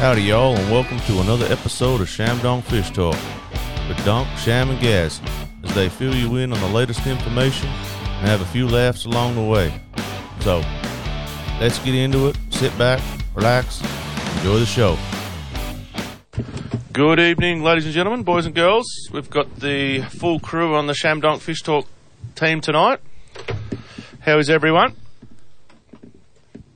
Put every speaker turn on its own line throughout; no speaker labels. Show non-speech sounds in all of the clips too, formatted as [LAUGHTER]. Howdy, y'all, and welcome to another episode of Shamdong Fish Talk with Donk, Sham, and Gaz as they fill you in on the latest information and have a few laughs along the way. So, let's get into it. Sit back, relax, enjoy the show. Good evening, ladies and gentlemen, boys and girls. We've got the full crew on the Shamdonk Fish Talk team tonight. How is everyone?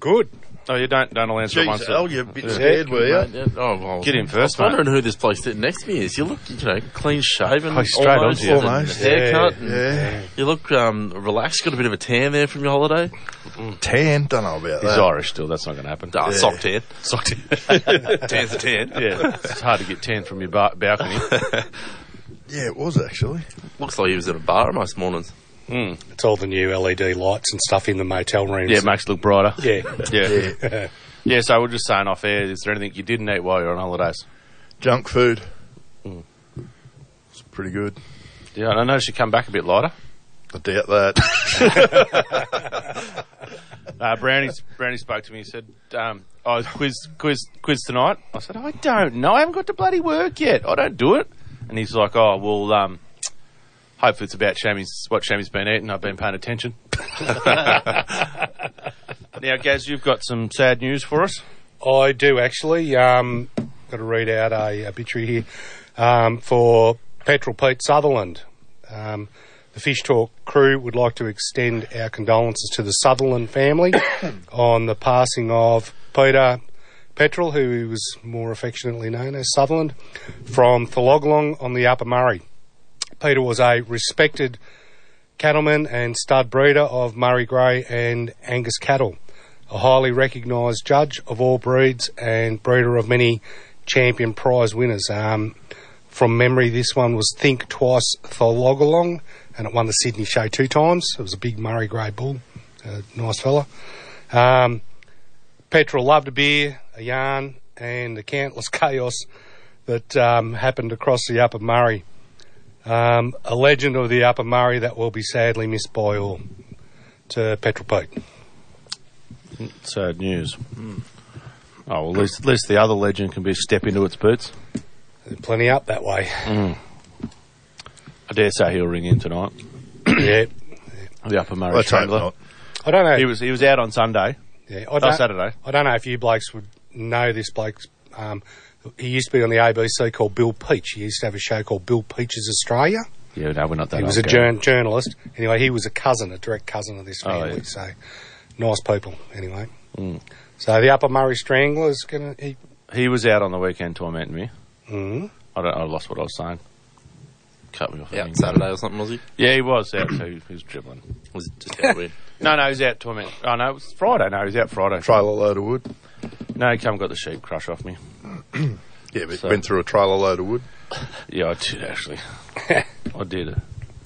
Good.
Oh, you don't don't all answer at once.
Jeez, Al, you're a bit scared, were you?
Mate, yeah, oh, well, I was
Get in first, mate.
wondering who this bloke sitting next to me is. You look, you know, clean shaven,
Oh, straight on
almost,
to you.
and
Almost,
haircut.
yeah,
and
yeah.
You look um, relaxed. Got a bit of a tan there from your holiday.
Tan, don't know about that.
Irish still. That's not going to happen.
Ah, sock tan.
Sock tan.
[LAUGHS] Tan's a tan.
yeah, it's hard to get tan from your ba- balcony.
[LAUGHS]
Yeah, it was [LAUGHS] actually.
Looks like he was at a bar most mornings.
Hmm. It's all the new LED lights and stuff in the motel rooms.
yeah, it makes it look brighter.
Yeah.
Yeah. yeah. so we're just saying off air, is there anything you didn't eat while you were on holidays? Hmm.
Junk food. It's pretty good.
Yeah, and I noticed you come back a bit lighter.
I doubt that.
[LAUGHS] Uh, Brownie, Brownie spoke to [LAUGHS] me. He said, um, "Oh, quiz, quiz, quiz tonight." I said, "I don't know. I haven't got to bloody work yet. Oh, I don't do it." And he's like, "Oh, well, um, hopefully it's about Shammy's what Shammy's been eating. I've been paying attention." now, Gaz, you've got some sad news for us.
I do actually. Um, got to read out a obituary here um, for Petrol Pete Sutherland. Um, the Fish Talk crew would like to extend our condolences to the Sutherland
[COUGHS]
family on the passing of Peter Petrel, who he was more affectionately known as Sutherland, from Thalogalong on the Upper Murray. Peter was a respected cattleman and stud breeder of Murray Grey and Angus cattle, a highly recognised judge of all breeds and breeder of many champion prize winners. Um, from memory, this one was Think Twice Thologalong, and it won the Sydney Show two times. It was a big Murray Grey bull,
Uh,
a nice fella. Um, Petrol loved a beer, a yarn, and the countless [LAUGHS] chaos that um, happened across the Upper Murray. Um, a legend of the Upper Murray that will be sadly missed by all. To Petrol Pete.
[LAUGHS] Sad news. Hmm. Oh, well, at least, at least the other legend can be a step into its boots. Hmm.
Plenty up that way.
I dare say he'll ring in tonight.
[COUGHS] yeah.
The Upper Murray
Let's hope
Strangler.
not.
I don't know.
He was he was out on Sunday.
yeah, I
Oh,
don't,
Saturday.
I don't know if you blokes would know this bloke. Um, he used to be on the ABC called Bill Peach. He used to have a show called Bill Peach's Australia.
Yeah, no, we're not that.
He was a
old, Gaz.
jour- journalist. Anyway, he was a cousin, a direct cousin of this
Oh,
family.
yeah. Mm.
So, nice people, anyway. So, the Upper Murray Strangler's going to.
He was out on the weekend tormenting me.
Mm, [LAUGHS]
I don't. I lost what I was saying. Cut me off. I
Out
think.
Saturday or something, was he?
Yeah, he was out. So he, he was dribbling.
Was it just out weird?
[LAUGHS] No, no, he was out tormenting. Oh no, it was Friday. No, he was out Friday.
Trailer load of wood.
No, he come and got the sheep crush off me.
[CLEARS THROAT] Yeah, but it
So-
went through a trailer load of wood.
Yeah, I did actually. I did.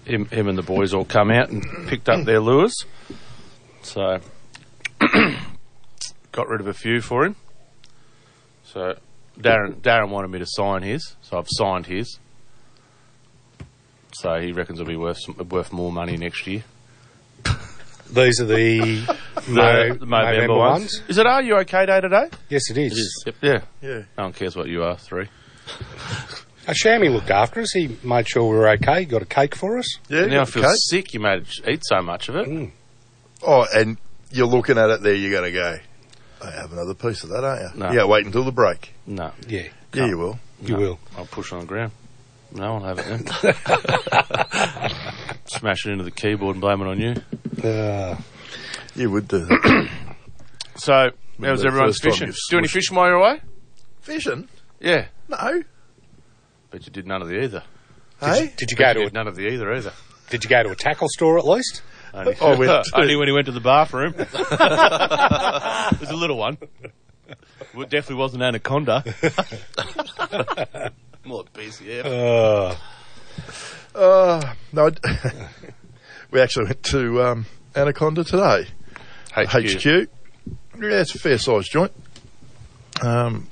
Him, him and the boys all come out and picked up their lures. So [CLEARS THROAT] got rid of a few for him. So Darren Darren wanted me to sign his, so I've signed his. So he reckons it'll be worth some, worth more money next year.
[LAUGHS] these are
[LAUGHS]
the Mo-
the
Movember ones.
Is it Are You Okay Day today?
Yes, it is.
It is. Yep.
Yeah.
Yeah.
No one cares what you are, three.
Uh, Shammy looked after us. He made sure we were okay. He got a cake for us.
Yeah,
now
got
I
the
feel
cake.
sick you made it eat so much of it.
Oh, and you're looking at it there, you're going to go, I have another piece of that, aren't you?
No.
Yeah, wait until the break.
No.
Yeah,
Yeah, you will.
you will.
I'll push on the ground. No, I'll have it then.
[LAUGHS]
Smash it into the keyboard and blame it on you.
Uh,
You would do that.
[CLEARS THROAT] So, that was
the
everyone's
first time
fishing.
you've
Do any fishing while you're away?
Fishing?
Yeah.
No.
But you did none of the
[LAUGHS]
either.
Hey?
did you
But
go to
did
a,
none of the either either. Oh,
Did you go to a tackle store at least?
Only,
I
[LAUGHS]
went to-
only when he went to
[LAUGHS]
the bathroom. it was a little one. Well, it definitely
[LAUGHS]
wasn't anaconda. More like BCF.
Uh,
Uh, no. I- [LAUGHS] we actually went to um, Anaconda today. HQ. Yeah, it's a fair sized joint. Um,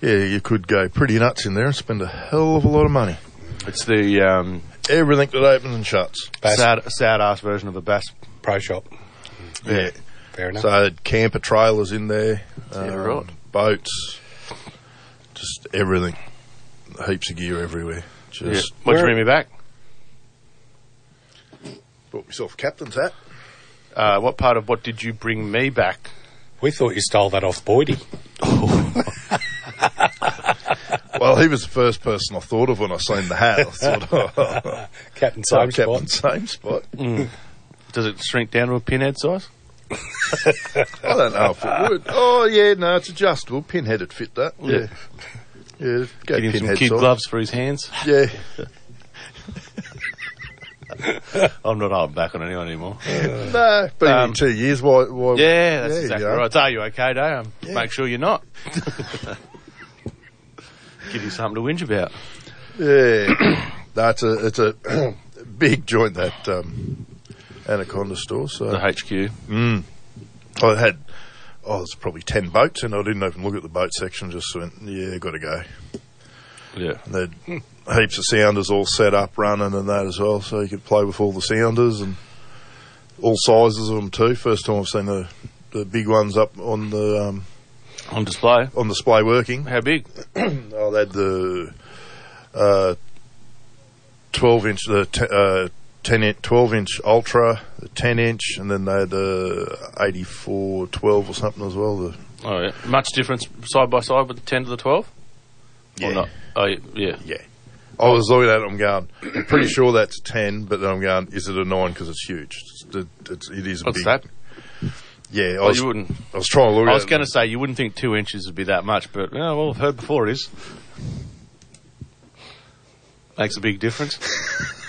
yeah, you could go pretty nuts in there and spend a hell of a lot of money.
It's the um,
Everything that opens and shuts.
Bass
sad, sad ass version of a bass.
Pro Shop.
Yeah.
Fair enough.
So camper trailers in there, um,
Yeah, right.
boats, Just everything. Heaps of gear everywhere. Just
Yeah. What'd you bring me back?
bought myself a captain's hat.
Uh, what part of what did you bring me back?
We thought you stole that off Boydie.
[LAUGHS] Well, he was the first person I thought of when I seen the hat. I
[LAUGHS]
thought, [LAUGHS] oh,
[LAUGHS] Captain
same
Same
captain,
Spot.
same spot.
Mm. Does it shrink down to a pinhead size?
[LAUGHS] I don't know if it would. Oh, yeah, no, it's adjustable. Pinheaded fit that. Yeah. Yeah, go
Get him some
pinhead
kid
size.
gloves for his hands.
Yeah.
[LAUGHS] I'm not holding back on anyone anymore.
No, been
Um,
in two years. Why? why
Yeah, that's
there you
exactly
go.
right. Are you okay, Dave? Um,
Yeah.
Make sure you're
[LAUGHS]
not. Give you something to whinge about.
Yeah, [COUGHS] that's a it's a [COUGHS] big joint that um, Anaconda store. So
The HQ.
I had oh, there's probably ten boats, and I didn't even look at the boat section. Just went, yeah, got to go.
Yeah.
And there'd heaps of sounders all set up, running, and that as well. So you could play with all the sounders and all sizes of them too. First time I've seen the the big ones up on the um,
On display.
on display working.
How
[CLEARS THROAT]
big?
Oh, they had the uh, twelve inch, the t- uh, ten inch, twelve inch ultra, the ten inch, and then they had the 84 12 or something as well. The,
Oh, yeah. Much difference side by side with the 10 to the 12? Or not? Oh, yeah. yeah.
yeah. I was looking at it. I'm going. I'm pretty sure that's ten, but then I'm going. Is it a nine? Because it's huge. It's, it- it's, it is a
What's
big.
that?
Yeah, I
Oh,
was,
you wouldn't.
I was trying to look.
I
at
was
it.
going to say you wouldn't think two inches would be that much, but yeah, well, I've heard before it is. Makes a big difference.
[LAUGHS]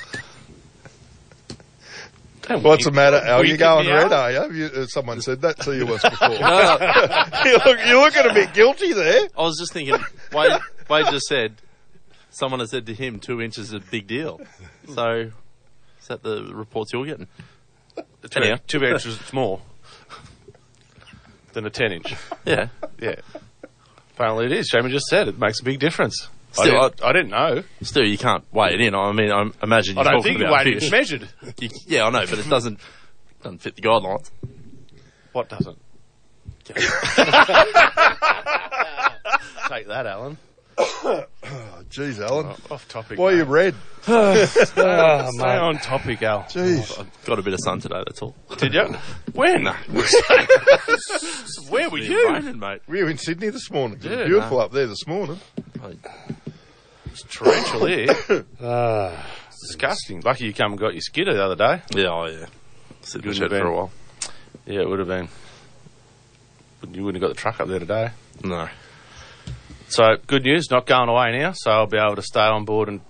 Don't
What's the
wink.
matter? Al?
Wink
you
at
going
me,
red?
Al?
Are you? Have you? uh, Someone said that to
[LAUGHS]
you once before. [LAUGHS] you look, you're looking a bit [LAUGHS] guilty there.
I was just thinking, Wade, Wade just said, someone has said to him, two inches is a big deal. So, is that the reports you're getting?
Two,
Anyhow.
two inches more than a ten inch.
Yeah.
Yeah. Apparently it is. Shaman just said it makes a big difference. I,
Still,
didn't, I, didn't know.
Still, you can't weigh it in. I mean, I imagine
I
you're
don't
talking
think the
about
weight is
fish.
measured.
[LAUGHS] You- yeah, I know, but it doesn't doesn't fit the guidelines.
What
[LAUGHS]
doesn't? Take that,
[LAUGHS]
Alan.
Oh, Jeez, Alan.
Oh, Off topic.
Why are you
mate. [SIGHS]
red?
Oh,
[LAUGHS] Stay
mate.
on topic, Al.
Jeez.
I've got a bit of sun today. That's all.
Did you? When? [LAUGHS] Where were
It's
you?
raining, mate.
Were you in Sydney this morning? It was
Yeah,
beautiful up there this morning.
It's torrential here. [LAUGHS]
Ah,
It's disgusting. Lucky you come and got your skidder the other day.
Yeah, oh yeah. Sit in the
Wouldn't
shed
have
for a
been.
while.
Yeah, it would have been. But You wouldn't have got the truck up there today.
No.
So good news, not going away now. So I'll be able to stay on board and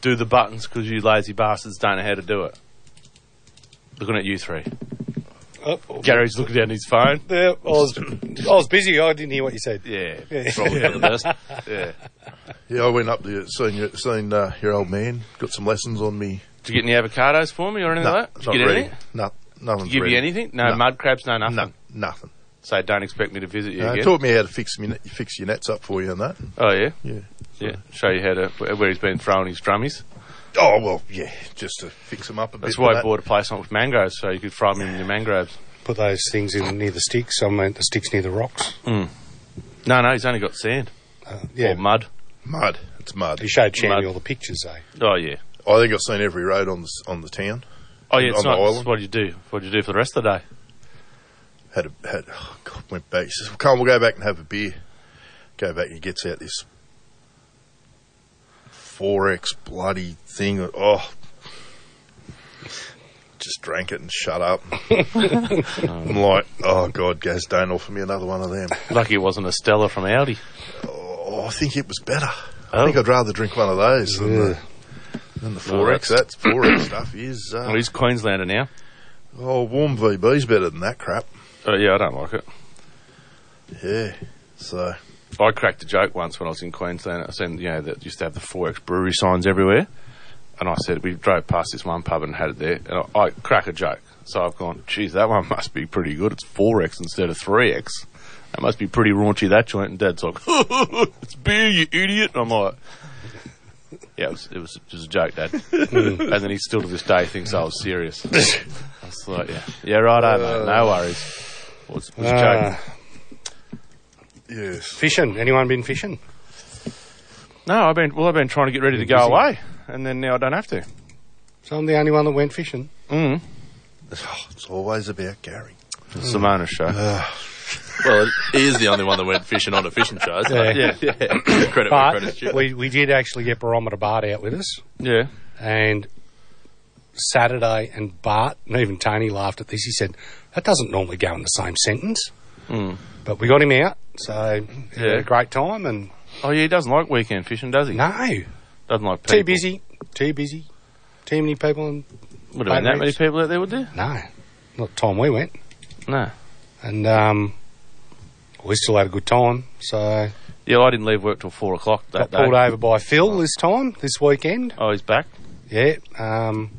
do the buttons because you lazy bastards don't know how to do it. Looking at you three.
oh,
Gary's looking down his [LAUGHS] phone.
there, I, was, I was busy. I didn't hear what you said.
Yeah.
Yeah.
Probably for the best. Yeah.
Yeah, I went up there, seen your, seen uh, your old man, got some lessons on me.
Did you get any avocados for me or anything
No,
like that? Did you get
ready.
anything?
No, nothing's
Give
ready.
you anything? No,
No.
mud crabs, no nothing.
No, nothing.
So don't expect me to visit you
No,
again.
taught me how to fix me, fix your nets up for you and that.
Oh yeah,
Yeah.
yeah. Show you how to where where he's been throwing his drummies.
Oh well, yeah, just to fix them up a
That's
bit.
why I
and
bought a place on with mangroves, so you could throw them in the mangroves.
Put those things in near the sticks. I meant the sticks near the rocks.
No, no, he's only got sand
Uh, yeah.
or mud.
that. mud. It's mud.
you showed
Mud.
Chandy all the pictures, eh?
Oh yeah,
I think I've seen every road on the s- on the town.
oh yeah. It's
On the
not.
island?
It's what you do. What you do for the rest of the day?
Had a had. Oh God, went back. He says, well, "Come, on, we'll go back and have a beer." Go back. He gets out this forex bloody thing. Oh, just drank it and shut up. I'm like, oh God, Gaz, don't offer me another one of them.
Lucky it wasn't a Stella from Audi.
Oh, I think it was better. I
Oh.
think I'd rather drink one of those than the than the forex.
that's-
That's forex stuff is. Uh,
Well, he's Queenslander now.
Oh, warm VB's better than that crap.
Oh yeah, I don't like it.
Yeah. So,
I cracked a joke once when I was in Queensland. I said, you know, that used to have the Forex brewery signs everywhere. And I said, we drove past this one pub and had it there. And I, I crack a joke. So I've gone, geez, that one must be pretty good. It's 4X instead of 3X. That must be pretty raunchy, that joint. And Dad's like, [LAUGHS] it's beer, you idiot. And I'm like, yeah, it was, it was just a joke, Dad. and then he still to this day thinks I was serious. I was like, yeah, yeah right, mate. No worries. It was, it was a joke.
Ah,
yes.
fishing. Anyone been fishing?
No, I've been well. I've been trying to get ready to
Been
go
busy.
away, and then now I don't have to.
So I'm the only one that went fishing.
Mm.
It's always about Gary.
It's Simona's show.
Ah.
Well, he is the only one that went fishing on a fishing show. So
Yeah.
yeah.
[COUGHS]
credit where credit's
But
due.
we, we did actually get Barometer Bart out with us.
yeah.
And Saturday and Bart, and even Tony laughed at this. He said, that doesn't normally go in the same sentence.
Hmm.
But we got him out, so he had
Yeah.
a great time. And
Oh yeah, he doesn't like weekend fishing, does he?
no,
Doesn't like people.
too busy, too busy, too many people. And
Would have been that many people out there, would there?
no, not the time we went.
No.
And um, we still had a good time. So
Yeah, I didn't leave work till four o'clock that
got pulled
day.
over by Phil this time, this weekend.
Oh, he's back.
Yeah. Um,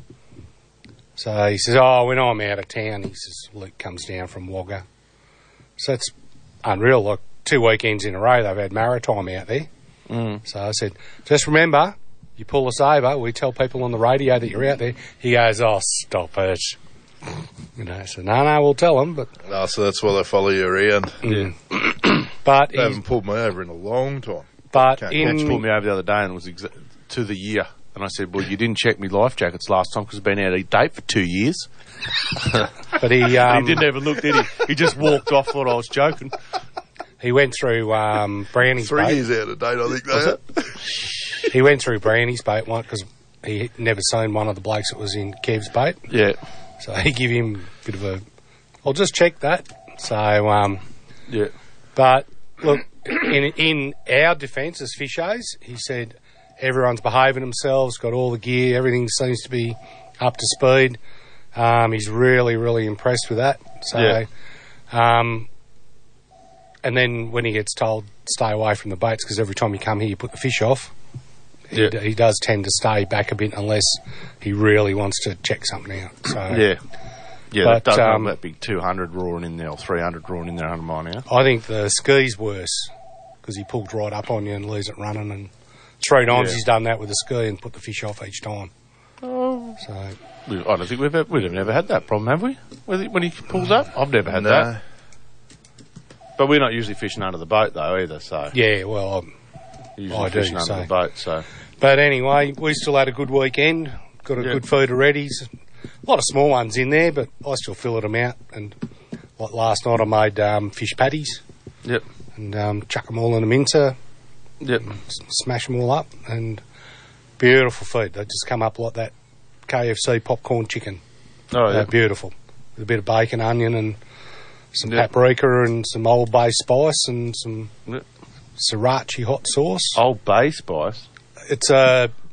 so he says, "Oh, when I'm out of town," he says, "Luke comes down from Wagga." So it's unreal. Like two weekends in a row, they've had maritime out there. Mm. So I said, "Just remember, you pull us over, we tell people on the radio that you're out there." He goes, "Oh, stop it." You know, so no, no, we'll tell them, but
Ah, so that's why they follow you around.
Mm. but
They
he's,
haven't pulled me over in a long time.
but
can't
He pulled
in
me over the other day and it was exa- to the year. And I said, well, you didn't check me life jackets last time because I've been out of date for two years.
but he um,
he didn't even look, did he? He just walked off thought I was joking.
he went through um, Brownie's
Three
boat.
years out of date, I think they are.
He went through Brownie's boat one because he never seen one of the blokes that was in Kev's boat.
Yeah.
So I give him a bit of a. I'll just check that. So, um,
Yeah.
but look, in in our defence as fishers, he said everyone's behaving themselves, got all the gear, everything seems to be up to speed. Um, he's really, really impressed with that. So,
Yeah.
um, and then when he gets told stay away from the boats because every time you come here, you put the fish off. He,
Yeah.
d- he does tend to stay back a bit unless he really wants to check something out. So
Yeah. Yeah,
But,
that doesn't
um,
have that big 200 roaring in there or 300 roaring in there under my now.
I think the ski's worse because he pulled right up on you and leaves it running. And three times
Yeah.
he's done that with a ski and put the fish off each time. Oh. So
We- I don't think we've ever, we've never had that problem, have we? With it- When he pulls up? I've never had
No.
that. But we're not usually fishing under the boat, though, either, so.
yeah, well, um,
usually
I do,
fishing under
so.
the boat, so.
but anyway, we still had a good weekend. Got a
Yeah.
good food already. S- A lot of small ones in there, but I still fillet them out. And like last night, I made um, fish patties
Yep.
and um, chuck them all in a mincer,
Yep.
s- smash them all up, and beautiful food. They just come up like that KFC popcorn chicken.
Oh,
They're
yeah.
beautiful. With a bit of bacon, onion, and some
Yeah.
paprika, and some Old Bay spice, and some
Yeah.
sriracha hot sauce.
Old Bay Spice.
It's uh, a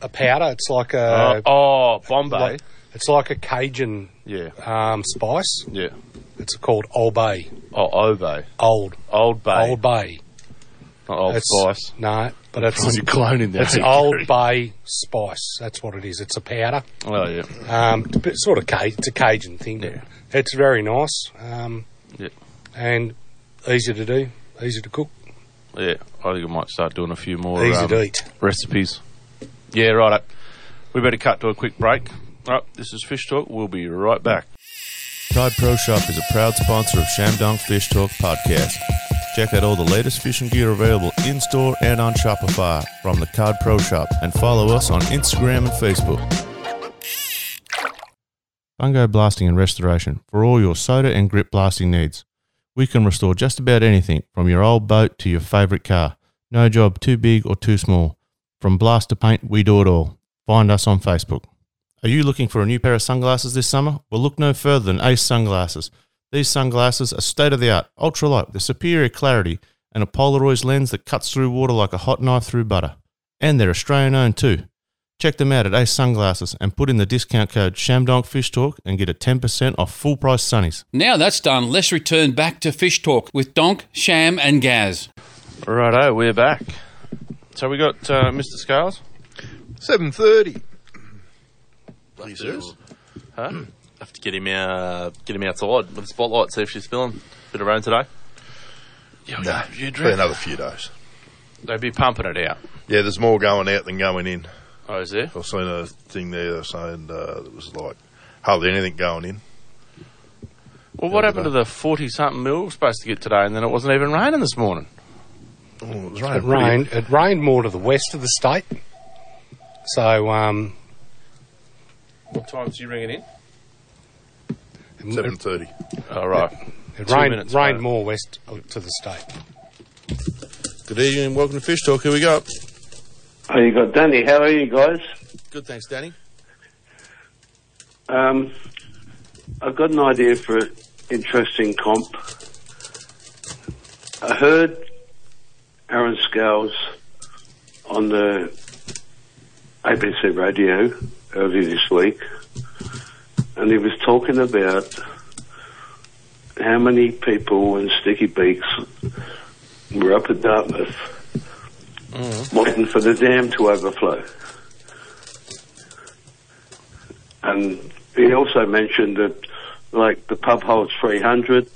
a powder. It's like a
oh, Bombay.
like- it's like a Cajun
yeah.
um, spice.
Yeah.
It's called Old Bay.
Oh, Obey.
Old
Old Bay.
Old Bay.
not Old
It's-
Spice.
No, but it's
your clone in there?
it's Old Bay spice. That's what it is. It's a powder.
Oh, yeah.
Um, it's a bit- sort of ca- it's a Cajun thing. but
Yeah.
It's very nice. Um,
Yeah.
And easy to do, easy to cook,
Yeah. I think I might start doing a few more
easy
um,
to eat.
recipes. Yeah, right. We better cut to a quick break. All right, this is Fish Talk. We'll be right back.
Cod Pro Shop is a proud sponsor of Shamdong Fish Talk podcast. Check out all the latest fishing gear available in store and on Shopify from the Cod Pro Shop and follow us on Instagram and Facebook. Fungo Blasting and Restoration for all your soda and grip blasting needs. We can restore just about anything from your old boat to your favorite car. No job too big or too small. From blast to paint, we do it all. Find us on Facebook. Are you looking for a new pair of sunglasses this summer? Well, look no further than Ace Sunglasses. These sunglasses are state of the art, ultralight with superior clarity and a Polaroid lens that cuts through water like a hot knife through butter. And they're Australian owned too. Check them out at Ace Sunglasses and put in the discount code ShamDonkFishTalk and get a 10% off full price sunnies.
Now that's done, let's return back to Fish Talk with Donk, Sham, and Gaz.
Righto, we're back. So we got uh, Mr. Scales.
7.30. Bloody serious?
have to get him out, uh, get him outside with a spotlight, see if she's feeling a bit of rain today.
No,
you
been another few days.
They'd be pumping it out.
Yeah, there's more going out than going in.
Oh, is there?
I've seen a thing there that was saying uh, it was like hardly anything going in.
Well, what
Yeah,
happened to
but-
the 40 something mil we were supposed to get today and then it wasn't even raining this morning?
Oh, it was raining.
It
pretty-
rained. It rained more to the west of the state. So um,
What time did you ring it in?
Seven thirty.
All right.
it
Two
rained,
minutes,
rained
mate.
more west to the state.
Good evening and welcome to Fish Talk. Here we go.
Oh, you got Danny. How are you guys?
Good, thanks, Danny.
Um, I've got an idea for an interesting comp. I heard Aaron Scales on the ABC radio earlier this week, and he was talking about how many people in Sticky Beaks were up at Dartmouth
Mm-hmm.
waiting Mm-hmm. for the dam to overflow. And he also mentioned that, like, the pub holds 300,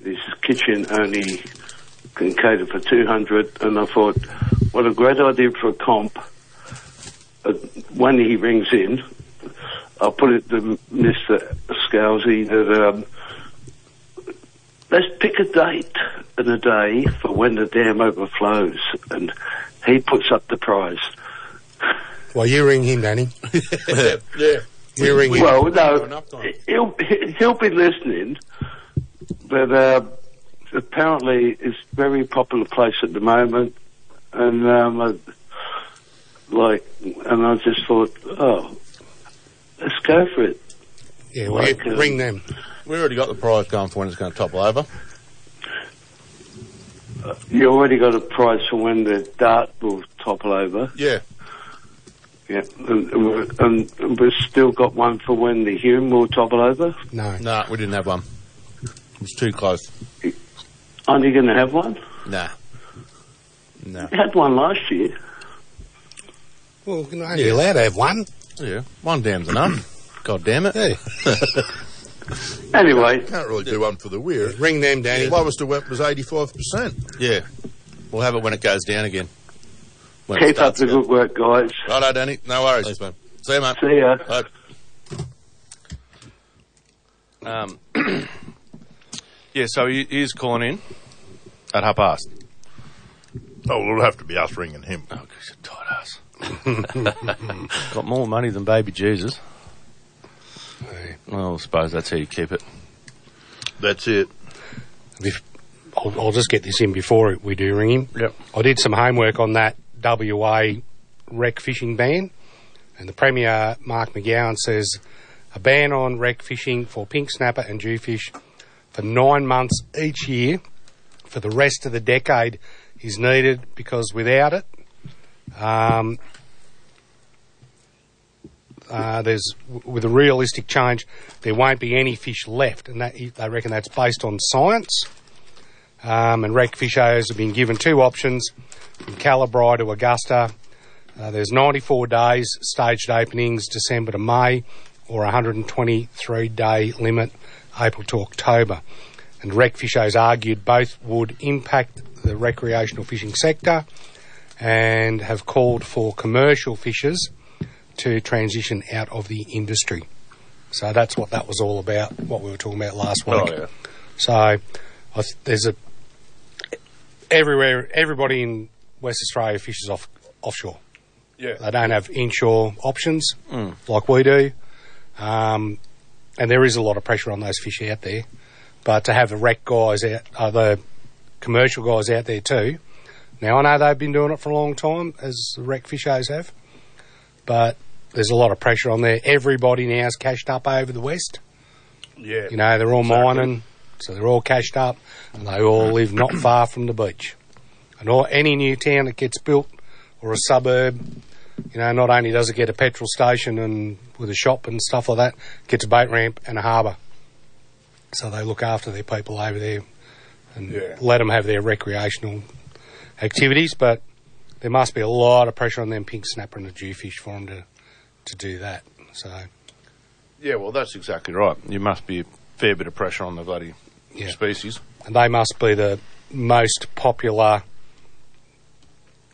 this kitchen only can cater for 200. And I thought, what a great idea for a comp. Uh, when he rings in, I'll put it to Mr. Scalzi that um, let's pick a date and a day for when the dam overflows. And he puts up the prize.
Well, you ring him,
[LAUGHS]
Danny.
Yeah.
You ring him.
Well, no, he'll he'll be listening, but uh, apparently it's a very popular place at the moment, and um, I- like, and I just thought, oh, let's go for it. uh,
Yeah, well, you
Right.
ring them.
We already got the prize going for when it's going to topple over.
You already got a price for when the dart will topple over.
Yeah.
Yeah, and, and we're- and we've still got one for when the Hume will topple over.
No.
Nah, we didn't have one. It was too close.
Aren't you going to have one?
Nah. Nah.
You had one last year.
Well, you're only allowed to have one.
Yeah. One dam's enough.
[COUGHS]
God damn it.
Yeah.
Anyway,
Can't really do one for the weir.
Ring them, Danny.
Lowest it went was eighty five percent.
[LAUGHS] Yeah. We'll have it when it goes down again. When it
keep up
starts
the
again.
good work, guys.
Righto, Danny. No worries. Thanks, man. See you, mate.
See ya.
Bye.
[COUGHS]
Um, yeah, so he he is calling in at half past.
Oh, well, it'll have to be us ringing him.
Oh, because you're tight ass. Got more money than baby Jesus. Well, I suppose that's how you keep it.
That's it.
If- I'll, I'll just get this in before we do ring him.
Yep.
I did some homework on that WA wreck fishing ban, and the Premier Mark McGowan says a ban on wreck fishing for pink snapper and jewfish for nine months each year for the rest of the decade is needed because without it, um, uh, there's w- with a realistic change, there won't be any fish left, and that, they reckon that's based on science. Um, and wreck fish owners have been given two options from Calibri to Augusta. Uh, there's 94 days staged openings, December to May, or 123 day limit, April to October. And wreck fish owners argued both would impact the recreational fishing sector and have called for commercial fishers to transition out of the industry. So that's what that was all about, what we were talking about last week.
yeah.
So I th- there's a everywhere. Everybody in West Australia fishes off offshore.
Yeah.
They don't have inshore options like we do, um, and there is a lot of pressure on those fish out there. But to have the wreck guys out, other commercial guys out there too. Now I know they've been doing it for a long time, as the wreck fishers have, but there's a lot of pressure on there. Everybody now is cashed up over the west.
Yeah.
You know, they're all mining, so they're all cashed up, and they all
[COUGHS]
live not far from the beach. And all, any new town that gets built or a suburb, you know, not only does it get a petrol station and with a shop and stuff like that, gets a boat ramp and a harbour. So they look after their people over there and
Yeah.
let them have their recreational activities. But there must be a lot of pressure on them pink snapper and the jewfish for them to, to do that. So,
Yeah, well, that's exactly right. You must be a fair bit of pressure on the bloody
yeah.
species.
and they must be the most popular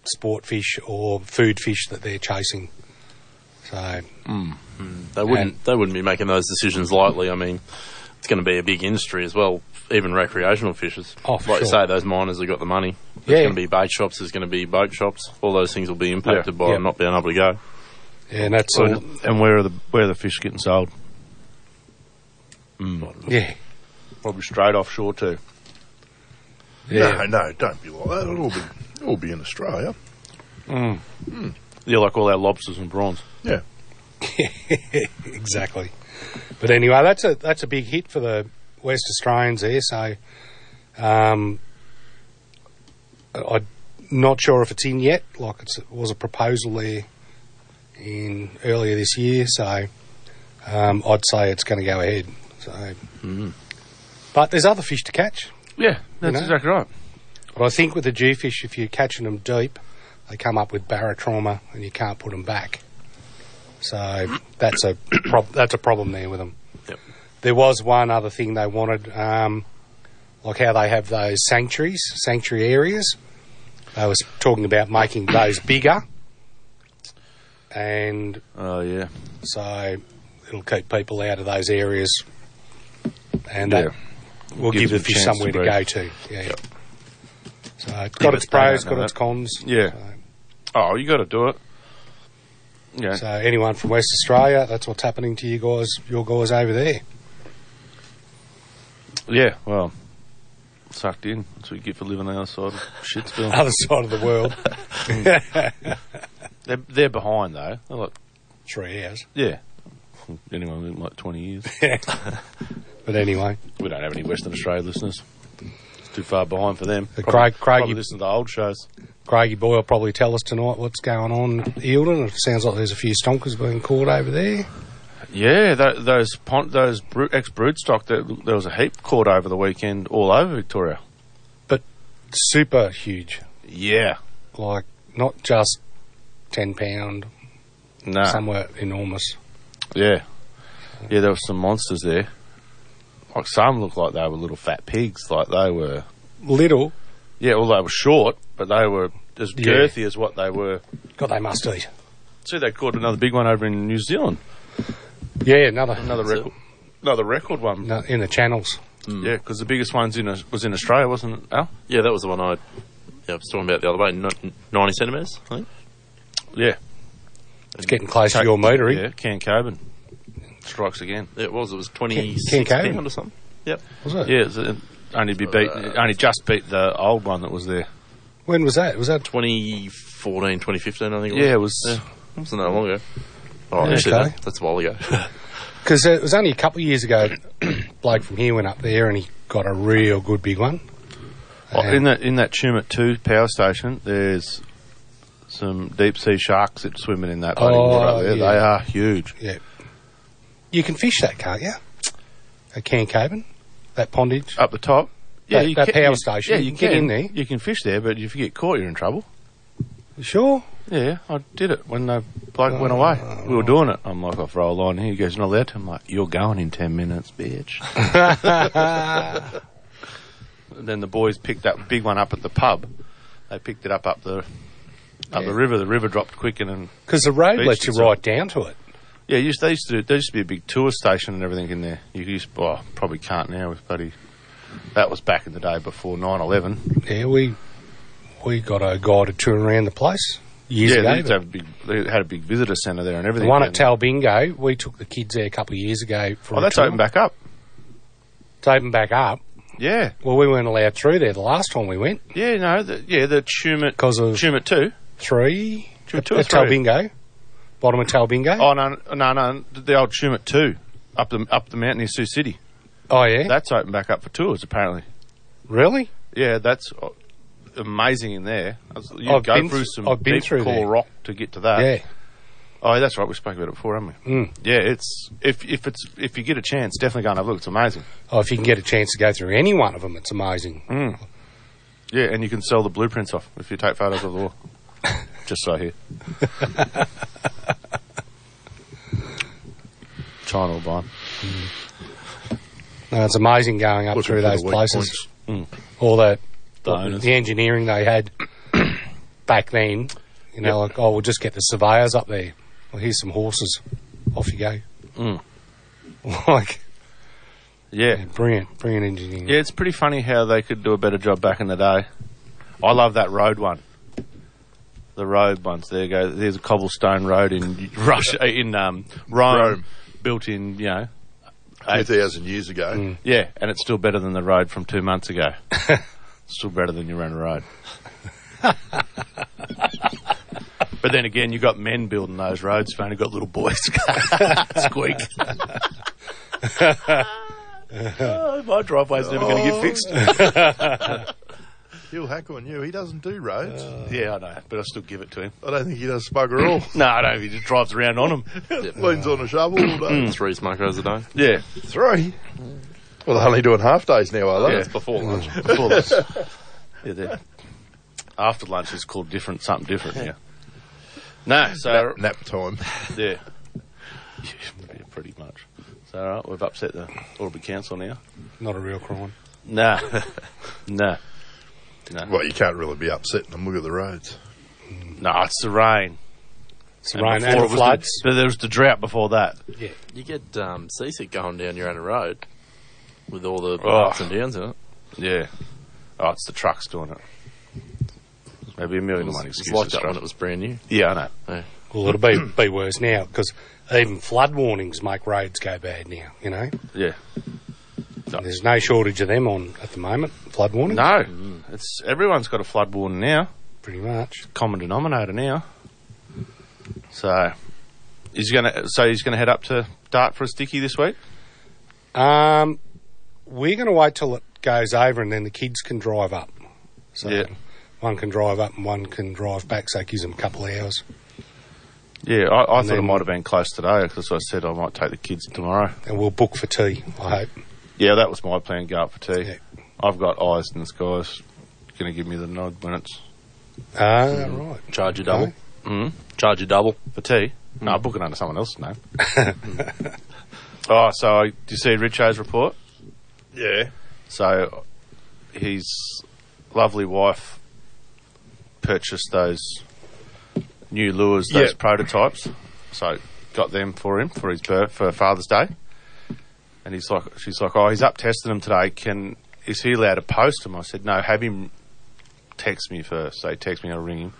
sport fish or food fish that they're chasing. So
They wouldn't. they wouldn't be making those decisions lightly. I mean, it's going to be a big industry as well, even recreational fishers.
Oh,
like
for
you
sure.
say, those miners have got the money.
There's
Yeah.
going to be bait shops. There's going to be boat shops. All those things will be impacted by
Yeah.
not being able to go.
Yeah, and that's all.
And, and where are the where are the fish getting sold?
Yeah,
[LAUGHS] Probably straight offshore too.
yeah.
No, no, don't be like that. It'll all be, it'll all be in Australia.
Mm.
Yeah, like all our lobsters and prawns.
Yeah.
[LAUGHS] exactly. But anyway, that's a that's a big hit for the West Australians there. So, um, I- I'm not sure if it's in yet. Like it's, it was a proposal there in earlier this year. So, um, I'd say it's going to go ahead. So, but there's other fish to catch.
Yeah, that's
know?
exactly right.
But I think with the G fish, if you're catching them deep, they come up with barotrauma and you can't put them back. So that's a [COUGHS] prob- that's a problem there with them.
Yep.
There was one other thing they wanted, um, like how they have those sanctuaries, sanctuary areas. They was talking about making those [COUGHS] bigger, and
Oh yeah,
so it'll keep people out of those areas, and that
Yeah.
will give
Gives
the
them a
fish
chance
somewhere
to
to,
breathe.
go to. Yeah. So it's got
but
its
they
pros,
don't know
got its
that.
cons.
yeah. Oh, you got to do it. Yeah,
So anyone from West Australia, that's what's happening to you guys, your guys over there.
yeah. Well, sucked in. That's what you get for living on the other side of
[LAUGHS]
Shitsville.
Other side of the world.
[LAUGHS] [LAUGHS]
[LAUGHS]
They're, they're behind though. They're like,
Three hours.
yeah. Anyone in like twenty
[LAUGHS]
years.
But anyway.
we don't have any Western Australia listeners. It's too far behind for them.
But
Probably-
Craig- Craig,
probably
you-
listen to the old shows.
Craigie Boy will probably tell us tonight what's going on at Eildon. It sounds like there's a few stonkers being caught over there.
Yeah, tho- those pon- those bro- ex broodstock. There, there was a heap caught over the weekend all over Victoria.
Super huge.
Yeah,
Like, not just 10 pound,
no,
Some somewhere enormous.
yeah, yeah. There were some monsters there. Like some looked like they were little fat pigs. Like they were.
Little.
Yeah, well, they were short, but they were as
Yeah.
girthy as what they were.
God, they must eat.
See, they caught another big one over in New Zealand.
Yeah, another.
Another
That's
record. Another record one. Yeah, 'cause
No, in the channels.
Yeah, because the biggest one's in a, was in Australia, wasn't it? Al?
Mm. Yeah, that was the one I, yeah, I was talking about the other way. Nin- Ninety centimeters. I think.
Yeah.
It's getting close to your meter. eh?
Yeah, Can Coben strikes again.
Yeah, it was. It was twenty
Ken
six
Cowan.
pound or something. Yep.
Was it?
Yeah, it's, uh, only be beat,
Uh,
only just beat the old one that was there.
When was that? Was that
2014, 2015, I think. It
Yeah, it
was.
was.
it wasn't that long ago. Oh, actually,
okay.
that, that's a while ago.
Because it was only a couple of years ago, [CLEARS THROAT] bloke from here went up there and he got a real good big one.
[LAUGHS] Oh,
And-
in that in that Tumut Two power station, there's some deep sea sharks that swimming in that bloody
Oh,
water up there.
yeah.
They are huge.
yeah. You can fish that, can't you? At Cancaven, that pondage.
Up the top.
That- that power station,
Yeah,
you
you
can get
can
in there.
You can fish there, but if you get caught, you're in trouble.
You sure?
Yeah, I did it when the bloke went away. We were doing it. I'm like, I'll throw a line here. He goes, "You're not allowed to." I'm like, "You're going in ten minutes,
[LAUGHS]
bitch." And then the boys picked that big one up at the pub. They picked it up up the up
Yeah.
the river. The river dropped quick, and, and
Because the road
Beach
lets you
itself.
right down to it.
yeah, used, they used to do, there used to be a big tour station and everything in there. You used well, probably can't now with buddy. That was back in the day before 9-11.
Yeah, we we got a guided tour around the place years
yeah,
ago.
they used to have a big, they had a big visitor centre there and
the
everything.
one at
And-
Talbingo, we took the kids there a couple of years ago. For
Oh,
a
that's
tour.
opened back up.
It's opened back up.
Yeah,
Well, we weren't allowed through there the last time we went.
yeah, no, the, yeah, the Tumut
'Cause of-
Tumut two.
Three
Two-
at,
two or
at
three?
Talbingo, bottom of Talbingo.
Oh no, no, no, the old Tumut two up the up the mountain near Sioux City.
oh yeah,
That's opened back up for tours apparently.
really?
Yeah, that's uh, amazing in there. That's- You
I've
go
been
through
th-
some
I've been
deep
through
core
there.
rock to get to that.
yeah.
Oh, yeah, that's right. We spoke about it before, haven't we?
Mm.
Yeah, it's if if it's if you get a chance, definitely go and have a look. It's amazing.
Oh, if you can get a chance to go through any one of them, it's amazing.
Yeah, and you can sell the blueprints off if you take photos of the wall. [LAUGHS] Just so here. Mm.
[LAUGHS]
China will [LAUGHS] buy 'em.
No, it's amazing going up
Looking
through
for the
those
weak
places. All that
The
what-
owners.
Mm. the engineering they [COUGHS] had back then. You know, like oh, we'll just get the surveyors up there. Well, here's some horses. Off you go. [LAUGHS]
Mm.
Like
Yeah.
brilliant, brilliant engineering.
Yeah, it's pretty funny how they could do a better job back in the day. I love that road one. The road ones. There you go. There's a cobblestone road in Russia, in um, Rome,
Rome.
built in, you know.
Two thousand years ago.
Yeah, and it's still better than the road from two
[LAUGHS]
months ago. still better than your own road. [LAUGHS] but then again, you got men building those roads, man. You've got little boys. [LAUGHS] Squeak. Mm. [LAUGHS] Oh, [LAUGHS] my driveway's never going
Oh.
to get fixed.
[LAUGHS] He'll hack on you. He doesn't do roads. [LAUGHS]
Yeah, I know, but I still give it to him.
I don't think he does bugger all.
[LAUGHS] No, I don't. He just drives around on them.
Leans on a shovel all
Mm.
day.
Three smokers a day.
Yeah,
Three. Well, they're only doing half days now, are they?
yeah.
[LAUGHS]
Before lunch. Before lunch. yeah, they're- after lunch is called different, something different. Yeah. No, so
Nap time.
[LAUGHS] Yeah. yeah, pretty much. So, all right, we've upset the Albury Council now.
Not a real crime.
Nah. [LAUGHS] nah. Nah.
Well, you can't really be upsetting them. Look at the roads.
Nah, Ah, it's the rain.
It's the rain
Before
and
it was the-
floods.
but there was the drought before that.
yeah.
You get um, seasick going down your own road with all the
Oh.
ups and downs in it.
Yeah. Oh, it's the trucks doing it. Maybe a million and one
It's
excuses.
like that
right?
when it was brand new.
Yeah, I know.
Well, it'll be, be worse now because even flood warnings make roads go bad now, you know?
Yeah. No.
There's no shortage of them on at the moment, flood Mm. warnings,
No. It's everyone's got a flood warning now.
pretty much.
Common denominator now. So he's gonna so he's gonna head up to Dart for a sticky this week?
Um, we're going to wait till it goes over and then the kids can drive up. So
Yeah.
one can drive up and one can drive back, so it gives them a couple of hours.
Yeah, I, I thought it
then-
might have been close today because I said I might take the kids tomorrow.
And we'll book for tea, I hope.
Yeah, that was my plan. Go up for tea.
Yeah.
I've got eyes in the skies. Going to give me the nod when it's
Ah, right. [LAUGHS]
Charge you double.
Okay. Hmm.
Mm.
Charge you double.
for tea. No, I'm booking under someone
[LAUGHS]
else's name. Hmm. oh, so I- do you see Richo's report?
Yeah.
So his lovely wife purchased those new lures, those
Yeah.
prototypes. So got them for him for his birth, for Father's Day. And he's like, she's like, oh, he's up testing them today. Can is he allowed to post them? I said, no, have him text me first. So he texts me, I'll ring him.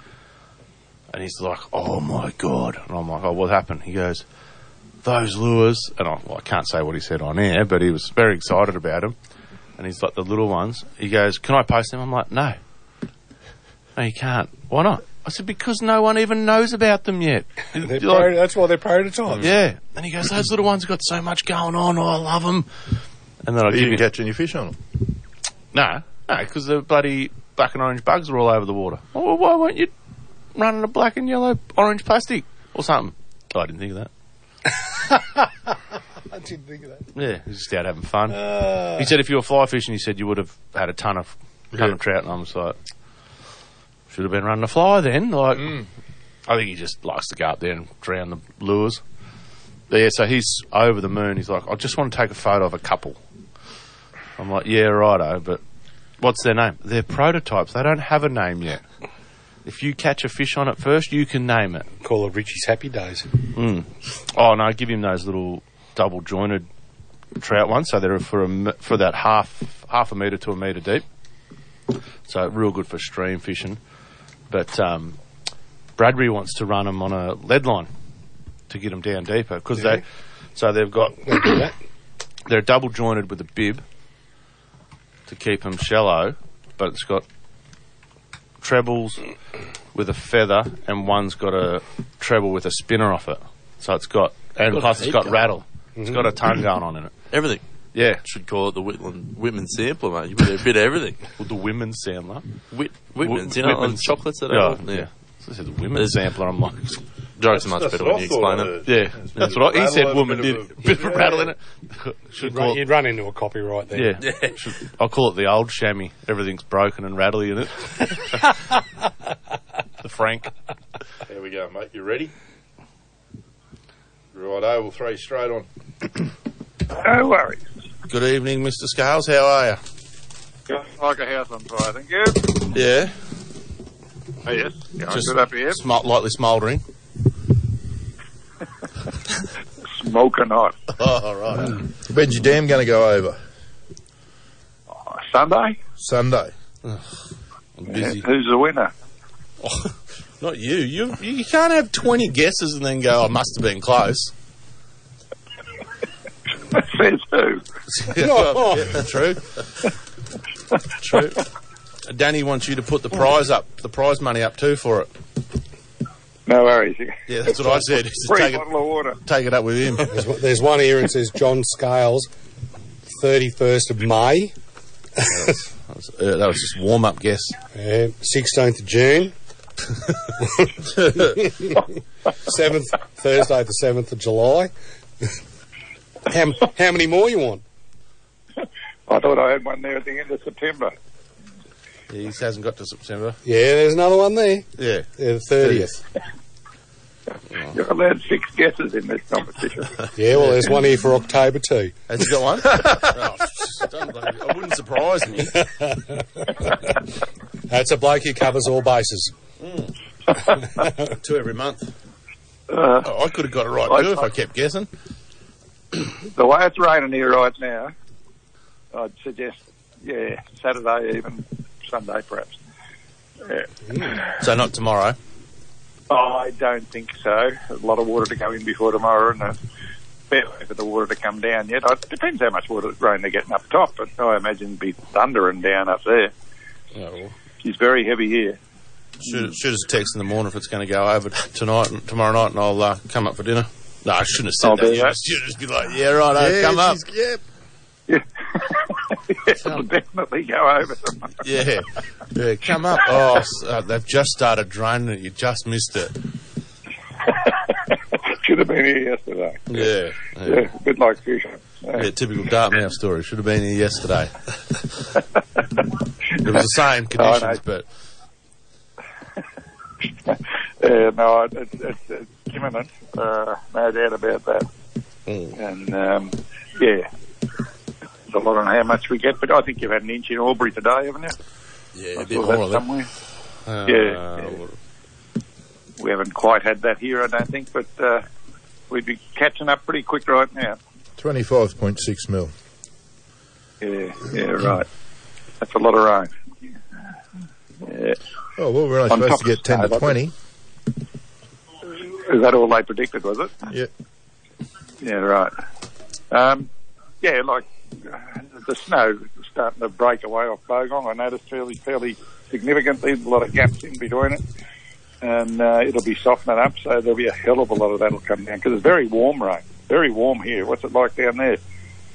And he's like, oh my god. And I'm like, oh, what happened? He goes, those lures. And I, well, I can't say what he said on air, but he was very excited about them and he's like the little ones. He goes, "Can I post them?" I'm like, "No, no, you can't. Why not?" I said, "Because no one even knows about them yet."
They're
Like,
pro- that's why they're prototypes.
yeah, and he goes, "Those little ones got so much going on. Oh, I love them." And then I
You
give
didn't
him
catch any fish on them.
no, no, because the bloody black and orange bugs were all over the water. Oh, well, why weren't you running a black and yellow orange plastic or something? Oh, I didn't think of that.
I didn't think of that.
Yeah, he was just out having fun. he said if you were fly fishing, he said you would have had a ton of ton of trout, and I was like, should have been running a fly then. Like, I think he just likes to go up there and drown the lures. But yeah, so he's over the moon. He's like, I just want to take a photo of a couple. I'm like, yeah, righto, but what's their name? They're prototypes. They don't have a name yet. If you catch a fish on it first, you can name it.
Call it Richie's Happy Days.
Oh no, give him those little double jointed trout ones. So they're for a, m- for that half half a meter to a meter deep. So real good for stream fishing. But um, Bradbury wants to run them on a lead line to get them down deeper because they so they've got
Don't do that.
[COUGHS] they're double jointed with a bib to keep them shallow, but it's got trebles with a feather, and one's got a treble with a spinner off it. So it's got, and
got
plus
a
it's
heap
got
going.
rattle. It's got a ton going on in it.
Everything.
Yeah,
Should call it the Whitland Whitman sampler, mate. You put a bit of
[LAUGHS]
everything.
with the women's sampler.
Whit, Whitman's, you know,
Whitman's.
on chocolates that
Yeah,
are.
yeah.
Yeah.
So I said the women's sampler. I'm like,
Joke's much better when you explain it.
yeah, that's what I, he
rattle
said.
and a
Woman
bit
did
of a-
bit of rattle in it. Should
You'd run,
call
you'd
it,
run into a copyright there.
yeah. [LAUGHS] Should- I'll call it the old chamois. Everything's broken and
[LAUGHS]
rattly in it. the Frank.
There we go, mate. You ready? Right, oval three straight on.
No worries.
Good evening, Mr. Scales. How are
Just like a house on fire, thank you.
you? Yeah.
Oh, yes. Yeah, I'm
Just-
good up here.
Smart, lightly smouldering.
Smoking
[LAUGHS]
hot.
Oh, right.
When's your dam going to go over?
Uh, Sunday?
Sunday.
busy.
Who's the winner?
Oh, [LAUGHS] Not you. You you can't have twenty guesses and then go. I must have been close.
[LAUGHS] Says who?
[LAUGHS] Yeah, well, yeah, true. true. Danny wants you to put the prize up, the prize money up too for it.
No worries. [LAUGHS]
Yeah, that's what I [LAUGHS] said. is to
Free
take, it,
bottle of water.
take it up with him.
There's, one- there's one here and says John Scales, 31st of May,
That was, uh, that was just warm up guess.
uh, 16th of June, 7th, Thursday the 7th of July. How, m- how many more you want?
I thought I had one there at the end of September.
He hasn't got to September.
Yeah, there's another one there.
Yeah.
Yeah, the
[LAUGHS]
30th.
You're allowed six guesses in this competition.
Yeah, well, there's one here for October too.
Has he got one? [LAUGHS] oh, don't bloody- it wouldn't surprise [LAUGHS]
[LAUGHS]
me.
That's a bloke who covers all bases.
Two every month. oh, I could have got it right
Uh, I-
too if I kept guessing.
the way it's raining here right now, I'd suggest, yeah, Saturday, even Sunday perhaps. Yeah.
So not tomorrow.
I don't think so. A lot of water to go in before tomorrow, and a fair way for the water to come down yet. It depends how much water rain they're getting up top, but I imagine it'd be thundering down up there.
Oh,
It's very heavy here.
Shoot, shoot us a text in the morning if it's going to go over tonight, and tomorrow night, and I'll uh, come up for dinner. No, I shouldn't have said
I'll
that.
be
You
there.
just, you just be like, yeah, right, I'll come up.
Yeah,
Yeah. [LAUGHS] It'll definitely go over [LAUGHS] tomorrow.
Yeah, yeah, come up. Oh, s- uh, they've just started draining it. You just missed it.
Should have been here yesterday.
Yeah, yeah.
Yeah, a bit like fish.
Yeah, typical Dartmouth story. Should have been
[LAUGHS]
here yesterday. it was the same conditions,
Oh, no.
but
Yeah, Uh, no, it, it, it's it's imminent, uh, no doubt about that.
Mm.
And um, yeah, it's a lot on how much we get, but I think you've had an inch in Albury today, haven't you?
yeah,
I
a bit
saw
more
that
of that.
somewhere.
Uh,
yeah. We haven't quite had that here, I don't think, but uh, we'd be catching up pretty quick right now.
[LAUGHS] twenty-five point six mil.
Yeah, yeah, right. That's a lot of rain. Yeah.
Oh well, we're only
On
supposed
top
to get
of
ten
that,
to
I
twenty.
Is that all they predicted, was it?
Yeah.
Yeah, right. Um, yeah, like uh, the snow starting to break away off Bogong. I noticed fairly, fairly significantly, a lot of gaps in between it. And uh, it'll be softening up, so there'll be a hell of a lot of that'll come down because it's very warm rain. Very warm here. What's it like down there?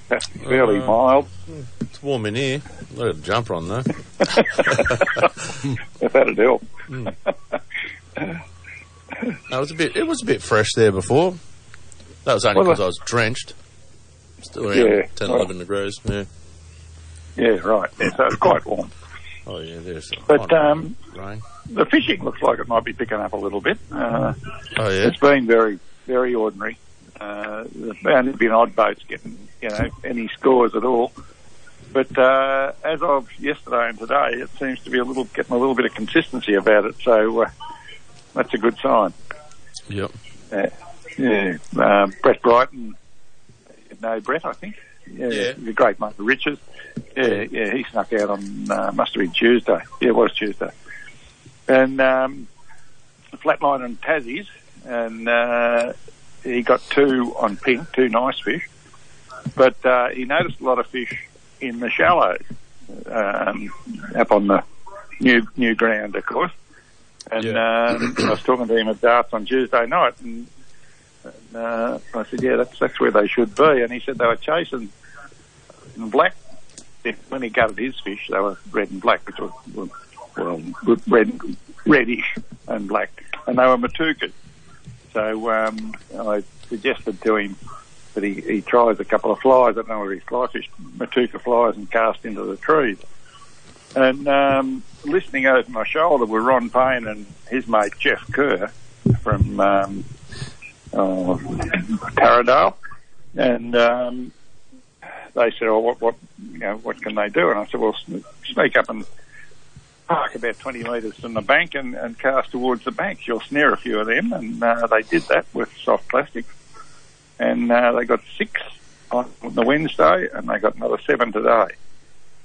That's fairly
Uh,
mild.
It's warm in here. Look at the jumper on though.
If that'd help.
Hmm. No, it was a bit. It was a bit fresh there before. That was only
Well,
because I was drenched. Still around
Yeah.
10, 11 degrees. Yeah.
Yeah, right. Yeah, so it's quite warm.
Oh yeah, there's.
But, um,
rain.
The fishing looks like it might be picking up a little bit. Uh,
Oh yeah.
It's been very, very ordinary. Uh, there's bound to be an odd boats getting, you know, any scores at all. But uh, as of yesterday and today, it seems to be a little getting a little bit of consistency about it. So uh, that's a good sign. Uh,
Yep.
Yeah, um,
[LAUGHS]
Brett Brighton, no Brett, I think. Yeah,
Yeah.
the great mate of Richards. Yeah, yeah, he snuck out on uh, must have been Tuesday. Yeah, it was Tuesday. And um, flatline and Tassies, and uh, he got two on pink, two nice fish. But uh, he noticed a lot of fish in the shallows um, up on the new new ground, of course. And um, I was talking to him at darts on Tuesday night, and uh, I said, "Yeah, that's that's where they should be." And he said they were chasing black. When he gutted his fish, they were red and black, which was well, well, red, reddish and black, and they were matukas. So um, I suggested to him that he, he tries a couple of flies. I don't know whether he's fly fish, matuka flies, and cast into the trees. And um, listening over my shoulder were Ron Payne and his mate Jeff Kerr from um, uh, Tarradale, and um, they said, "Oh, what, what, you know, what can they do?" And I said, "Well, sn- sneak up and park about twenty metres from the bank and, and cast towards the bank. You'll snare a few of them." And uh, they did that with soft plastic, and uh, they got six on the Wednesday, and they got another seven today,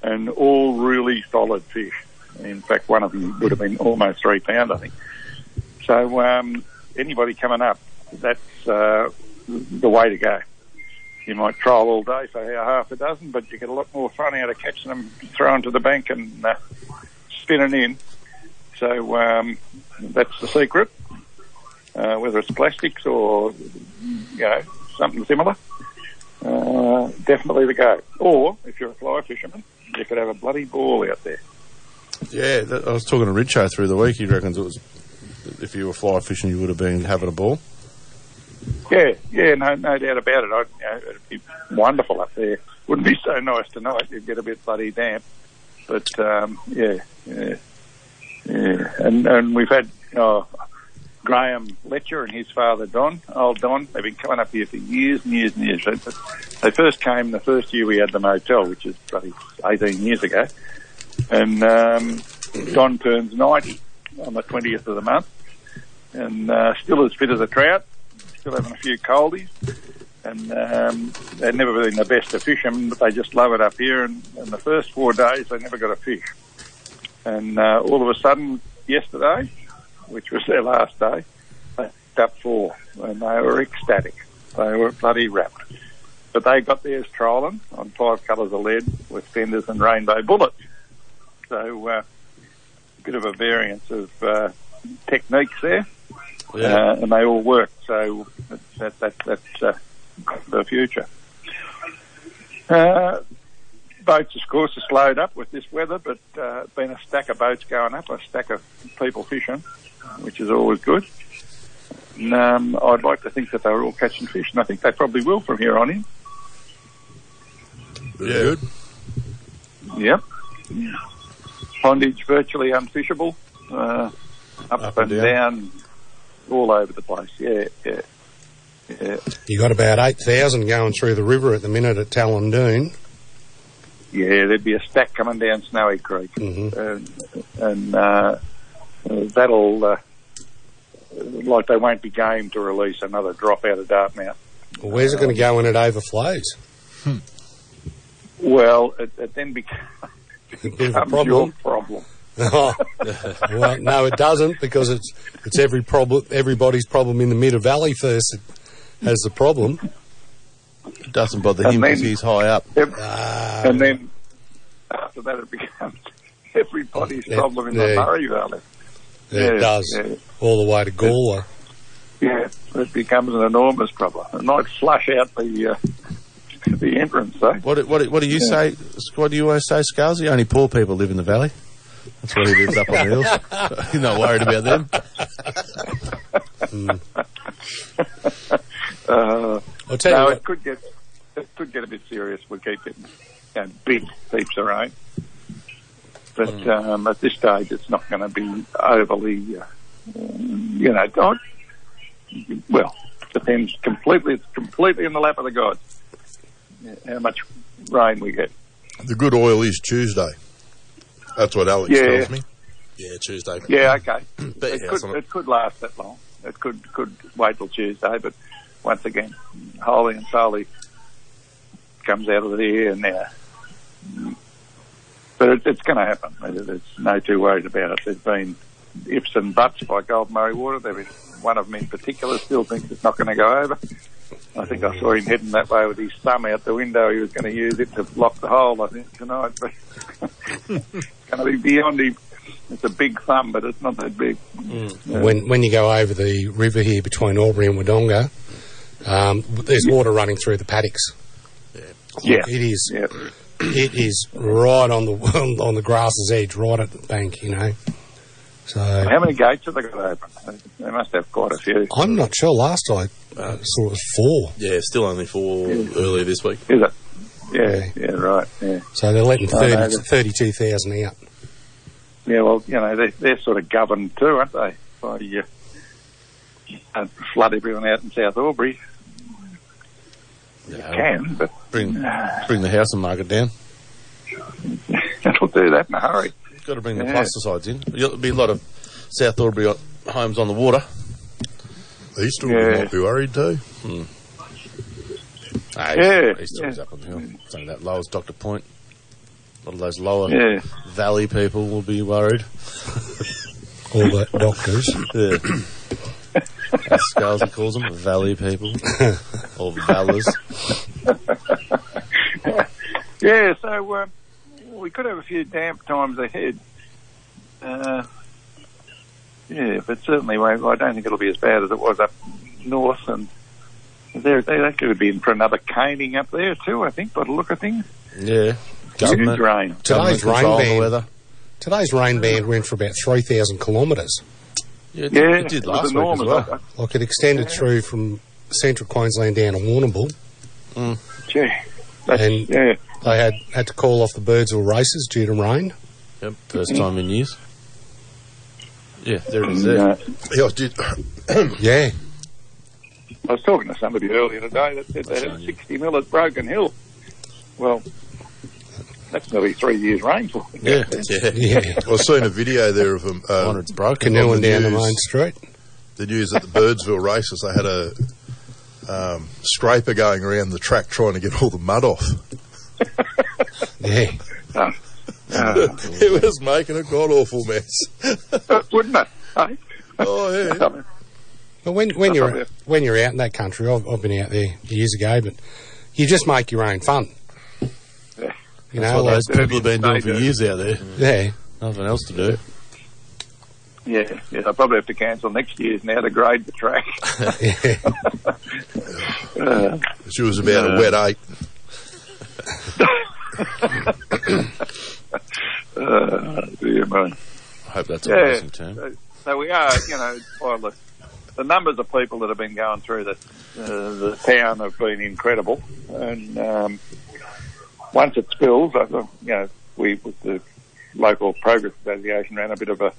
and all really solid fish. In fact, one of them would have been almost three pound, I think. So um, anybody coming up, that's uh, the way to go. You might trial all day for half a dozen, but you get a lot more fun out of catching them, throwing to the bank, and uh, spinning in. So um, that's the secret. Uh, whether it's plastics or you know something similar, uh, definitely the go. Or if you're a fly fisherman, you could have a bloody ball out there.
Yeah, that, I was talking to Richo through the week. He reckons it was if you were fly fishing, you would have been having a ball.
Yeah, yeah, no, no doubt about it. I, you know, it'd be wonderful up there. Wouldn't be so nice tonight. You'd get a bit bloody damp. But um, yeah, yeah, yeah. And and we've had oh, Graham Letcher and his father Don, old Don. They've been coming up here for years and years and years. They, they first came the first year we had the motel, which is bloody eighteen years ago. And um, Don turns ninety on the twentieth of the month, and uh, still as fit as a trout. Still having a few coldies. And um, they've never been the best of fishermen, but they just love it up here. And, and the first four days, they never got a fish. And uh, all of a sudden, yesterday, which was their last day, they picked up four, and they were ecstatic. They were bloody wrapped. But they got theirs trolling on five colours of lead with fenders and rainbow bullets. So uh, a bit of a variance of uh, techniques there,
Yeah.
uh, and they all work. So that, that, that's uh, the future. Uh, boats, of course, are slowed up with this weather, but uh, been a stack of boats going up, a stack of people fishing, which is always good. And, um, I'd like to think that they were all catching fish, and I think they probably will from here on in.
Yeah. Good.
Yep. Pondage virtually unfishable, uh, up, and down. all over the place. Yeah, yeah, yeah.
You got about eight thousand going through the river at the minute at Tallandoon.
Yeah, there'd be a stack coming down Snowy Creek, and, and uh, that'll uh, like they won't be game to release another drop out of Dartmouth.
Well, where's it going to go when it overflows? [LAUGHS]
Well, it, it then becomes,
Bit of a
becomes your problem.
problem. Oh, [LAUGHS] well,
[LAUGHS]
no, it doesn't because it's it's every problem everybody's problem in the Middle Valley first that has the problem.
It doesn't bother
And
him because
then-
he's high up.
Ev-
uh,
and then after that, it becomes everybody's
Yeah,
problem in
yeah.
the Murray Valley.
Yeah, it does
yeah.
all the way to Gawler.
Yeah, it becomes an enormous problem. It might flush out the uh, [LAUGHS] the entrance, though.
What, do- what, do- what do you
Yeah.
say? What do you always say, Scalzi? Only poor people live in the valley. That's what he lives up on the [LAUGHS] hills. You're not worried about them.
Uh,
I'll tell you
no,
what-
it could get it could get a bit serious. We keep it you know, big heaps of rain, but um, at this stage, it's not going to be overly. Uh, you know, don't, well, depends completely. It's completely in the lap of the gods. yeah, How much rain we get?
The good oil is Tuesday. That's what Alex
Yeah.
tells me.
Yeah, Tuesday.
Yeah,
[CLEARS THROAT]
okay. it,
yeah,
could,
some-
it could last that long. It could could wait till Tuesday, but once again, wholly and solely comes out of the air now. But it, it's going to happen. There- There's no two ways about it. There's been ifs and buts by Gold Murray Water. There is one of them in particular still thinks it's not going to go over. I think I saw him heading that way with his thumb out the window. He was going to use it to block the hole, I think, tonight. But [LAUGHS] it's going to be beyond him. It's a big thumb, but it's not that big.
When when you go over the river here between Albury and Wodonga, um, there's water running through the paddocks.
Yeah.
it is. It is right on the [LAUGHS] on, on the grass's edge, right at the bank. You know, so
How many gates have they got open? They must have quite a few.
I'm not sure. Last I uh, saw it was four.
Yeah, still only four earlier this week.
Is it? Yeah, yeah, right. Yeah, Oh,
So they're letting
I know
30, 32,000 out.
yeah. Well, you know, they, they're sort of governed too, aren't they? By uh, and flood everyone out in South Albury.
Uh,
Can but
Bring, bring the house and market down.
[LAUGHS] it'll do that in a hurry.
Got to bring the
Yeah.
pesticides in. There'll be a lot of South Albury homes on the water.
East
Yeah.
Albury might be worried too.
Hmm.
Hey,
Yeah,
East Albury's
yeah.
up on the hill. It's only that low as Doctor Point. lot of those lower
Yeah.
valley people will be worried.
All the doctors.
[LAUGHS]
yeah. As Scarlett calls them, valley people. or valors.
Yeah, so uh, we could have a few damp times ahead. Uh, yeah, but certainly won't, I don't think it'll be as bad as it was up north. And there, they, they could be in for another caning up there too. I think by the look of things.
Yeah.
Huge rain.
Today's rain
control the
band.
weather.
Today's rain band went for about 3,000 kilometres.
Yeah, it,
Yeah,
it did
it was
last week
enormous.
as well.
Like it extended through from central Queensland down to Warrnambool.
Gee, that's,
And-
yeah,
They had, had to call off the birds or races due to rain.
Yep, first time in years. Yeah, there it is there.
No.
Yeah, I did.
[COUGHS] Yeah.
I was talking to somebody earlier today that said they had 60 mil at Broken Hill. Well, that's nearly three years' rainfall.
Yeah, yeah.
Yeah.
I've seen a video there of them.
I wonder
Um,
it's broken.
Canoeing down the
news.
main street.
the news at the Birdsville races, they had a um, scraper going around the track trying to get all the mud off. [LAUGHS]
Yeah.
Uh,
it was making a god awful mess.
Uh, Wouldn't it? eh?
Oh yeah.
[LAUGHS]
But when, when
Yeah.
you're when you're out in that country, I've, I've been out there years ago, but you just make your own fun.
Yeah.
You
That's
know,
what
like,
those people have been doing for years out there.
yeah,
Nothing else to do.
Yeah, yeah. I probably have to cancel next year's now to grade the
[LAUGHS]
track.
yeah,
She was about a wet eight.
Uh,
Uh, dear me.
I hope [LAUGHS] that's a
Yeah.
passing term.
So, so we are, you know, well, the, the numbers of people that have been going through the uh, the town have been incredible, and um, once it spills, I, thought, you know, we with the local progress association ran a bit of a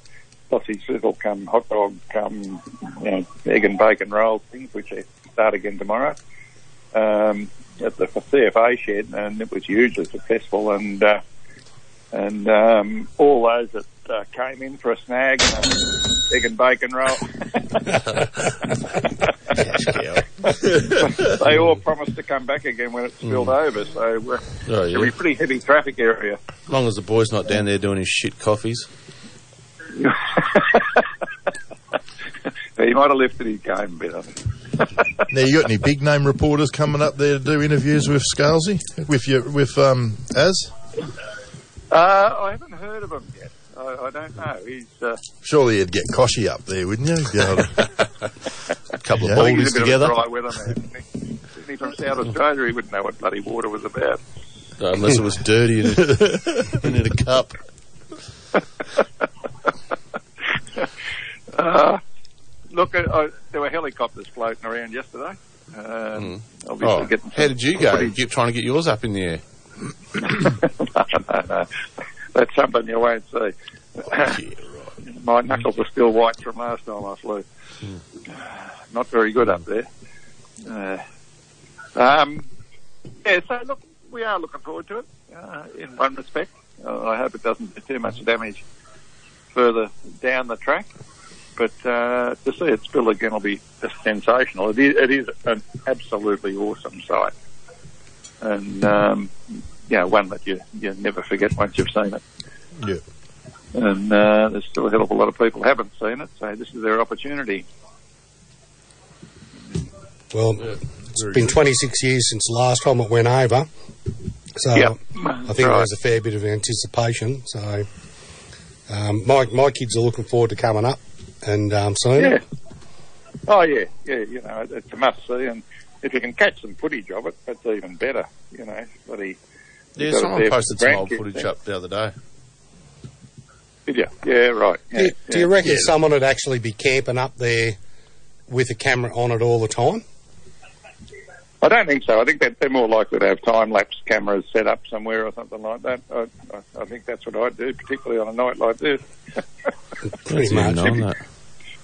sausage sizzle come hot dog come you know egg and bacon roll things, which they start again tomorrow um, at the CFA shed, and it was hugely successful, and. Uh, and um, all those that uh, came in for a snag and a egg and bacon roll,
Yeah.
[LAUGHS] they all promised to come back again when it spilled over. So we're,
Hmm. Oh,
it'll be
yeah.
a pretty heavy traffic area.
As long as the boy's not down there doing his shit coffees.
He might have lifted his game a bit. I think.
Now you got any big name reporters coming up there to do interviews with Scalzi? With your with um Az?
Uh, I haven't heard of him yet. I, I don't know. He's uh,
Surely you'd get Koshy up there, wouldn't you? Be able to-
[LAUGHS] A couple
Yeah.
of
I think he's a bit of a
baldies together.
dry weather man. isn't he? Isn't he from South Australia? He wouldn't know what bloody water was about.
No, Uh, unless it was dirty and [LAUGHS] and in a cup.
[LAUGHS] Uh, look, I, I, there were helicopters floating around yesterday. Um, [LAUGHS] Obviously,
Oh,
getting
how did you go?
footage.
Keep trying to get yours up in the air. [LAUGHS]
no, [LAUGHS] no, no. That's something you won't see. My knuckles are still white from last time I flew. Not very good up there. Uh, um, yeah, so look, we are looking forward to it uh, in one respect. Uh, I hope it doesn't do too much damage further down the track. But uh, to see it spill again will be just sensational. It is, it is an absolutely awesome sight. And um, yeah, one that you you never forget once you've seen it.
Yeah.
And uh, there's still a hell of a lot of people haven't seen it, so this is their opportunity.
well, it's been 26 years since the last time it went over, so
Yeah.
I think there was a fair bit of anticipation. So, um, my my kids are looking forward to coming up and um, seeing
Yeah.
it.
Oh yeah, yeah. You know, it- it's a must see, and if you can catch some footage of it, that's even better. You know, bloody. You've
Yeah,
got it
someone
there for
posted some old
grandkids,
footage
eh?
up the other day.
Did you? Yeah, right. Yeah,
Do, you- do you
yeah.
reckon someone would actually be camping up there with a camera on it all the time? [LAUGHS]
I don't think so. I think that they're more likely to have time lapse cameras set up somewhere or something like that. I, I, I think that's what I'd do, particularly on a night like this. [LAUGHS]
Pretty
That's
much.
even on that.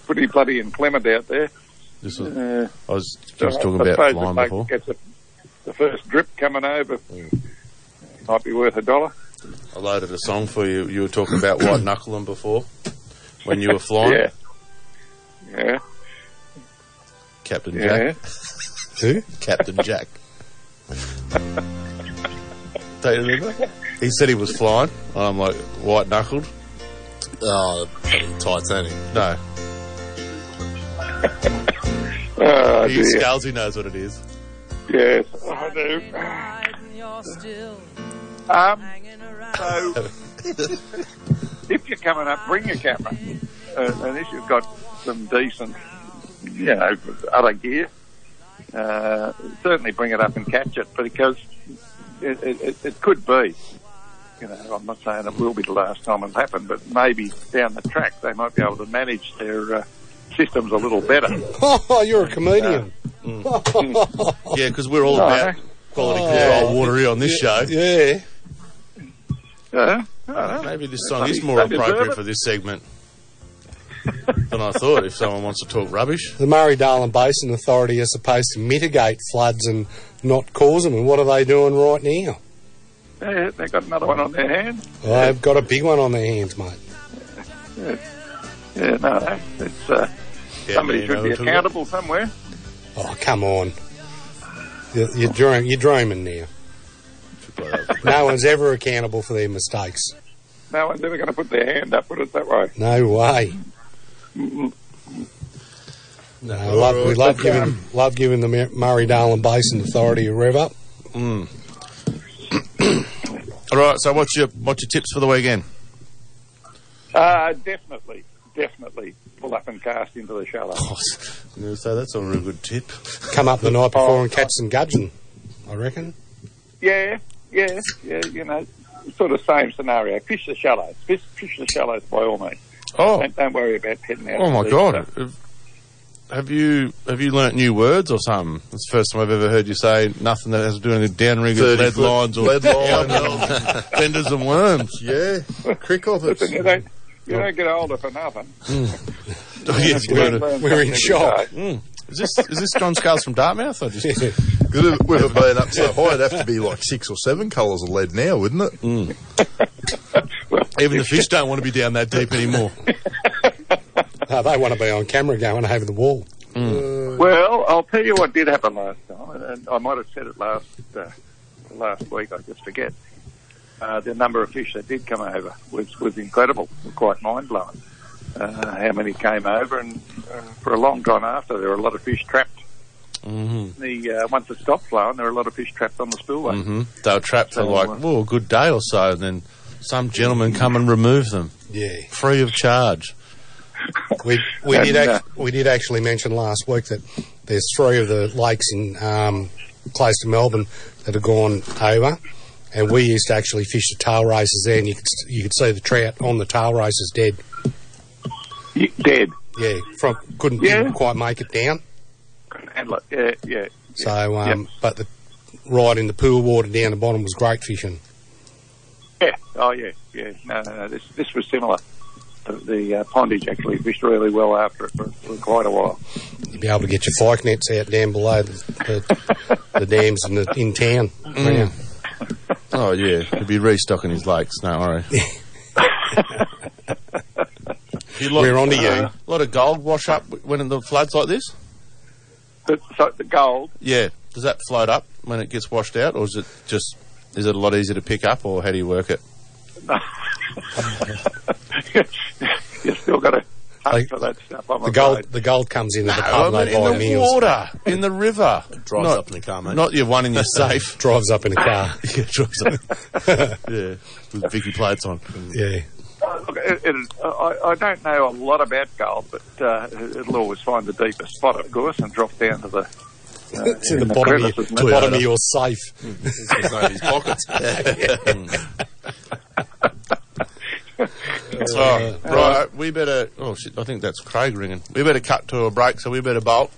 Pretty bloody inclement out there.
This was,
Uh,
I was, I was
So
talking
I
about
suppose
flying
if they
before.
Get the, the first drip coming over might be worth a dollar.
I loaded a song for you. You were talking about [COUGHS] white knuckling before when you were flying,
Yeah. Yeah,
Captain
yeah.
Jack. Captain Jack. Don't you remember? He said he was flying, and I'm like white knuckled. Oh, Titanic. No.
Oh,
he
dear.
scales, he knows what it is.
Yes, I do. Um, so, if you're coming up, bring your camera. Uh, and if you've got some decent, you know, other gear, uh, certainly bring it up and catch it because it, it, it, it could be. You know, I'm not saying it will be the last time it happened, but maybe down the track they might be able to manage their uh, systems a little better.
Oh, you're a comedian. [LAUGHS]
Yeah, because we're all
No.
about quality control, watery on this show.
Yeah.
Yeah.
Uh, maybe this song is
Maybe-
more
maybe deserve
appropriate
it.
for this
[LAUGHS]
segment than I thought. If someone wants to talk rubbish,
The Murray Darling Basin Authority are supposed to mitigate floods and not cause them. And what are they doing right now?
Yeah, they've got another one on their hands.
They've got a big one on their hands, mate.
Yeah, no, it's uh,
Yeah,
somebody should
man,
be
I'll tell you
accountable somewhere.
Oh, come on. You're, you're, dream, you're dreaming now. No one's ever accountable for their mistakes.
No one's ever going to put their hand up, put it that way.
No way. No, I love, we love giving love giving the Mur- Murray Darling Basin Authority a rev up.
All right. So, what's your what's your tips for the [LAUGHS] weekend?
Uh, definitely, definitely pull up and cast into the shallow.
Oh.
So that's a real good tip.
Come up the
Oh.
night before and catch some gudgeon, I reckon.
Yeah, yeah, yeah, you know, sort of same scenario. Fish the shallows. Fish, fish the shallows by all means.
Oh,
Don't, don't worry about heading out.
oh
to
my
deep
God.
stuff.
Have you have you learnt new words or something? It's the first time I've ever heard you say nothing that has to do with downriggers,
30
lead
foot
lines, or
lead
[LAUGHS]
line.
fenders and worms.
yeah, crick off it.
Listen, you don't, you don't get older for nothing.
yes,
[LAUGHS] You
we're
don't
gonna-
learn
Hmm. We're in
something
shock. Hmm.
every day.
is this is this John Scales from Dartmouth? I just
Could have, would have been up so high, it'd have to be like six or seven colours of lead now, wouldn't it?
Hmm. even the fish don't want to be down that deep anymore.
Oh, they want to be on camera going over the wall.
Hmm. Well, I'll tell you what did happen last time, and- and I might have said it last uh, last week. I just forget. Uh, the number of fish that did come over was was incredible, quite mind blowing. Uh, how many came over, and,
Uh,
and for a long time after, there were a lot of fish trapped. Mm-hmm. The uh, once it stopped flowing, there were a lot of fish trapped on the spillway.
hmm They were trapped for
So,
like,
uh,
well, a good day or so, and then some gentleman come and remove them
Yeah.
free
[LAUGHS]
of charge.
We, we,
And,
did
uh,
ac- we did actually mention last week that there's three of the lakes in um, close to Melbourne that have gone over, and we used to actually fish the tail races there, and you could s- you could see the trout on the tail races dead.
Y- Dead,
Yeah, from couldn't
Yeah.
didn't quite make it down.
and like, yeah, yeah.
So,
Yep.
um, but the ride in the pool water down the bottom was great fishing.
Yeah. Oh, yeah. Yeah. No, no, no. This this was similar. The, the uh, pondage actually fished really well after it for, for quite a while.
You'd be able to get your fike nets out down below the, the, the dams in the in town.
Mm.
Yeah.
Oh yeah, he'd be restocking his lakes. No worry. [LAUGHS] You lot-
We're onto you.
uh, A lot of gold wash up when the floods like this.
But, so the gold,
Yeah, does that float up when it gets washed out, or is it just is it a lot easier to pick up, or how do you work it?
[LAUGHS] you still got to hunt
Like,
for that stuff. I'm
The
afraid.
gold, the gold comes into the pub.
I
and
mean,
they
in
buy
the
meals.
water, in the [LAUGHS] river.
drives
Not-
up in the car, mate.
Not your one in your safe.
drives up in a car.
[LAUGHS] yeah, drives up. yeah, with Vicky plates on.
Yeah.
Uh, Look, it, it, I, I don't know a lot about gold, but uh, it'll always find the deepest spot, of course, and drop down to the.
It's in the bottom, of, your,
crevices,
the
mate.
bottom of your safe.
[LAUGHS]
It's not in his pockets.
[LAUGHS]
Oh, right, we better. Oh shit! I think that's Craig ringing. We better cut to a break, so we better bolt.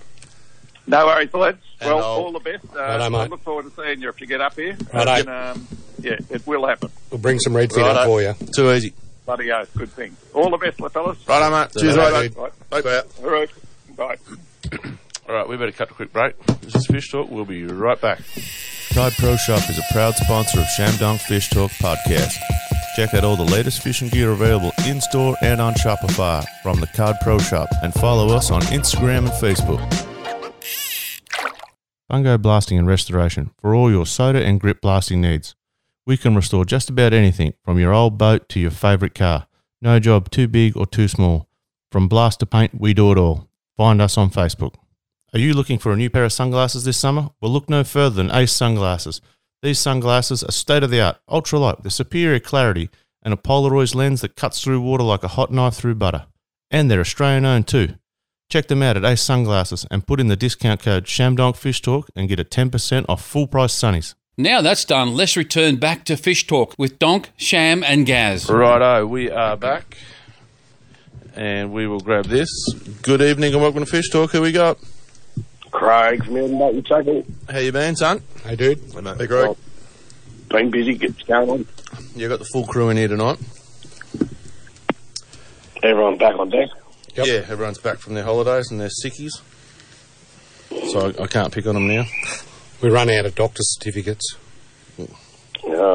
No worries, lads.
And
well,
I'll-
all the best. Uh,
Righto,
I
mate.
look forward to seeing you if you get up here.
Righto.
And, um, yeah, it will happen.
[LAUGHS] We'll bring some redfin
Righto.
up for you.
Too easy.
Bloody oath, good thing. All the best, my fellas.
Right, on, mate. Cheers,
Righto,
mate.
dude.
Right. Bye.
All right. Bye.
[COUGHS] All right, we better cut a quick break. This is Fish Talk. We'll be right back.
Cod Pro Shop is a proud sponsor of Shamdong Fish Talk Podcast. Check out all the latest fishing gear available in store and on Shopify from the Cod Pro Shop and follow us on Instagram and Facebook. Fungo Blasting and Restoration for all your soda and grip blasting needs. We can restore just about anything from your old boat to your favourite car. No job too big or too small. From blast to paint, we do it all. Find us on Facebook. Are you looking for a new pair of sunglasses this summer? Well, look no further than Ace Sunglasses. These sunglasses are state of the art, ultralight with superior clarity and a Polaroid lens that cuts through water like a hot knife through butter. And they're Australian owned too. Check them out at Ace Sunglasses and put in the discount code ShamDonkFishTalk and get a 10% off full price sunnies.
Now that's done, let's return back to Fish Talk with Donk, Sham, and Gaz.
Righto, we are back. And we will grab this. Good evening and welcome to Fish Talk. Who we got?
Craig from Edinburgh, Chucky.
How you been, son?
Hey, dude.
Hey, Greg.
Been busy, gets going on.
You got the full crew in here tonight.
Everyone back on deck.
Yeah, everyone's back from their holidays and their sickies. So I, I can't pick on them now.
We run out of doctor certificates.
Uh, oh,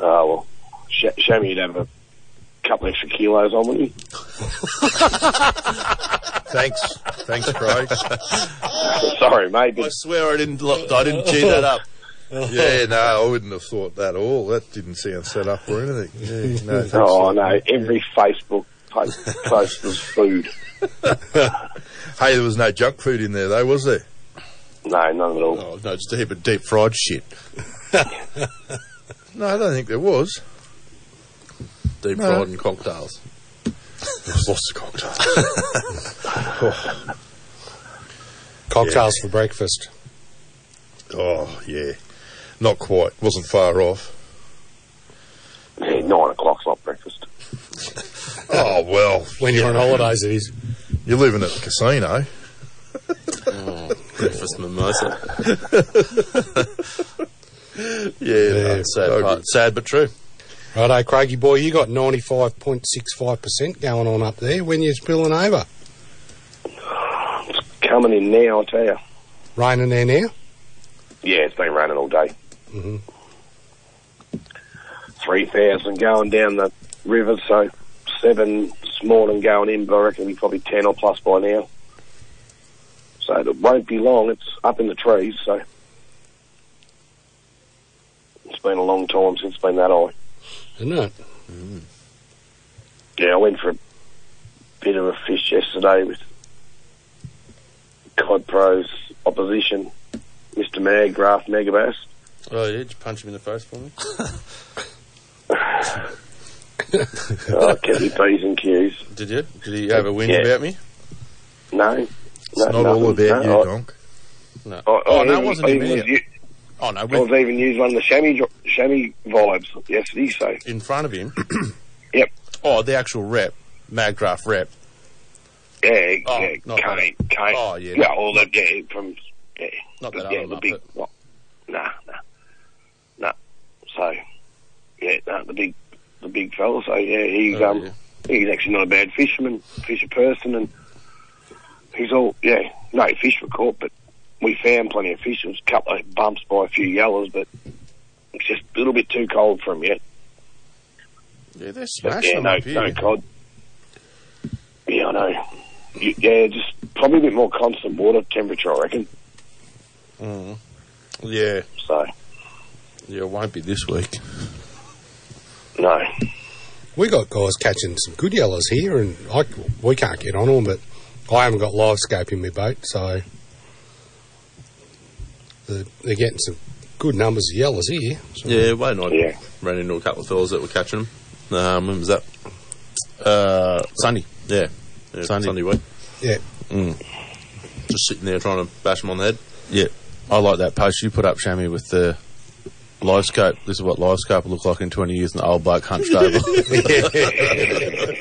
well, sh- shame you'd have a couple extra kilos on, wouldn't you?
[LAUGHS] Thanks, thanks, Craig.
Sorry, mate.
I swear I didn't. Look, I didn't gee
[LAUGHS]
that up.
yeah, no, I wouldn't have thought that at all. That didn't sound set up or anything. Yeah, no,
[LAUGHS]
thanks
oh,
for that,
no,
mate.
every Facebook post, post was food.
[LAUGHS] Hey, there was no junk food in there, though, was there?
No, none at all.
Oh, no, just a heap [LAUGHS] of deep fried shit. no, I don't think
[LAUGHS]
there was.
Deep
No.
fried and cocktails.
There's [LAUGHS] lots of cocktails. oh,
Cocktails for breakfast.
oh, yeah. Not quite. Wasn't far off.
Yeah, nine o'clock's not breakfast.
[LAUGHS] Oh, well.
When you're on holidays, it is.
You're living at the casino. [LAUGHS]
Breakfast mimosa.
Yeah,
Yeah.
no,
Sad,
no
part, sad but true.
Righto, Craigie boy, you got 95.65% going on up there when you're spilling over.
Coming in now, I tell you.
Raining there now?
Yeah, it's been raining all day.
Mm-hmm.
Three thousand going down the river, so seven this morning going in, but I reckon it'll be probably ten or plus by now. So it won't be long. It's up in the trees, so it's been a long time since it's been that high.
Isn't it?
Yeah, I went for a bit of a fish yesterday with Cod Pro's opposition, Mr. Mag, Graf Megabass.
Oh, yeah, did you punch him in the face for me?
Oh, it kept me P's and Q's.
Did you? Did he have a whinge
Yeah.
about me?
No. It's
It's not all about you, Donk.
No.
I, I
Oh, no,
even-
it wasn't
I
him
even
either.
was u-
Oh, no,
I
we,
was even used one of the chamois, dro- chamois vibes yesterday, so
in front of him.
Yep.
Oh, the actual rep, Magdraft rep.
yeah,
Oh,
yeah,
not
Kane, Kane.
Oh, yeah,
Well, all that, yeah, from, yeah.
Not that
yeah,
other
the
muppet.
big, well, nah, nah, nah. So, yeah, nah, the big, the big fella, so yeah, he's,
Oh,
um,
yeah.
he's actually not a bad fisherman, fisher person, and he's all, yeah, no fish were caught, but we found plenty of fish. There was a couple of bumps by a few yellows, but it's just a little bit too cold for him yet.
Yeah, they're
But
smashing
yeah,
him
no,
up here.
no cod. Yeah, I know. You, yeah, just probably a bit more constant water temperature, I reckon.
Mm. Yeah,
So,
yeah, it won't be this week.
no.
We got guys catching some good yellows here, and I, we can't get on them, but I haven't got livescope in my boat, so they're, they're getting some good numbers of yellows here. So
Yeah, Wayne and I
Yeah.
ran into a couple of fellas that were catching them. Um, when was that? Uh, Sunday. Yeah. yeah
Sunday.
Sunday week.
Yeah.
Mm. Just sitting there trying to bash them on the head. Yeah. I like that post you put up, Shammy, with the live scope. This is what live scope will look like in 20 years, an old bloke hunched
[LAUGHS]
over. [LAUGHS]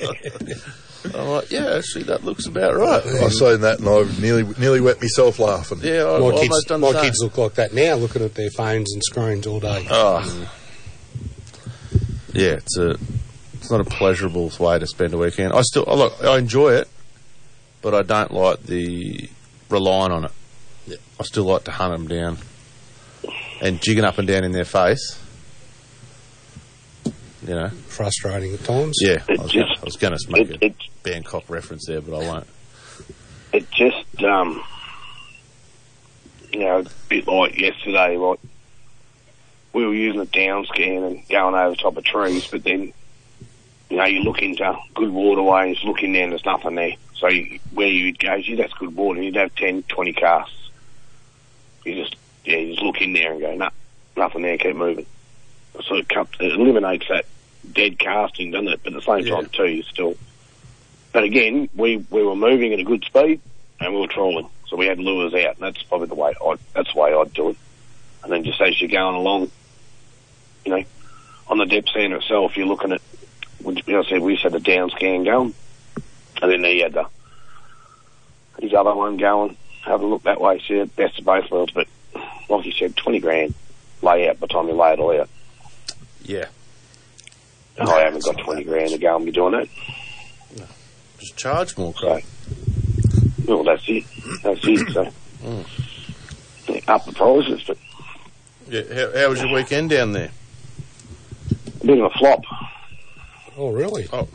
I'm like, yeah, actually, that looks about right.
I seen that and I nearly nearly wet myself laughing.
Yeah, I,
my
almost
kids,
done the
my
same.
kids look like that now, looking at their phones and screens all day.
Oh. Yeah, it's a it's not a pleasurable way to spend a weekend. I still I look I enjoy it, but I don't like the relying on it. I still like to hunt them down and jigging up and down in their face. You know,
Frustrating at times.
yeah. I
It
was, gonna,
just-
I was gonna make
It,
a
it,
Bangkok reference there, but I won't.
it just, um, you know, a bit like yesterday, like, we were using a down scan and going over top of trees, but then, you know, you look into good waterways, look in there and there's nothing there. So you, where you'd go, gee, that's good water, you'd have 10, 20 casts. You just, yeah, you just look in there and go, nah, nothing there, keep moving. So it, cuts, it eliminates that dead casting, doesn't it? But at the same time, too, you still. But again, we, we were moving at a good speed and we were trawling. So we had lures out, and that's probably the way I'd, that's the way I'd do it. And then just as you're going along, you know, on the depth scanner itself, you're looking at, which, you know, I said we just had the down scan going, and then he had the his other one going. Have a look that way, see it, best of both worlds. But like you said, twenty grand layout by the time you lay it all out.
Yeah.
And I haven't got twenty grand to go and be doing that.
Just charge more, Craig.
Well, that's it. That's it. So yeah, up the prices, but
Yeah, how, how was your weekend down there?
a bit of a flop.
Oh, really?
Oh.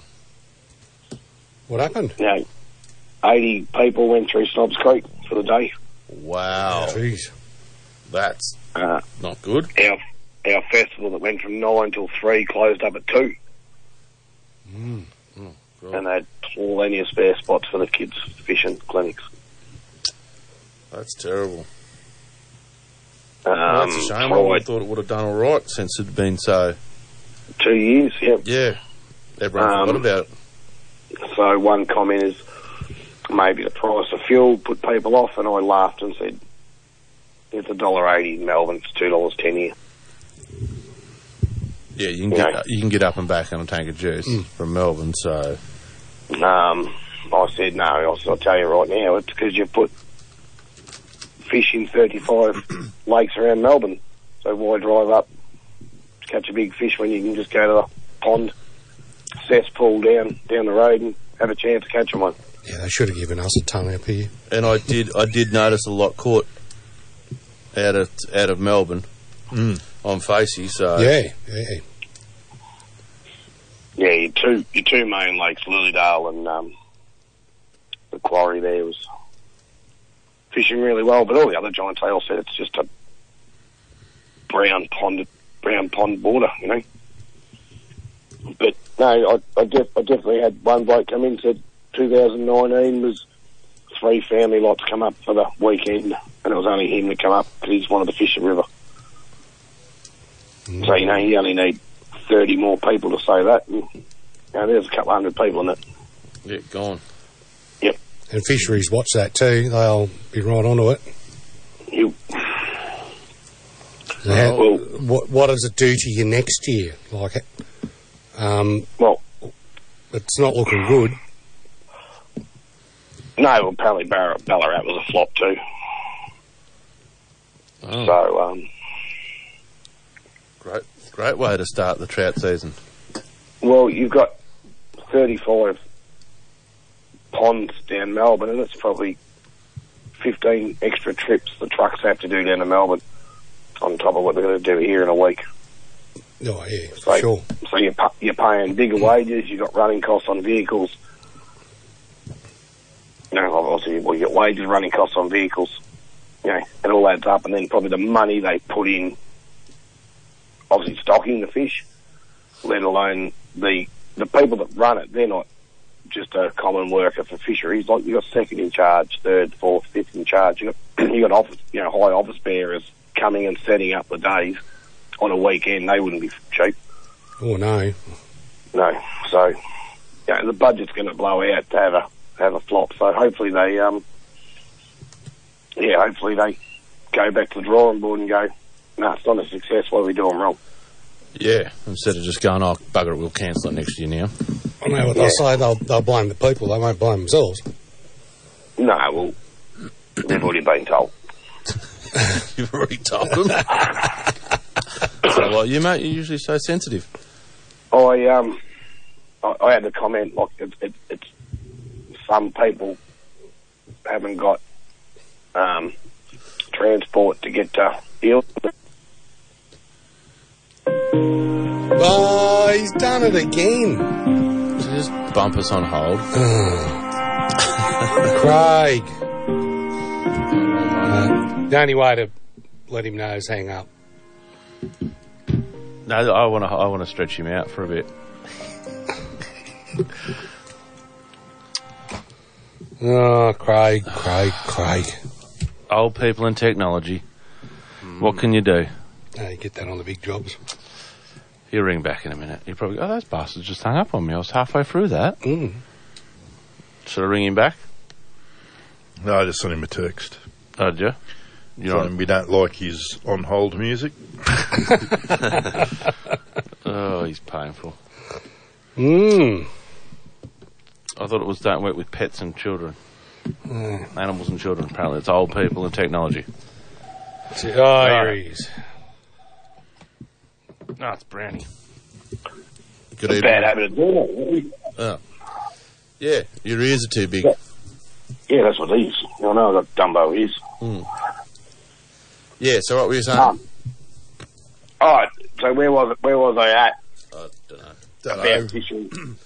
What happened?
You know, eighty people went through Snobs Creek for the day.
Wow.
Jeez.
That's
uh,
not good.
Our our festival that went from nine till three closed up at two,
Mm.
and they had plenty of spare spots for the kids fishing clinics.
That's terrible.
Um,
that's a shame. I
tried
would've thought it would have done all right since it'd been so.
two years. Yeah.
Yeah. Everyone
Um,
forgot about it.
So one comment is maybe the price of fuel put people off, and I laughed and said, "It's a dollar eighty in Melbourne. It's two dollars ten here."
Yeah, you can get you can get up and back on a tank of juice from Melbourne. So
Um, I said, no, I'll, I'll tell you right now, it's because you put fish in 35 lakes around Melbourne. So why drive up to catch a big fish when you can just go to the pond, cesspool down, down the road and have a chance of catching one?
Yeah, they should have given us a ton up here.
and I did I did notice a lot caught out of out of Melbourne
Mm.
on Facey. So
Yeah, yeah.
Yeah, your two, your two main lakes, Lilydale and um, the quarry there was fishing really well, but all the other giant tails said it's just a brown pond, brown pond border, you know. But no, I, I, def- I definitely had one bloke come in and said 2019 was three family lots come up for the weekend, and it was only him that come up because he just wanted to fish the river. So you know, you only need 30 more people to say that. And, you know, there's a couple hundred people in it.
yeah, gone.
And fisheries watch that too. They'll be right onto it.
You.
How, what, what does it do to you next year? Like, um,
well,
it's not looking good.
No, well, apparently Bar- Ballarat was a flop too. So, um,
Oh. Great great way to start the trout season.
well, you've got 35 ponds down Melbourne, and it's probably 15 extra trips the trucks have to do down to Melbourne on top of what they're going to do here in a week.
Oh, yeah,
So,
sure. Mm.
so you're, pa- you're paying bigger wages, you've got running costs on vehicles. You know, obviously, well, you got wages, running costs on vehicles. You know, it all adds up, and then probably the money they put in, obviously stocking the fish, let alone the the people that run it. They're not just a common worker for fisheries. Like you got second in charge, third, fourth, fifth in charge. You got [CLEARS THROAT] you got office, you know, high office bearers coming and setting up the days on a weekend. They wouldn't be cheap.
Oh, no.
No. So, you know, the budget's going to blow out to have a have a flop. So hopefully they, um, yeah, hopefully they go back to the drawing board and go, no, it's not a success. What are we doing wrong?
Yeah, instead of just going, oh bugger it, we'll cancel it next year now.
I know what they'll say. They'll, they'll blame the people. They won't blame themselves.
No, well, they've already been
[LAUGHS]
told.
You've already told them.
[LAUGHS]
so, well, you mate, you're usually so sensitive.
I um, I, I had a comment like it, it, it's some people haven't got um, transport to get to Eels.
Oh, he's done it again.
Just bump us on
[SIGHS]
hold.
Craig. Uh, the only way to let him know is hang up.
No, I want to. I want to stretch him out for a bit.
[LAUGHS] Oh, Craig, Craig, Craig.
Old people and technology.
Hmm.
What can you do?
Yeah, you get that on the big jobs.
He'll ring back in a minute. He'll probably go, oh, those bastards just hung up on me. I was halfway through that.
Hmm.
Mm. Should I ring him back?
No, I just sent him a text.
Oh, did you? You
Telling him we don't like his on hold music.
[LAUGHS] Oh, he's painful.
Mm.
I thought it was don't work with pets and children.
Mm.
Animals and children, apparently. It's old people and technology.
Oh, here he is. Ah,
No, it's Brownie.
Good
It's a
evening.
bad habit of doing
Oh. Yeah, your ears are too big.
Yeah, that's what it is. I know that Dumbo is.
Mm. Yeah, so what were you saying?
Ah.
All right, Oh, so where was it? Where was I at? I
don't know.
About fishing.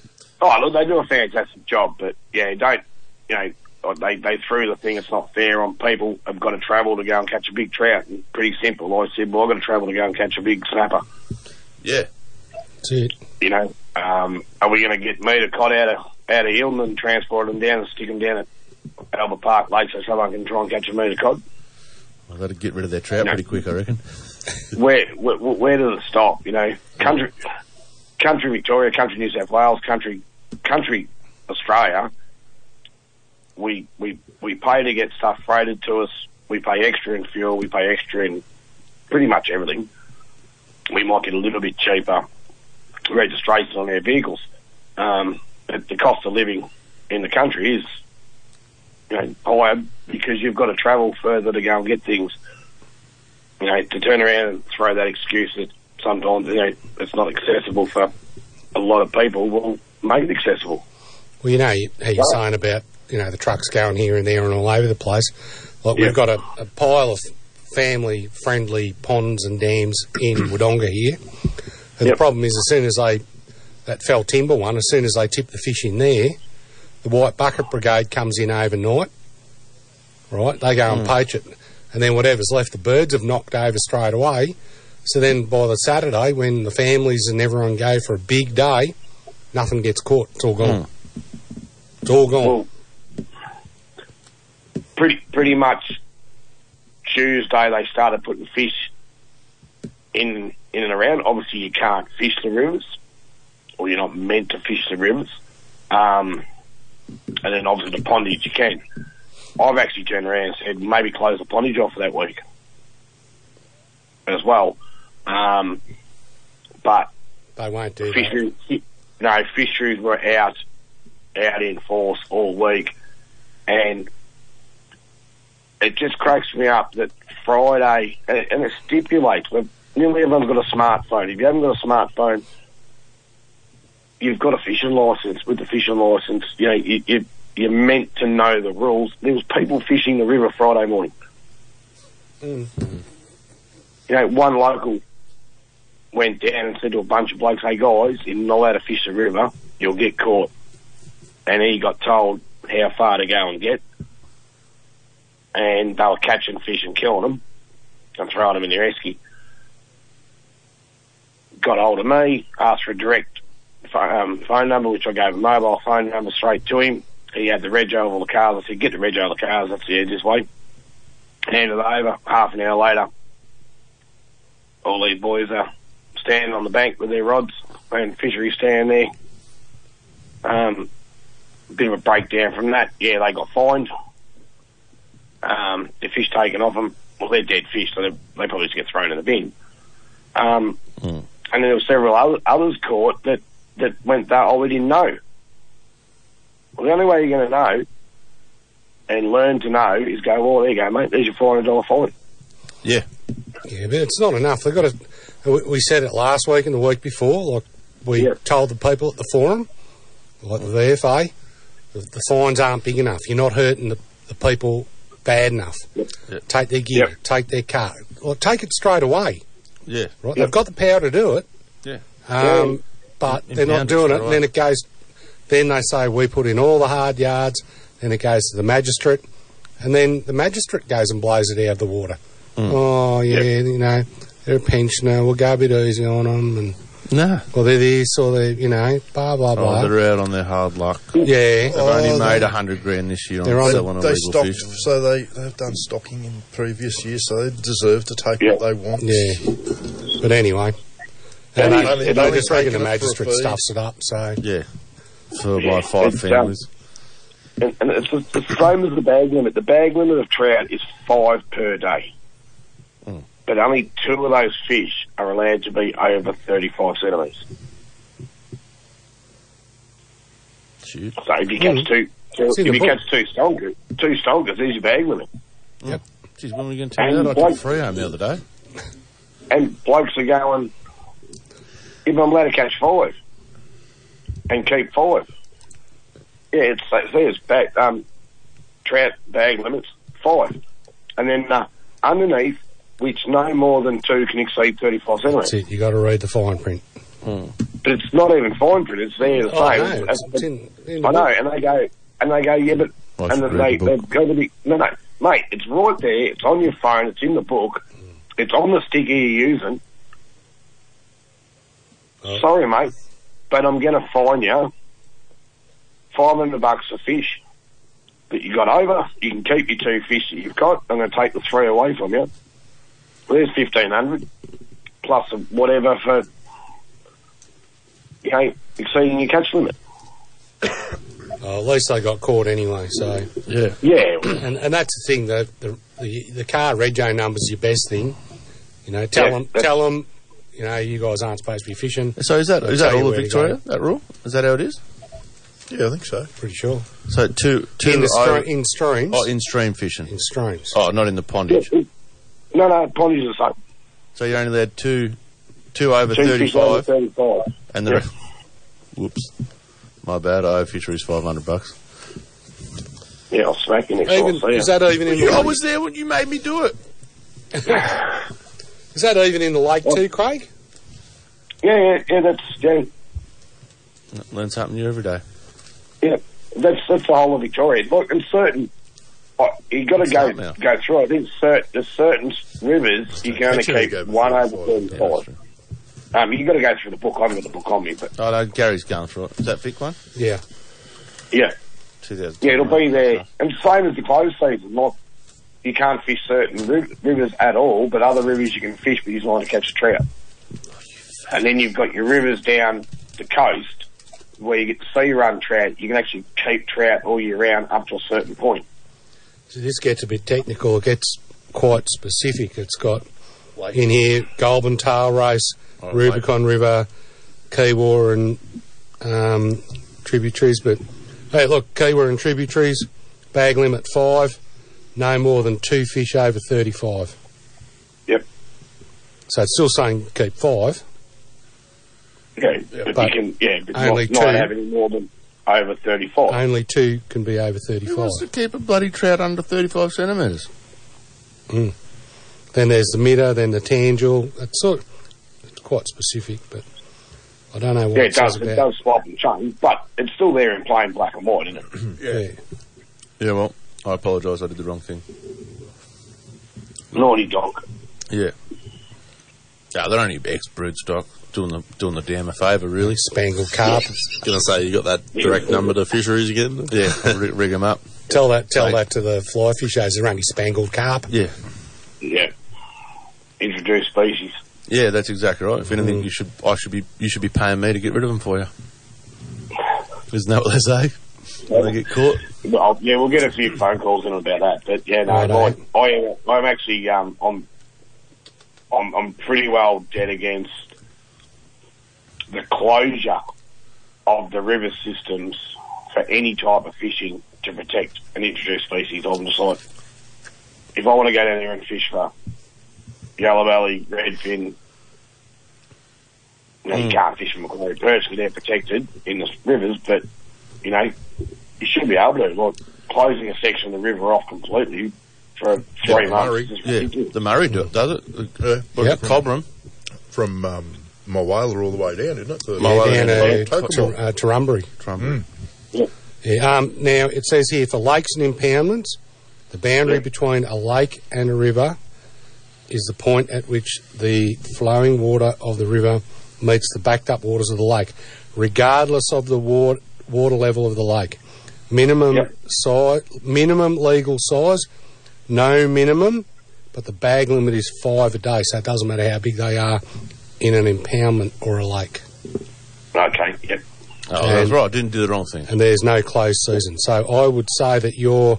oh, look, they do a fantastic job, but yeah, don't you know? or They they threw the thing. It's not fair on people. Have got to travel to go and catch a big trout. And pretty simple. I said, well, I've got to travel to go and catch a big snapper.
Yeah.
That's it.
You know, um, are we going to get meat or cod out of out of Hilton and transport them down and stick them down at Albert Park Lake so someone can try and catch a meat of cod?
Well, that'd get rid of their trout pretty quick, I reckon.
[LAUGHS] where, where where does it stop? You know, country, country Victoria, country New South Wales, country, country Australia. We we we pay to get stuff freighted to us. We pay extra in fuel. We pay extra in pretty much everything. We might get a little bit cheaper registration on our vehicles, um, but the cost of living in the country is you know higher because you've got to travel further to go and get things you know, to turn around and throw that excuse that sometimes, you know, it's not accessible for a lot of people, well, make it accessible.
Well, you know you- how you're saying about you know the trucks going here and there and all over the place. Like
Yeah.
we've got a, a pile of family-friendly ponds and dams in Wodonga here, and the problem is as soon as they that fell timber one, as soon as they tip the fish in there, the White Bucket Brigade comes in overnight. Right, they go and poach it, and then whatever's left, the birds have knocked over straight away. So then by the Saturday, when the families and everyone go for a big day, nothing gets caught. It's all gone. It's all gone.
Pretty, pretty much Tuesday they started putting fish in, in and around. Obviously you can't fish the rivers or you're not meant to fish the rivers. Um, and then obviously the pondage you can. I've actually turned around and said maybe close the pondage off for that week as well. Um, but
they won't do that.
fisheries, no, fisheries were out, out in force all week, and it just cracks me up that Friday, and, and it stipulates that nearly everyone's got a smartphone. If you haven't got a smartphone, you've got a fishing license. With the fishing license, you know you, you you're meant to know the rules. There was people fishing the river Friday morning.
Mm.
You know, one local went down and said to a bunch of blokes, "Hey guys, you're not allowed to fish the river. You'll get caught." And he got told how far to go and get, and they were catching fish and killing them and throwing them in their esky. Got hold of me, asked for a direct pho- um, phone number, which I gave a mobile phone number straight to him. He had the rego of all the cars. I said, "Get the rego of the cars. That's the easiest way." Handed it over. Half an hour later, all these boys are standing on the bank with their rods and fishery stand there. Um, bit of a breakdown from that. Yeah, they got fined. Um, the fish taken off them. Well, they're dead fish, so they, they probably just get thrown in the bin. Um, And then there were several other, others caught that, that went that, oh, we didn't know. Well, the only way you're going to know and learn to know is go, well, there you go, mate, there's your $400 fine.
Yeah, but it's not enough. They've got to. We we said it last week and the week before. Like we told the people at the forum, like the VFA, the, the fines aren't big enough. You're not hurting the, the people bad enough. Take their gear, take their car, or take it straight away.
Yeah.
Right? They've got the power to do it.
Yeah.
Um,
Yeah.
But
In-
they're not
impound
doing
it
it.
straight
And then it goes. Then they say we put in all the hard yards. Then it goes to the magistrate,
Hmm.
Oh, and then the magistrate goes and blows it out of the water. Oh yeah, you know they're a pensioner, we'll go a bit easy on them, and
no,
well they're this or they, you know, blah blah
Oh,
blah.
they're out on their hard luck.
Yeah.
They've
Oh,
only made
they-
a hundred grand this year on
They're on-
selling
they
illegal
stocked,
fish.
so they they've done stocking in previous years, so they deserve to take what they want.
Yeah. But anyway,
Yeah,
and
you-
they,
you
they
only
just reckon the
taken it for a
magistrate
feed.
stuffs it up. So
yeah, for
Yeah,
like five
it's, um,
families.
And, and it's, the- it's the same as the bag limit. The bag limit of trout is five per day.
Hmm.
But only two of those fish are allowed to be over 35 centimetres. So if you catch two, so
It's in
if
the
you
book.
catch two stonker, two stonkers, there's your bag limit.
Mm. Geez, when were we going to tell you
And
that? I took
white-
free home the other day.
And blokes are going, if I'm allowed to catch five and keep five. Yeah, it's like, see, it's back, um, trout bag limits, five. And then uh, underneath, which no more than two can exceed 35 centimetres.
that's it. You got to read the fine print.
Hmm.
But it's not even fine print, it's there the
Oh,
same.
no, it's-
That's-
it's in- in the
I know,
book.
and they go, and they go, yeah, but,
I
and
should
then they,
read the
they've got to be, no, no, mate, it's right there, it's on your phone, it's in the book, it's on the sticker you're using. Sorry, mate, but I'm going to fine you 500 bucks a fish that you got over. You can keep your two fish that you've got. I'm going to take the three away from you. There's 1500 plus whatever for, you know, exceeding your catch limit.
Oh, at least they got caught anyway. So
yeah,
yeah,
and, and that's the thing. The the the, the car rego number's your best thing. You know, tell
Yeah,
them,
that's-
tell them, you know, you guys aren't supposed to be fishing.
So is that is
They'll
that
tell you
all
where
of
to
Victoria?
go.
That rule is that how it is?
Yeah, I think so.
Pretty sure.
So two two
In the
over-
stre- in streams.
Oh, in stream fishing. In
streams.
Oh, not in
[LAUGHS]
the pondage.
No, no, pondage is the same.
So you're only allowed two two over
Two
thirty
fish over
five,
35.
and the re- whoops, my bad. I owe fisheries five hundred bucks.
Yeah, I'll smack you next
Even-
time. I see
is
you.
that even in? the
I
lake?
was there when Oh, you made me do it.
Is that even in the lake too, Craig?
Yeah, yeah, yeah, that's, yeah,
Learn something new every day.
yeah, that's, that's the whole of Victoria. Look, and certain, uh, you got to go, go through it. There's, cer- there's certain rivers you're going
That's
to
true,
keep
go before
one over
the
35. Um, you got to go through the book. I haven't got the book on me, but
Oh no, Gary's going through it. Is that Vic one?
Yeah.
yeah.
Two thousand.
Yeah, it'll be there. And same as the closed season, not you can't fish certain riv- rivers at all, but other rivers you can fish, but you just want to catch a trout. And then you've got your rivers down the coast where you get sea run trout. You can actually keep trout all year round up to a certain point.
So this gets a bit technical. It gets quite specific. It's got in here Goulburn Tail Race, Rubicon River, Keewar and um, tributaries. But hey, look, Keewar and tributaries, bag limit five, no more than two fish over 35.
Yep.
So it's still saying keep five.
Yeah, but,
But
you can yeah, but
only
not, not
two.
have any more than over thirty five.
Only two can be over 35.
Who wants to keep a bloody trout under thirty-five centimetres?
Mm. Then there's the mitter, then the tangel. It's sort it's quite specific, but I don't know what
Yeah,
it,
it does.
says
It
about.
does swap and change, but it's still there in plain black and white, isn't it?
[CLEARS THROAT] yeah.
Yeah, well, I apologise. I did the wrong thing.
Naughty dog.
Yeah. Yeah, they're only ex broodstock doing the doing the dam a favour, really.
Spangled carp.
[LAUGHS] Gonna say you got that direct number to fisheries again? Yeah, [LAUGHS] rig, rig 'em up.
Tell that tell that to the fly fishers. They're only spangled carp.
Yeah,
Yeah. Introduce species.
yeah, that's exactly right. If anything, you should I should be you should be paying me to get rid of them for you. Isn't that what they say? When they get caught.
Well, yeah, we'll get a few phone calls in about that. But yeah, no,
Right,
right, I, am- I'm actually um, I'm, I'm I'm pretty well dead against the closure of the river systems for any type of fishing to protect and introduce species. I'm just like, if I want to go down there and fish for yellow belly, redfin, you, know,
Mm.
you can't fish for Macquarie perch because they're protected in the rivers, but you know you should be able to. Like closing a section of the river off completely for three
the
months.
Murray, yeah, the Murray do, does it. Uh, what is it, Cobram?
From um, Mulwala all the way down, isn't it? The-
yeah, down uh,
Tokemore.
to, uh, Turrumbary. Yeah, um, now it says here for lakes and impoundments, the boundary between a lake and a river is the point at which the flowing water of the river meets the backed up waters of the lake, regardless of the water, water level of the lake. Minimum size, minimum legal size, no minimum, but the bag limit is five a day, so it doesn't matter how big they are in an impoundment or a lake.
Okay, yep.
Oh, I was right. Didn't do the wrong thing.
and there's no closed season. So I would say that your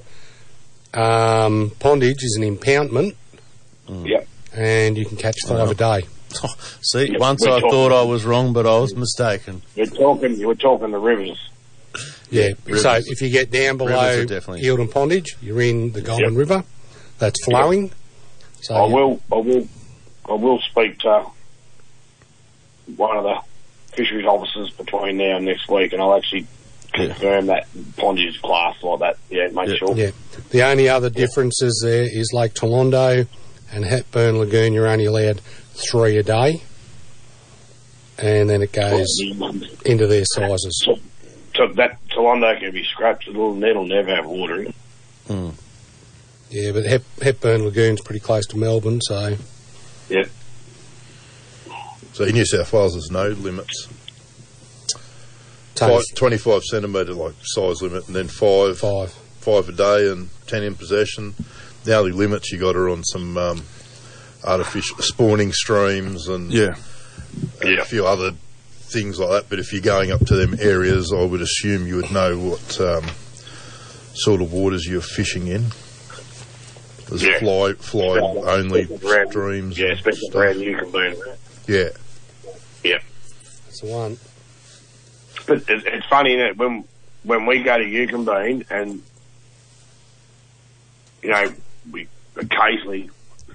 um, pondage is an impoundment.
Mm.
Yep.
And you can catch five a
[LAUGHS]
day.
See,
Yeah,
once
we're
I
talking.
thought I was wrong, but I was mistaken.
You're talking, you were talking the rivers.
Yeah.
Rivers.
So if you get down
Rivers
below
are definitely-
Yield and Pondage, you're in the Golden River. That's flowing. So
I
you-
will, I will, I will speak to one of the fisheries officers between now and next week, and I'll actually confirm that Ponge's class like that. Yeah, make sure.
Yeah. The only other differences there is Lake Tolondo and Hepburn Lagoon. You're only allowed three a day, and then it goes into their sizes.
um, So that Tolondo can be scrapped. It'll, it'll never have water in it.
Yeah, but Hep- Hepburn Lagoon's pretty close to Melbourne, so
Yeah.
So in New South Wales, there's no limits.
Tons.
Five, 25 centimetre like size limit, and then five,
five,
five a day, and ten in possession. The only limits you got are on some um, artificial spawning streams and
yeah,
a few other things like that. But if you're going up to them areas, I would assume you would know what um, sort of waters you're fishing in. There's
Yeah.
fly fly only streams.
Yeah, especially around Newcombe.
Yeah.
Yeah.
it's the one.
But it, it's funny, is it? When when we go to Yukonbean and you know we occasionally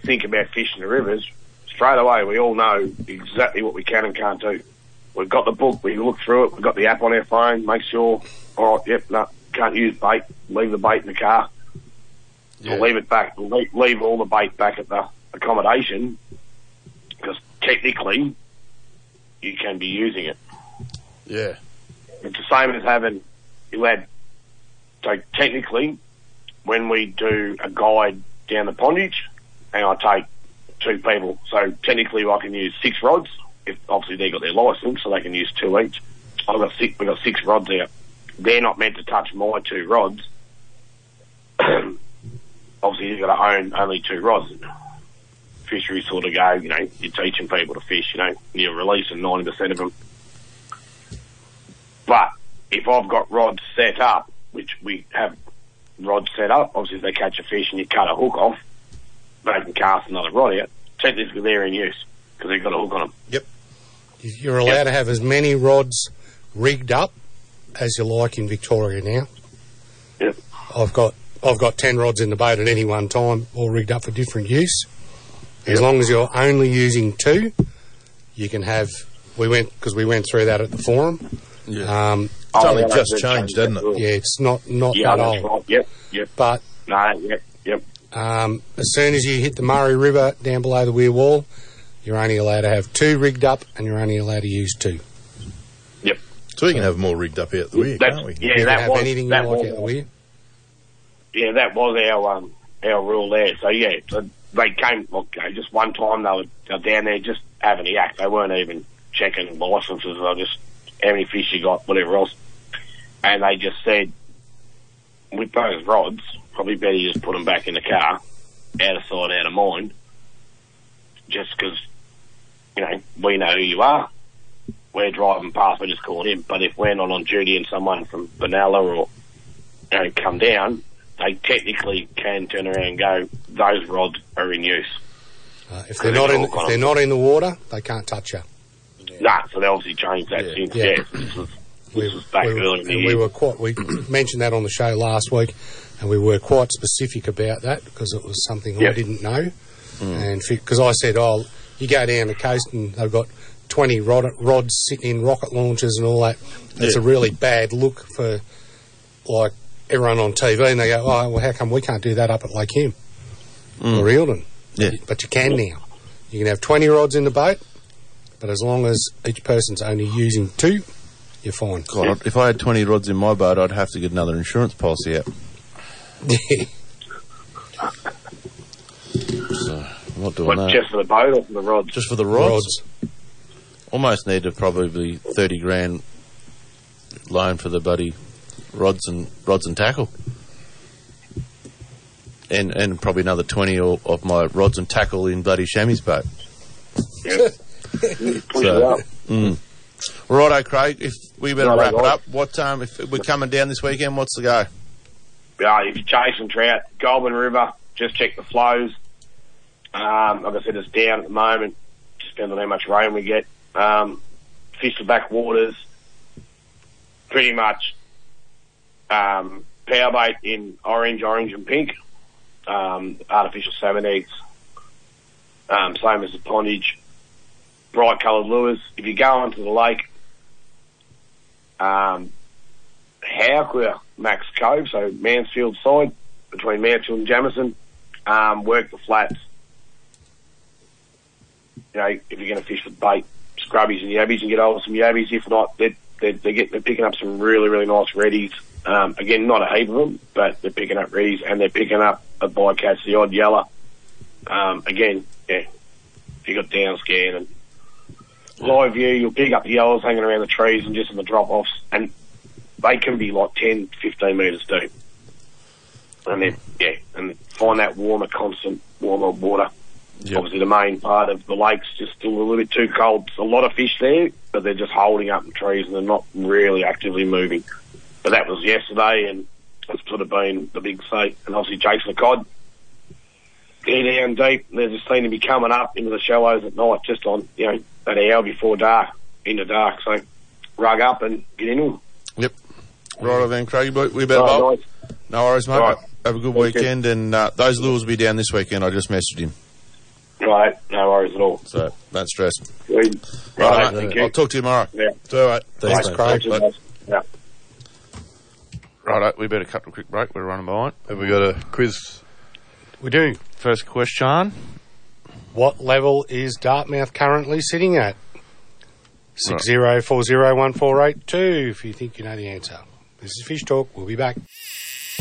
think about fishing the rivers, straight away we all know exactly what we can and can't do. We've got the book, we look through it, we've got the app on our phone, make sure, all right, yep, no, can't use bait, leave the bait in the car. We'll leave it back, we'll leave, leave all the bait back at the accommodation, because technically you can be using it.
Yeah.
It's the same as having you had. So technically, when we do a guide down the pondage, and I take two people, so technically I can use six rods. If obviously they got their license, so they can use two each. I've got six. We've got six rods out. They're not meant to touch my two rods. [CLEARS THROAT] obviously, you've got to own only two rods. Fisheries sort of go, you know, you're teaching people to fish. You know, you're releasing ninety percent of them. But if I've got rods set up, which we have rods set up, obviously if they catch a fish and you cut a hook off, they can cast another rod out. Technically they're in use because they've got a hook on them.
You're allowed to have as many rods rigged up as you like in Victoria now.
Yep.
I've got I've got ten rods in the boat at any one time, all rigged up for different use. As long as you're only using two, you can have. We went because we went through that at the forum.
Yeah.
Um,
It's only Oh, yeah, just that's changed,
did not it? Yeah, it's not not
yeah,
that
that's
old.
Oh,
right. Yep, yep.
But
no, yep, yep.
Um, as soon as you hit the Murray River down below the Weir Wall, you're only allowed to have two rigged up, and you're only allowed to use two.
Yep.
So we can have more rigged up out the weir,
That's-
can't we?
yeah, You can that have was- anything you that like was-
out the weir.
Yeah, that was our um, our rule there. So yeah, so they came. Okay, just one time they were, they were down there just having a yak. They weren't even checking licenses. They were just how many fish you got, whatever else. And they just said, with those rods, probably better you just put them back in the car, out of sight, out of mind. Just because, you know, we know who you are. We're driving past, we're just calling in. But if we're not on duty and someone from Benalla or, you know, come down, they technically can turn around and go, those rods are in use.
Uh, if they're not in, if they're not in the water, they can't touch you.
Nah, so they obviously changed that since,
Yeah.
yeah. This was, this was back early in the
And we
year.
were quite. We [CLEARS THROAT] mentioned that on the show last week, and we were quite specific about that because it was something I
Yeah.
didn't know.
Mm.
And because I said, "Oh, you go down the coast and they've got twenty rod, rods sitting in rocket launchers and all that. It's a
Yeah.
really bad look for like everyone on TV." And they go, "Oh, well, how come we can't do that up at Lake Hume or Eildon?"
Yeah.
But you can now. You can have twenty rods in the boat, but as long as each person's only using two, you're fine.
God,
[LAUGHS]
I'd- if I had 20 rods in my boat, I'd have to get another insurance policy out.
Yeah.
So, I'm not doing
What,
that.
just for the boat or for the rods?
Just for the rods. Almost need to probably thirty grand loan for the buddy rods and rods and tackle. And and probably another twenty or, of my rods and tackle in bloody Shammy's boat. [LAUGHS]
Push it up.
Mm. Righto, Craig. If we better
Righto,
wrap it
guys.
up. What um, if we're coming down this weekend? What's the go?
Yeah, Uh, if you're chasing trout, Goulburn River, just check the flows. Um, like I said, it's down at the moment. Just depends on how much rain we get. Um, fish the backwaters, pretty much um, power bait in orange, orange and pink. Um, artificial salmon eggs, um, same as the pondage. Bright coloured lures. If you go onto the lake, um, Howker, Max Cove, so Mansfield side, between Mansfield and Jamison, um, work the flats. You know, if you're going to fish with bait, scrubbies and yabbies and get hold of some yabbies. If not, they're, they're, they're, getting, they're picking up some really, really nice reddies. Um, again, not a heap of them, but they're picking up reddies and they're picking up a bycatch, the odd yeller. Um, again, yeah, if you got down scan and live view, you'll pick up the yellows hanging around the trees and just in the drop offs. And they can be like 10, 15 metres deep. And then, yeah, and find that warmer, constant, warmer water. Obviously, the main part of the lake's just still a little bit too cold. There's a lot of fish there, but they're just holding up in trees and they're not really actively moving. But that was yesterday, and that's sort of been the big say. And obviously, chasing the cod. They're down deep, and they just seem to be coming up into the shallows at night, just on, you know, an hour before dark, in the dark. So, rug up and get into 'em.
Righto then, Craig. We we better
Right,
bowl. No worries, mate.
Right.
Have a
Thank
good
you.
weekend, and uh, those lures will be down this weekend. I just messaged him,
Right, no worries at all.
so don't stress.
Right,
Right,
thank
mate.
you.
I'll talk to you tomorrow.
Yeah.
It's all right.
Thanks, Craig. Yeah.
uh,
Righto, we better cut to a quick break. We're running behind.
Have we got a quiz?
We do.
First question.
What level is Dartmouth currently sitting at? Six zero four zero one four eight two. If you think you know the answer, this is Fish Talk. We'll be back.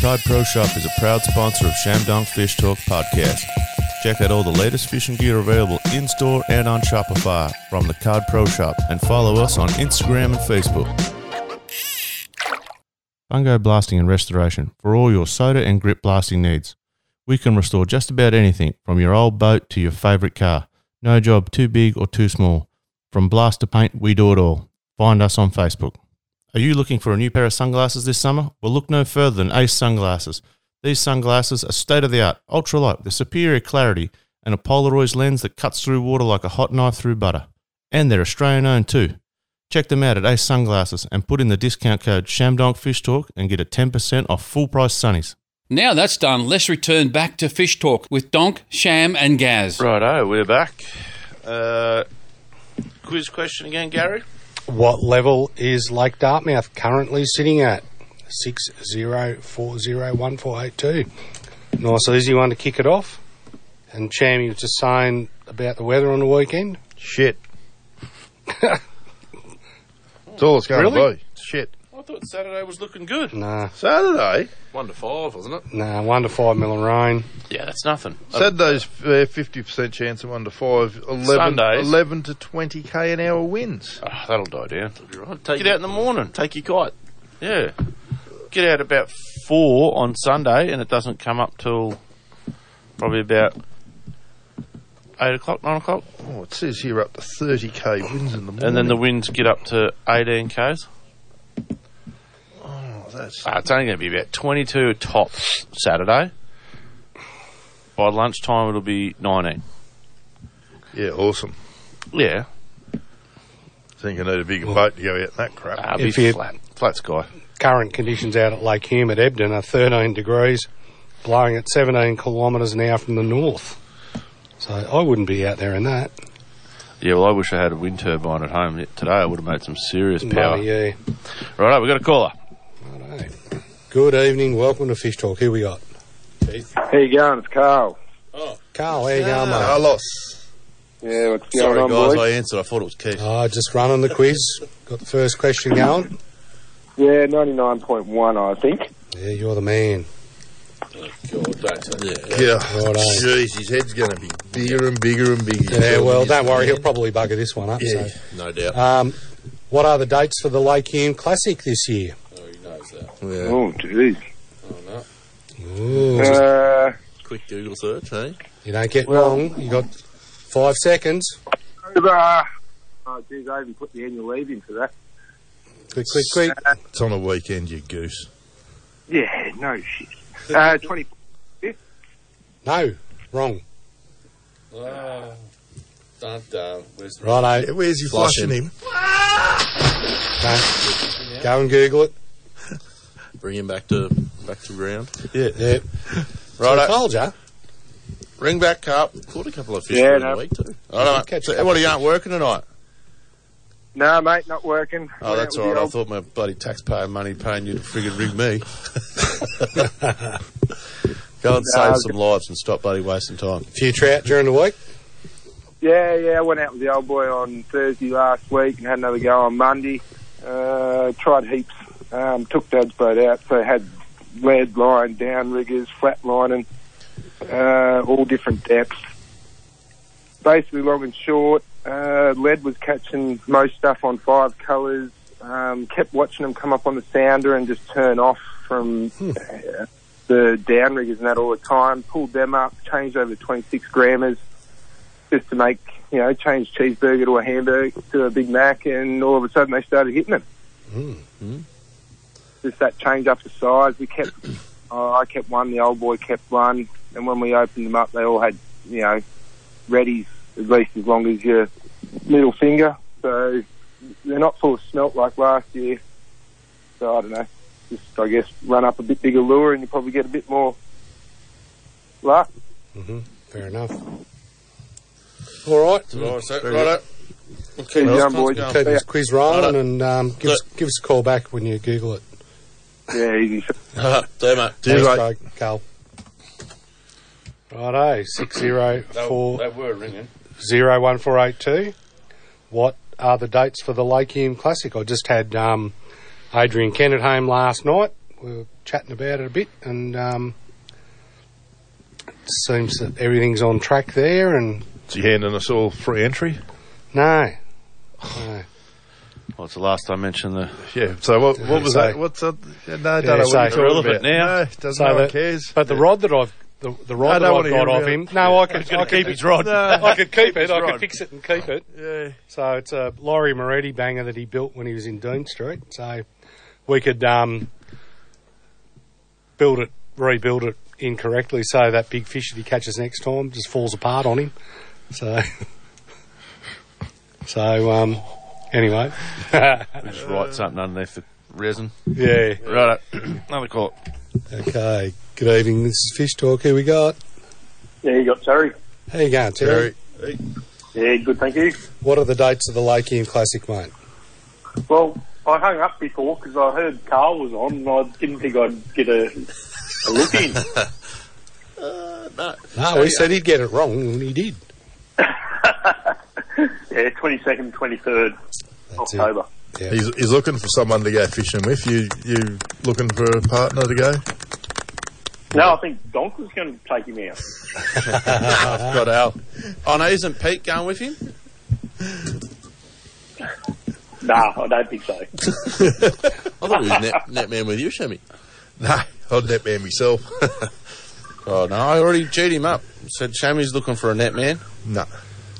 Cod Pro Shop is a proud sponsor of Shamdong Fish Talk podcast. Check out all the latest fishing gear available in store and on Shopify from the Cod Pro Shop and follow us on Instagram and Facebook. Fungo Blasting and Restoration for all your soda and grip blasting needs. We can restore just about anything from your old boat to your favorite car. No job too big or too small. From blast to paint, we do it all. Find us on Facebook. Are you looking for a new pair of sunglasses this summer? Well, look no further than Ace Sunglasses. These sunglasses are state of the art, ultralight with superior clarity and a Polaroid lens that cuts through water like a hot knife through butter. And they're Australian owned too. Check them out at Ace Sunglasses and put in the discount code ShamDonkFishTalk and get a 10% off full price sunnies.
Now that's done, let's return back to Fish Talk with Donk, Sham, and Gaz.
Righto, we're back. Uh, quiz question again, Gary.
What level is Lake Dartmouth currently sitting at? Six zero four zero one four eight two. Nice, easy one to kick it off. And Cham, you was just saying about the weather on the weekend.
Shit.
[LAUGHS]
That's all it's going
Really?
to be. Shit.
I thought Saturday was looking good.
Nah,
Saturday?
One to five, wasn't it?
nah, one to five mil of rain.
Yeah, that's nothing.
Saturday's uh, 50% chance of 1 to 5. 11,
Sundays.
11 to 20k an hour
Oh,
wins.
Ah, that'll die down. You're right.
Take
Get out in the morning.
Take your kite.
Yeah. Get out about four on Sunday, and it doesn't come up till probably about eight o'clock, nine o'clock,
Oh, it says here up to 30k wins in the morning.
and then the winds get up to eighteen k's.
Oh, that's.
Ah, it's only going to be about twenty-two tops Saturday. By lunchtime, it'll be nineteen.
Yeah, awesome.
Yeah,
Think you need a bigger boat to go out in that crap.
ah, it'll
If
be
you-
flat, flat sky.
Current conditions out at Lake Hume at Ebden are 13 degrees, blowing at 17 kilometres an hour from the north. So I wouldn't be out there in that.
Yeah, well, I wish I had a wind turbine at home today. I would have made some serious power.
Bloody yeah.
Right, we've got a caller.
Good evening. Welcome to Fish Talk. Who we got?
How you going? It's Carl.
Oh.
Carl, how you going, mate?
Carlos.
Yeah, what's going
Sorry,
on,
guys.
boys?
I answered. I thought it was Keith.
Ah, just running the quiz. Got the first question going.
Yeah, ninety nine point one, I think.
Yeah, you're the man.
Yeah.
Right on.
Jeez, his head's going to be bigger and bigger and bigger.
Yeah, well, don't worry, he'll probably bugger this one up.
Yeah,
so.
no doubt.
Um, what are the dates for the Lakeheim Classic this year?
Oh, geez.
Ooh.
Uh,
Quick Google search, hey?
you don't get long. You got five seconds.
October. Oh, geez, I haven't put the annual leave in for that.
Quick, quick, quick.
It's on a weekend, you goose.
Yeah, no shit. Uh, [LAUGHS] 20.
No, wrong.
Ah, dun, dun. Where's
Righto. Yeah, where's he flushing him? Don't. Go and Google it.
Bring him back to back to ground.
Yeah. yeah.
Righto.
told ya.
Ring back up. Caught a couple of fish
Yeah,
during
no.
the week too. All right. So, what are you aren't working tonight?
No, mate, not working.
Oh, that's all right. I thought my bloody taxpayer money paying you to friggin'
[LAUGHS]
rig me. Go and
No,
save
I've
some lives and stop bloody wasting time.
Few trout during the week.
Yeah, yeah, I went out with the old boy on Thursday last week and had another go on Monday. Uh, tried heaps. Um, took Dad's boat out, so had lead line, down riggers, flat lining, uh, all different depths. Basically, long and short, uh, lead was catching most stuff on five colours. Um, kept watching them come up on the sounder and just turn off from uh, the down riggers and that all the time. Pulled them up, changed over to 26 grammars just to make, you know, change cheeseburger to a hamburger to a Big Mac, and all of a sudden they started hitting them. Just that change up the size. We kept, [CLEARS THROAT] oh, I kept one, the old boy kept one, and when we opened them up, they all had, you know, readies at least as long as your middle finger. So they're not full of smelt like last year. So I don't know. Just I guess run up a bit bigger lure, and you probably get a bit more luck.
hmm Fair enough. All right.
All right, so,
Very
righto.
Keep
Well,
going, boys.
Keep this quiz rolling
Righto.
and um, give, us, give us a call back when you Google it.
Yeah,
[LAUGHS]
[LAUGHS]
easy.
Alright, See you, mate.
Thanks, Craig. Carl. Righto, [COUGHS] six zero four
They were ringing.
zero one four eight two. What are the dates for the Lakeheim Classic? I just had um, Adrian Kent at home last night. We were chatting about it a bit, and um, it seems that everything's on track there. And
Is he handing us all free entry?
no, no.
Well, it's the last I mentioned the.
Yeah. So what, what was
So-
that? What's that? Yeah, no, I
Yeah,
don't know
so-
what you're talking about.
Irrelevant now.
No, doesn't
So
no one
that-
cares.
But the rod that I've the, the
I
rod that
don't
I've
wanna hear
got off
about
him.
it.
No, I could
He's gonna
I could-
keep his rod. No.
I could keep it. I
His
could
rod.
fix it and keep [LAUGHS] it.
Yeah.
So it's a Laurie Moretti banger that he built when he was in Dean Street. So we could um, build it, rebuild it incorrectly, so that big fish that he catches next time just falls apart on him. So, [LAUGHS] so um, anyway,
Just write something underneath the resin.
yeah.
Right, another call.
Okay. Good evening. This is Fish Talk. Who we got?
Yeah, you got Terry.
How you going, Terry?
Yeah, good, thank you.
What are the dates of the Lakeheim Classic, mate?
Well, I hung up before because I heard Carl was on and I didn't think I'd get a, a look
[LAUGHS]
in.
Uh, No, he said he'd get it wrong, and he did.
yeah, 22nd, 23rd
it.
October.
He's, he's looking for someone to go fishing with. You you looking for a partner to go?
No, I think Donk was going to take him out.
I've [LAUGHS] got out. Oh no, isn't Pete going with him?
Nah, I don't think so.
[LAUGHS] I thought he was net, net man with you, Shemmy.
Nah, I'd net man myself.
[LAUGHS] Oh no, I already chewed him up. Said Shammy's looking for a net man.
No.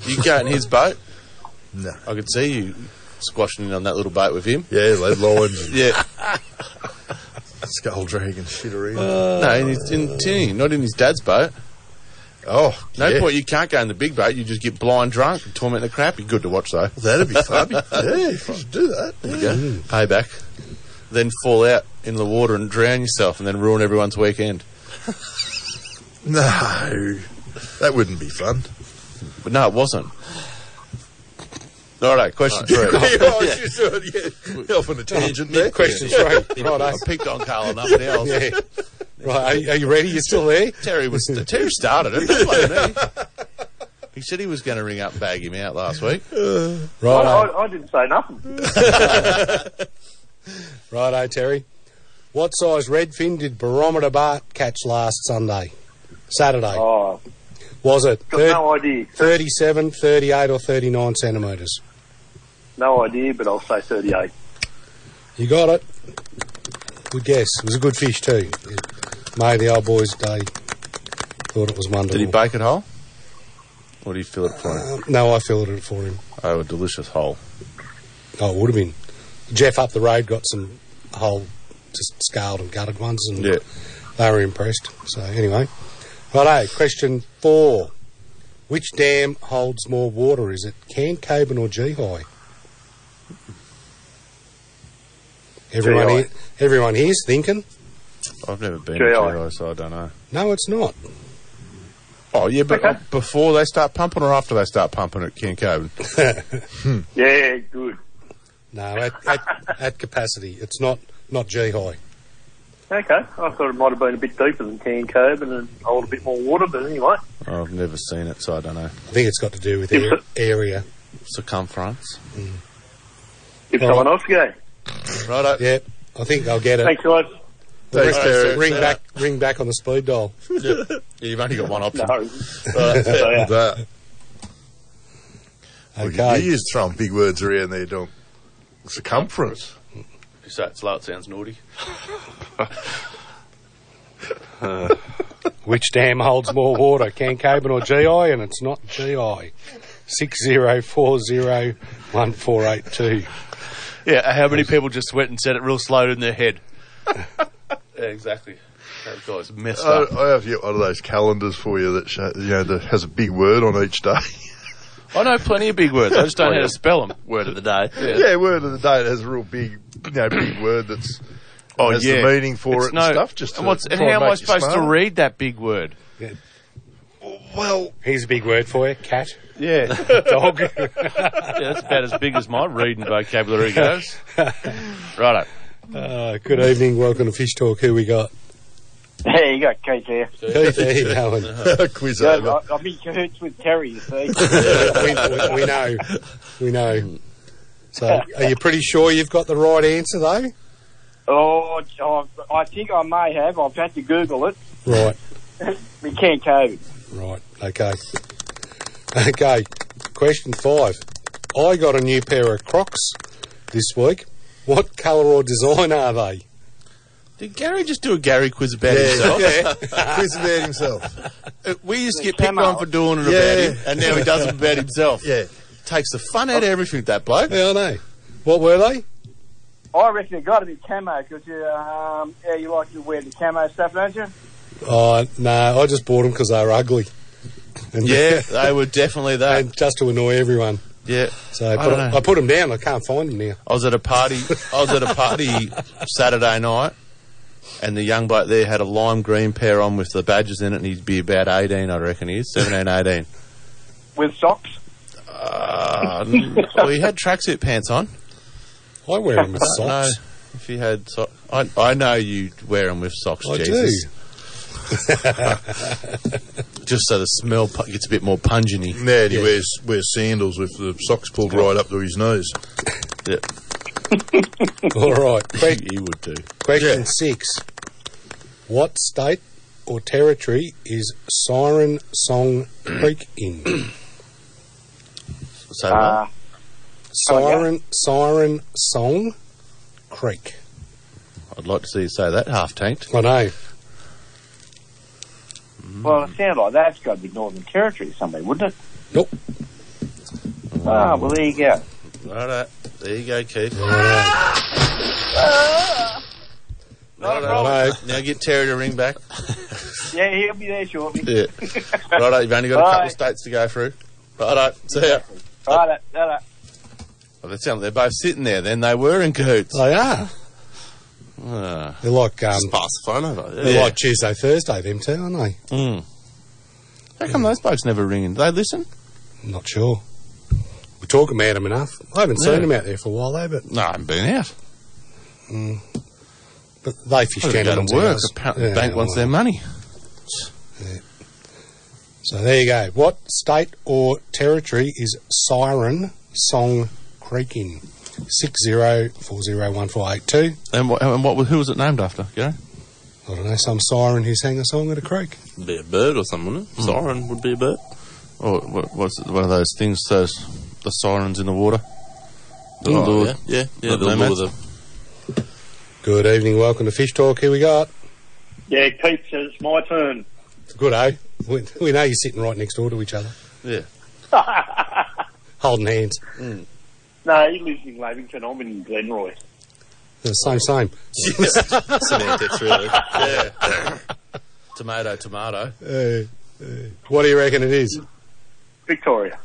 You go in his boat.
No.
I could see you squashing in on that little boat with him.
Yeah, lead lines,
[LAUGHS] Yeah.
[LAUGHS] skull dragon, shit around.
no, in his in tinny, not in his dad's boat.
oh,
No
yeah.
point. You can't go in the big boat. You just get blind drunk and torment the crap. You're good to watch though.
That'd be
[LAUGHS]
fun. [LAUGHS] yeah, you should do that.
There you go. Payback. Then fall out in the water and drown yourself, and then ruin everyone's weekend.
No, that wouldn't be fun.
But no, it wasn't. All right, question
[LAUGHS]
three.
yeah, I was just doing, yeah, off on a tangent there.
Question three. [LAUGHS]
[LAUGHS]
Right,
I
[LAUGHS]
eh?
picked on Carl enough now.
Yeah. Right, are you, are you ready? You still there?
Terry was Terry started it. Don't blame me. He said he was going to ring up and bag him out last week.
Uh,
Right,
[LAUGHS]
I, I didn't say nothing.
right, Terry. What size redfin did Barometer Bart catch last Sunday? Saturday.
Oh.
Was it?
Got no idea.
37, 38 or 39 centimetres?
No idea, but I'll say 38.
You got it. Good guess. It was a good fish too. It made the old boy's day. Thought it was wonderful. Uh,
Did he bake it whole? Or did he fill it for him?
No, I filleted it for him.
Oh, a delicious whole.
Oh, it would have been. Jeff up the road got some whole, just scaled and gutted ones, and
Yeah.
they were impressed. So anyway, righto. Question four: Which dam holds more water? Is it Cairn, Coburn, or High? Everyone,
GI.
here, everyone here's thinking.
I've never been
GI.
to GI, so I don't know.
No, it's not.
Oh, yeah, but uh, before they start pumping or after they start pumping at
[LAUGHS]
Kincoven?
Yeah, good.
No, at, at, [LAUGHS] at capacity, it's not not G high.
Okay, I thought it might have been a bit deeper than Cairn Cove and then hold a bit more water, but anyway.
I've never seen it, so I don't know.
I think it's got to do with air, area.
Circumference.
If
All
someone
right.
else go.
Righto.
Yep, I think I'll get it.
Thanks, guys.
Thanks,
Ring-
Terry.
Ring
Yeah.
back, ring back on the speed dial.
yeah, you've
[LAUGHS]
only got one
[LAUGHS]
option.
No.
Right,
So, yeah.
that.
Okay. He is throwing big words around there, Dom. Circumference.
If you say it slow, it sounds naughty.
Uh, Which dam holds more water, Cancoban or GI? And it's not GI. Six zero four zero one four eight two.
Yeah, how many people just went and said it real slow in their head? [LAUGHS] yeah, exactly. That guy's messed
I,
up.
I have yet one of those calendars for you that show, you know that has a big word on
[LAUGHS]
each day.
I know plenty of big words. I just don't know how to spell them.
Word of the day.
Yeah, word of the day that has a real big, you know, big word that's
Oh,
has
yeah.
the meaning for
It's
it
no-
and stuff. Just to
and, what's, and
try
how am
make
I
you
supposed to
smarter.
read that big word?
Well,
Here's
[LAUGHS]
a big word for you, cat.
Yeah,
[LAUGHS] dog.
yeah, that's about as big as my reading vocabulary [LAUGHS] goes. Righto.
Uh,
[LAUGHS]
good evening, welcome to Fish Talk. Who we got?
Hey, you got Keith here.
Keith, how you [LAUGHS] going?
Yeah, I, I'm in cahoots with Terry, you see.
[LAUGHS] we, we- we know, we know. So, are you pretty sure you've got the right answer though?
Oh, I, I think I may have. I've had to Google it. [LAUGHS]
Right,
We can't COVID.
right, okay, okay. Question five. I got a new pair of Crocs this week. What colour or design are they?
Did Gary just do a Gary quiz about
Yeah,
himself?
[LAUGHS] yeah.
quiz about himself. Uh, we used to get picked
Camo.
on for doing it
Yeah.
about him, and now he does it
[LAUGHS]
about himself. Yeah. Takes the fun out of everything, that bloke.
Oh. Yeah, I know. What were they?
I reckon it got to be camo because you, um, yeah, you like to wear the camo stuff, don't you?
Oh no, I just bought them because they were ugly. And [LAUGHS]
Yeah, they were definitely that.
And just to annoy everyone.
Yeah.
So I
I
put,
don't
'em-
know.
I put them down. I can't find them now.
I was at a party. I was at a party Saturday night, and the young bloke there had a lime green pair on with the badges in it, and he'd be about eighteen, I reckon. He is 17, 18.
With socks.
Uh, n- oh, he had tracksuit pants on.
I wear 'em with
I don't
socks.
know if he had socks, I, I know you wear them with socks.
I do. [LAUGHS]
Oh, Jesus. Just so the smell pu- gets a bit more pungent.
Yeah, and he wears wears sandals with the socks pulled right up to his nose.
[LAUGHS] Yeah.
All
[LAUGHS]
right. que-
he would do.
Question six. What state or territory is Siren Song Creek in?
So
Uh,
Siren Siren Song Creek.
I'd like to see you say that half tanked.
I know.
Mm-hmm. Well, it sounded like that's got to be Northern Territory somewhere, wouldn't it?
Nope.
Ah, well, there you go.
Righto. There you go, Keith.
Not a
Righto.
problem.
Now get Terry to ring back.
Yeah, he'll be there shortly.
Yeah. Righto, you've only got a couple
Bye.
of states to go through. Righto, see ya.
Righto, righto.
Well, they sound they're both sitting there. Then they were in cahoots. Ah.
They are. They're like um,
Just pass the phone over.
they're like Tuesday, Thursday, them two, aren't they?
Mm. How come those blokes never ring in? Do they listen?
Not sure. We talk about them enough. I haven't seen
Yeah.
them out there for a while, though, but
No, I haven't been out.
Mm. But they fish
Well, they
down
go to
at
work.
ours.
Apparently the bank wants their money.
Yeah. So there you go. What state or territory is Siren Song Creek in? six zero four zero one four eight two.
And what, and what was, who was it named after? Gary?
I don't know, some siren who sang a song at a creek.
It'd be a bird or something, wouldn't it? Siren would be a bird. Hmm. Or what, what's it, one of those things? Those the sirens in the water. The
Oh,
lure-
yeah. Yeah, yeah,
the
the
nomads.
lure, Good evening, welcome to Fish Talk. Here we got.
Yeah, Keith says it's my turn.
Good, eh? We, we know you're sitting right next door to each other,
Yeah.
[LAUGHS]
holding hands.
Mm.
no, he lives in Lavington. I'm in Glenroy.
The same, same.
[LAUGHS] Semantics, really. Yeah. tomato, tomato.
Uh, uh, what do you reckon it is?
Victoria.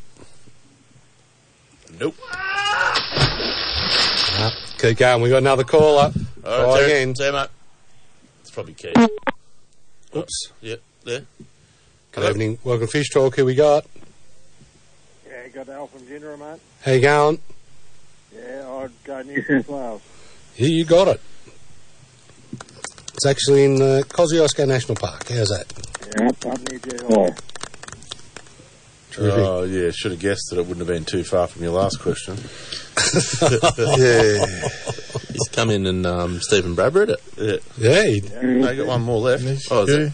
Nope.
Uh, keep going. We got another caller.
All right,
Try
Terry,
again.
Terry, uh, mate. It's probably key.
Oops.
Yep, there.
Good evening. Welcome to Fish Talk. Who we got?
Yeah, got Al from Jinra, mate.
How you going?
Yeah, I'd go New South Wales.
Yeah, you got it. It's actually in uh, Kosciuszko National Park. How's that?
Yeah, up near Geelong.
Oh, yeah. Should have guessed that it wouldn't have been too far from your last question.
yeah.
He's come in and um, Stephen Bradbury it. Yeah.
Yeah. He,
No, got one more left. Oh, is it?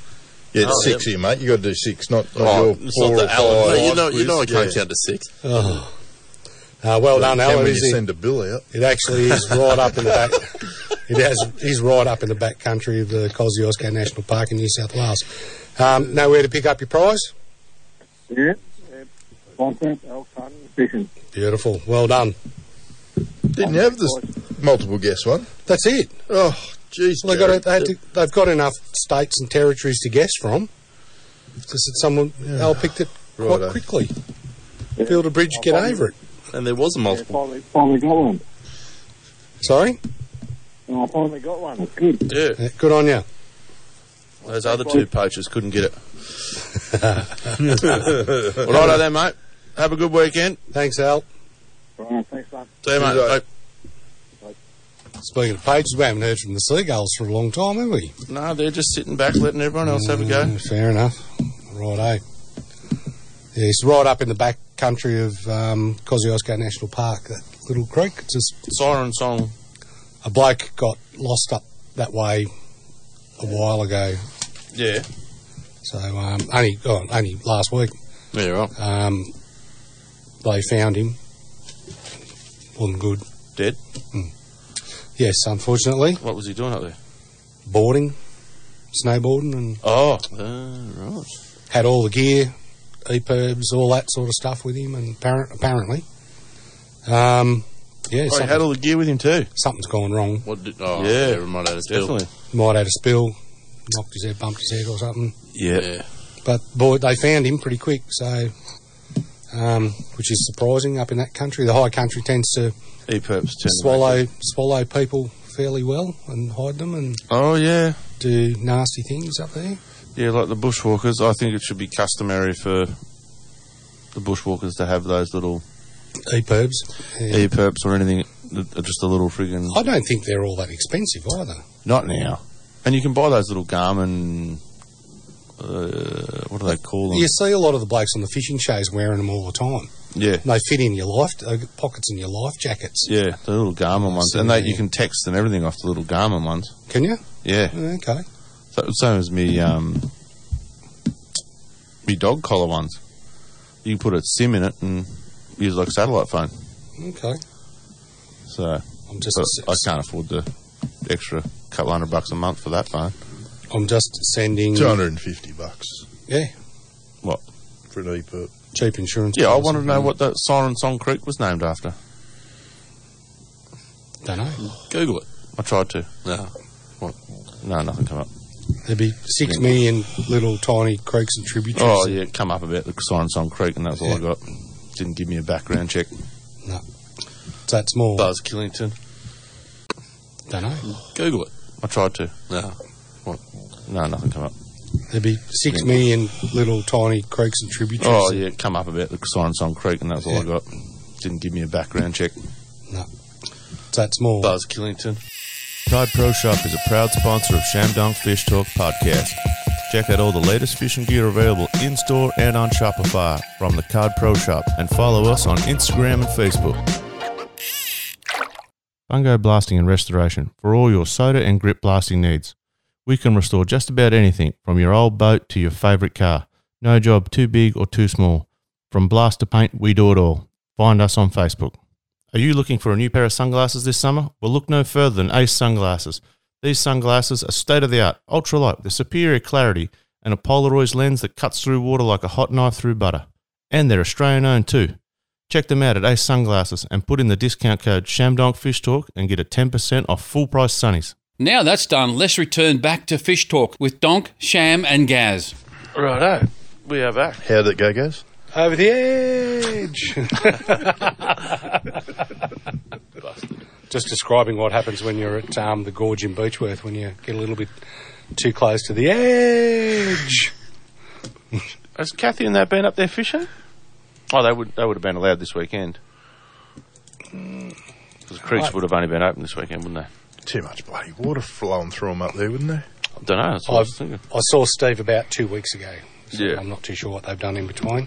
Yeah,
Oh,
it's six
yeah.
here, mate. you got to do six, not, not
Oh,
your
it's
four
not the
or
Alan.
five.
No, you know- you know I
Yeah.
can't count to six.
Oh. Uh, well
Well,
done,
you
Al.
can
It
when
is
you
in-
send a bill out.
It actually is right up in the back. It has. He's right up in the back country of the Kosciuszko National Park in New South Wales. Um, know where to pick up your prize?
Yeah. Content, elk hunting, fishing.
Beautiful. Well done.
Didn't have this multiple guess one.
That's it.
Oh, jeez.
Well, they got it- they had to, they've got enough states and territories to guess from. It's Just that someone Al picked it quite
Righto.
quickly. Build a bridge, get over it.
And there was a multiple.
Finally got one. Oh,
Sorry.
I finally got one. Good.
Yeah.
Yeah, Good on
[LAUGHS]
you.
Those other two poachers couldn't get it. well,
All
righto then, mate. Have a good weekend.
Thanks, Al.
Right, thanks, mate.
See you, mate.
Speaking of pages, we haven't heard from the seagulls for a long time, have we?
No, they're just sitting back, letting everyone else have a go.
Mm, Fair enough. Righto. Yeah, it's right up in the back country of um, Kosciuszko National Park, that little creek. It's just
siren song.
A bloke got lost up that way a while ago,
Yeah.
so um, only oh, only last week.
Yeah, right.
Um, they found him. Wasn't good.
Dead?
Mm. Yes, unfortunately.
What was he doing up there?
Boarding, snowboarding, and Ah,
Oh, uh, right.
had all the gear, EPIRBs, all that sort of stuff with him, and appar- apparently, um, yeah,
oh, he had all the gear with him too.
something's gone wrong.
What did, oh,
Yeah,
we might have a spill.
definitely. Might had a spill, knocked his head, bumped his head, or something.
Yeah.
But boy, they found him pretty quick, so um, which is surprising up in that country. The high country tends to
He perps tend to
swallow swallow people fairly well and hide them and
Oh, yeah.
do nasty things up there.
Yeah, like the bushwalkers. I think it should be customary for the bushwalkers to have those little
EPIRBs. Yeah.
e-perps or anything. that are Just a little friggin'
I don't think they're all that expensive either.
Not now. And you can buy those little Garmin. Uh, what do they call them?
You see a lot of the blokes on the fishing shows wearing them all the time.
Yeah.
They fit in your life uh, pockets in your life jackets.
Yeah, the little Garmin ones, and they, you can text and everything off the little Garmin ones.
Can you?
Yeah,
Okay.
so, same as me, um, me dog collar ones. You can put a SIM in it and use like a satellite phone.
Okay.
So
I'm just
but I can't afford the extra couple hundred bucks a month for that phone.
I'm just sending
Two hundred and fifty bucks
Yeah.
What?
for an EPIRB.
Cheap insurance.
Yeah, I
policy.
want to know what that Siren Song Creek was named after.
Don't know.
Google it. I tried to. No. What? No, nothing come up.
There'd be six million little tiny creeks and tributaries.
Oh yeah, it come up about the Siren Song Creek, and that's all
Yeah.
I got. Didn't give me a background check.
So that's more.
Buzz Killington.
Don't know.
Google it. I tried to. No. What? No, nothing come up.
There'd be six million little tiny creeks and tributaries.
Oh yeah, it come up about the Siren Song Creek, and that's all I got. Didn't give me a background check.
So that's more.
Buzz Killington.
Cod Pro Shop is a proud sponsor of Shamdong Fish Talk podcast. Check out all the latest fishing gear available in store and on Shopify from the Cod Pro Shop and follow us on Instagram and Facebook. Bungo Blasting and Restoration for all your soda and grip blasting needs. We can restore just about anything from your old boat to your favourite car. No job too big or too small. From blast to paint, we do it all. Find us on Facebook. Are you looking for a new pair of sunglasses this summer? Well, look no further than Ace Sunglasses. These sunglasses are state of the art, ultralight with superior clarity and a Polaroid lens that cuts through water like a hot knife through butter. And they're Australian owned too. Check them out at Ace Sunglasses and put in the discount code ShamDonkFishTalk and get a 10% off full price sunnies.
Now that's done, let's return back to Fish Talk with Donk, Sham, and Gaz.
Righto. We are back.
How did it go, guys?
Over the edge. Just describing what happens when you're at um, the gorge in Beechworth when you get a little bit too close to the edge.
Has Kathy and that been up there fishing? [LAUGHS] Oh, they would they would have been allowed this weekend. Because creeks
Right.
would have only been open this weekend, wouldn't they?
Too much bloody water flowing through them up there, wouldn't there?
I don't know. That's what I was thinking.
I saw Steve about two weeks ago. So
Yeah.
I'm not too sure what they've done in between.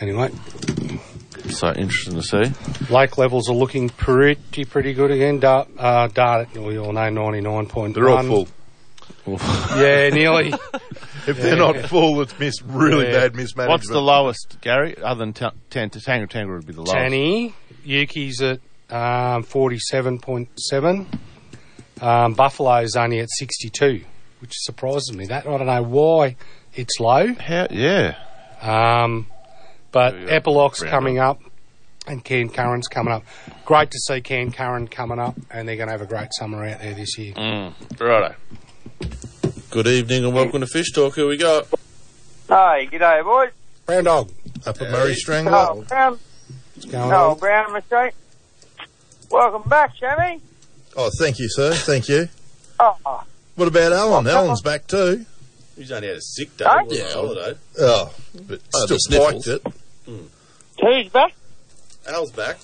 Anyway,
So interesting to see.
lake levels are looking pretty, pretty good again. Dart, uh, Dart, we all know 99.1.
They're all full.
Yeah,
[LAUGHS]
nearly.
If they're not full, it's mis- really
Yeah.
bad mismanagement.
What's the lowest, Gary? Other than ta- tan- Tango Tango would be the lowest.
Tanny, Yuki's at um, 47.7. Um, Buffalo's only at 62, which surprises me. That I don't know why it's low.
yeah.
Um, but Epiloc's
round
coming up. and Cairn Curran's coming up. Great to see Cairn Curran coming up, and they're going to have a great summer out there this year.
Mm. Righto.
Good evening and welcome to Fish Talk. Here we go.
Hey, g'day, boys.
Brown dog.
Up at Murray Strangler.
Oh, Brown.
going
oh,
on?
Brown mistake. Welcome back, Shammy.
Oh, thank you, sir. Thank you.
Oh,
What about Alan?
Oh,
Alan's back too.
He's only had a sick day.
Huh?
It wasn't a holiday.
[LAUGHS] Oh, but
Oh, the
still
sniffles.
piked it.
who's Mm. back?
Al's back.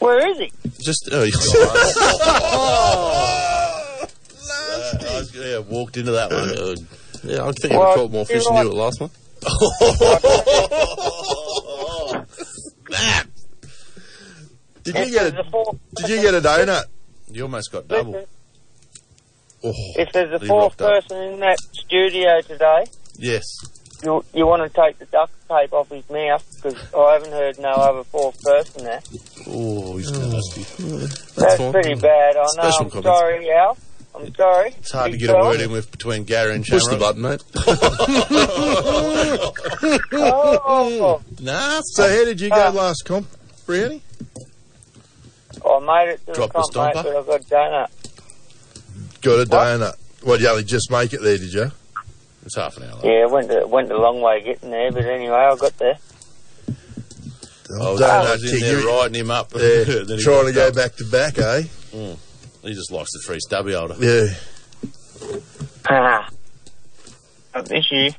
Where is
[LAUGHS]
he?
Just oh, he's gone. Uh, Oh, I was gonna- yeah, walked into that one. Uh, yeah, I think
Well,
I caught more fish
you
than
know
you at last one. [LAUGHS]
Did you get a Did you get a donut?
You almost got
Listen,
Oh,
if there's a
he
fourth
rocked up.
person in that studio today,
Yes.
you you want to take the duct tape off his mouth because I haven't heard no other fourth person there.
Oh, he's nasty. That's,
That's,
fine.
pretty bad. I know.
Special
I'm
comments.
sorry, Al. I'm sorry.
It's hard to get a word [LAUGHS] in with between Gary and Sharon. Push the button, mate.
oh,
nah.
So how did you go last comp, Brianny?
I made it to
Drop the
the comp,
stomper.
mate, but I got donut.
Got a donut. Well, you only just make it there, did you?
It's half an hour.
Yeah, went the, went the long way getting there, but anyway, I got there.
I was, I was in
King,
there
Oh, you-
riding him up. [LAUGHS]
Yeah,
Then he
trying to
walked
go
up.
back to back, eh?
Mm. He just likes the free stubby holder.
Yeah.
Ah. I miss you.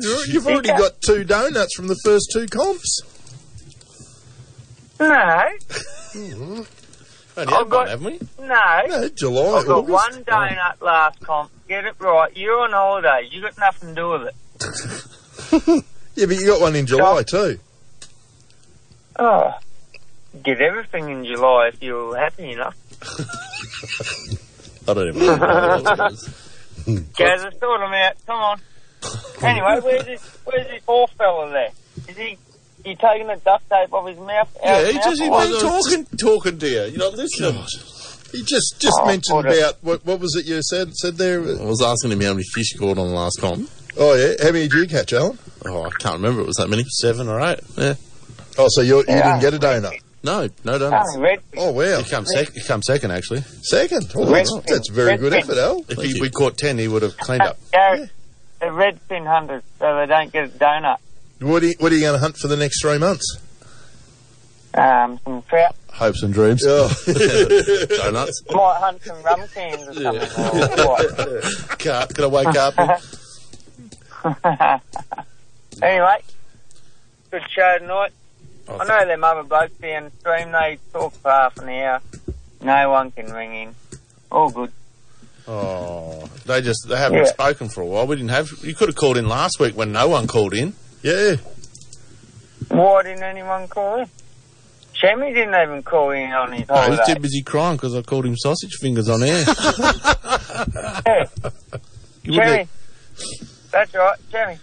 You're- You've already got two donuts from the first two comps.
No,
Only had one, haven't we?
no.
No, July,
I got
August.
one donut last comp. Get it right. You're on holidays. You got nothing to do with it.
Yeah, but you got one in July too.
Oh. Get everything in July if you're happy
[LAUGHS]
enough.
I don't even know. what it was.
[LAUGHS] Gaz, I sort them out. Come
[LAUGHS]
on. anyway, where's this, where's this poor fella there? Is he, he taking the duct tape off his mouth? out
Yeah,
his
he
mouth?
just he
Why-
was talking, talking to you. You're not listening.
He just just
Oh,
mentioned
what a-
about what, what was it you said said there?
I was asking him how many fish he caught on the last comp.
Oh yeah, how many did you catch, Alan?
Oh, I can't remember. It was that many. Seven or eight. Yeah.
Oh, so you you
Yeah.
didn't get a donut?
No, no donuts.
Oh, red,
Oh wow,
He come, sec- he come second, actually.
second. Oh, that's, that's very good effort, Al.
If he, we caught ten, he would have cleaned up.
Gary, the red fin hunters, so they don't get a donut.
What are you, what are you going to hunt for the next three months?
Um, some
[LAUGHS]
trout.
Hopes and dreams.
Oh.
donuts.
Might hunt some rum cans or
[LAUGHS]
something. or what.
Can't, gonna wake up. and-
anyway, good show tonight.
Oh,
I know them other blokes downstream, they talk for half an hour. No one can ring in. All good.
Oh, they just they haven't
Yeah.
spoken for a while. We didn't have. You could have called in last week when no one called in.
Yeah,
Why didn't anyone call in? Shammy didn't even call in on his
No, he's too
[LAUGHS] holiday.
busy crying because I called him sausage fingers
[LAUGHS]
on air. You
Jimmy,
wouldn't
that's right, Jimmy.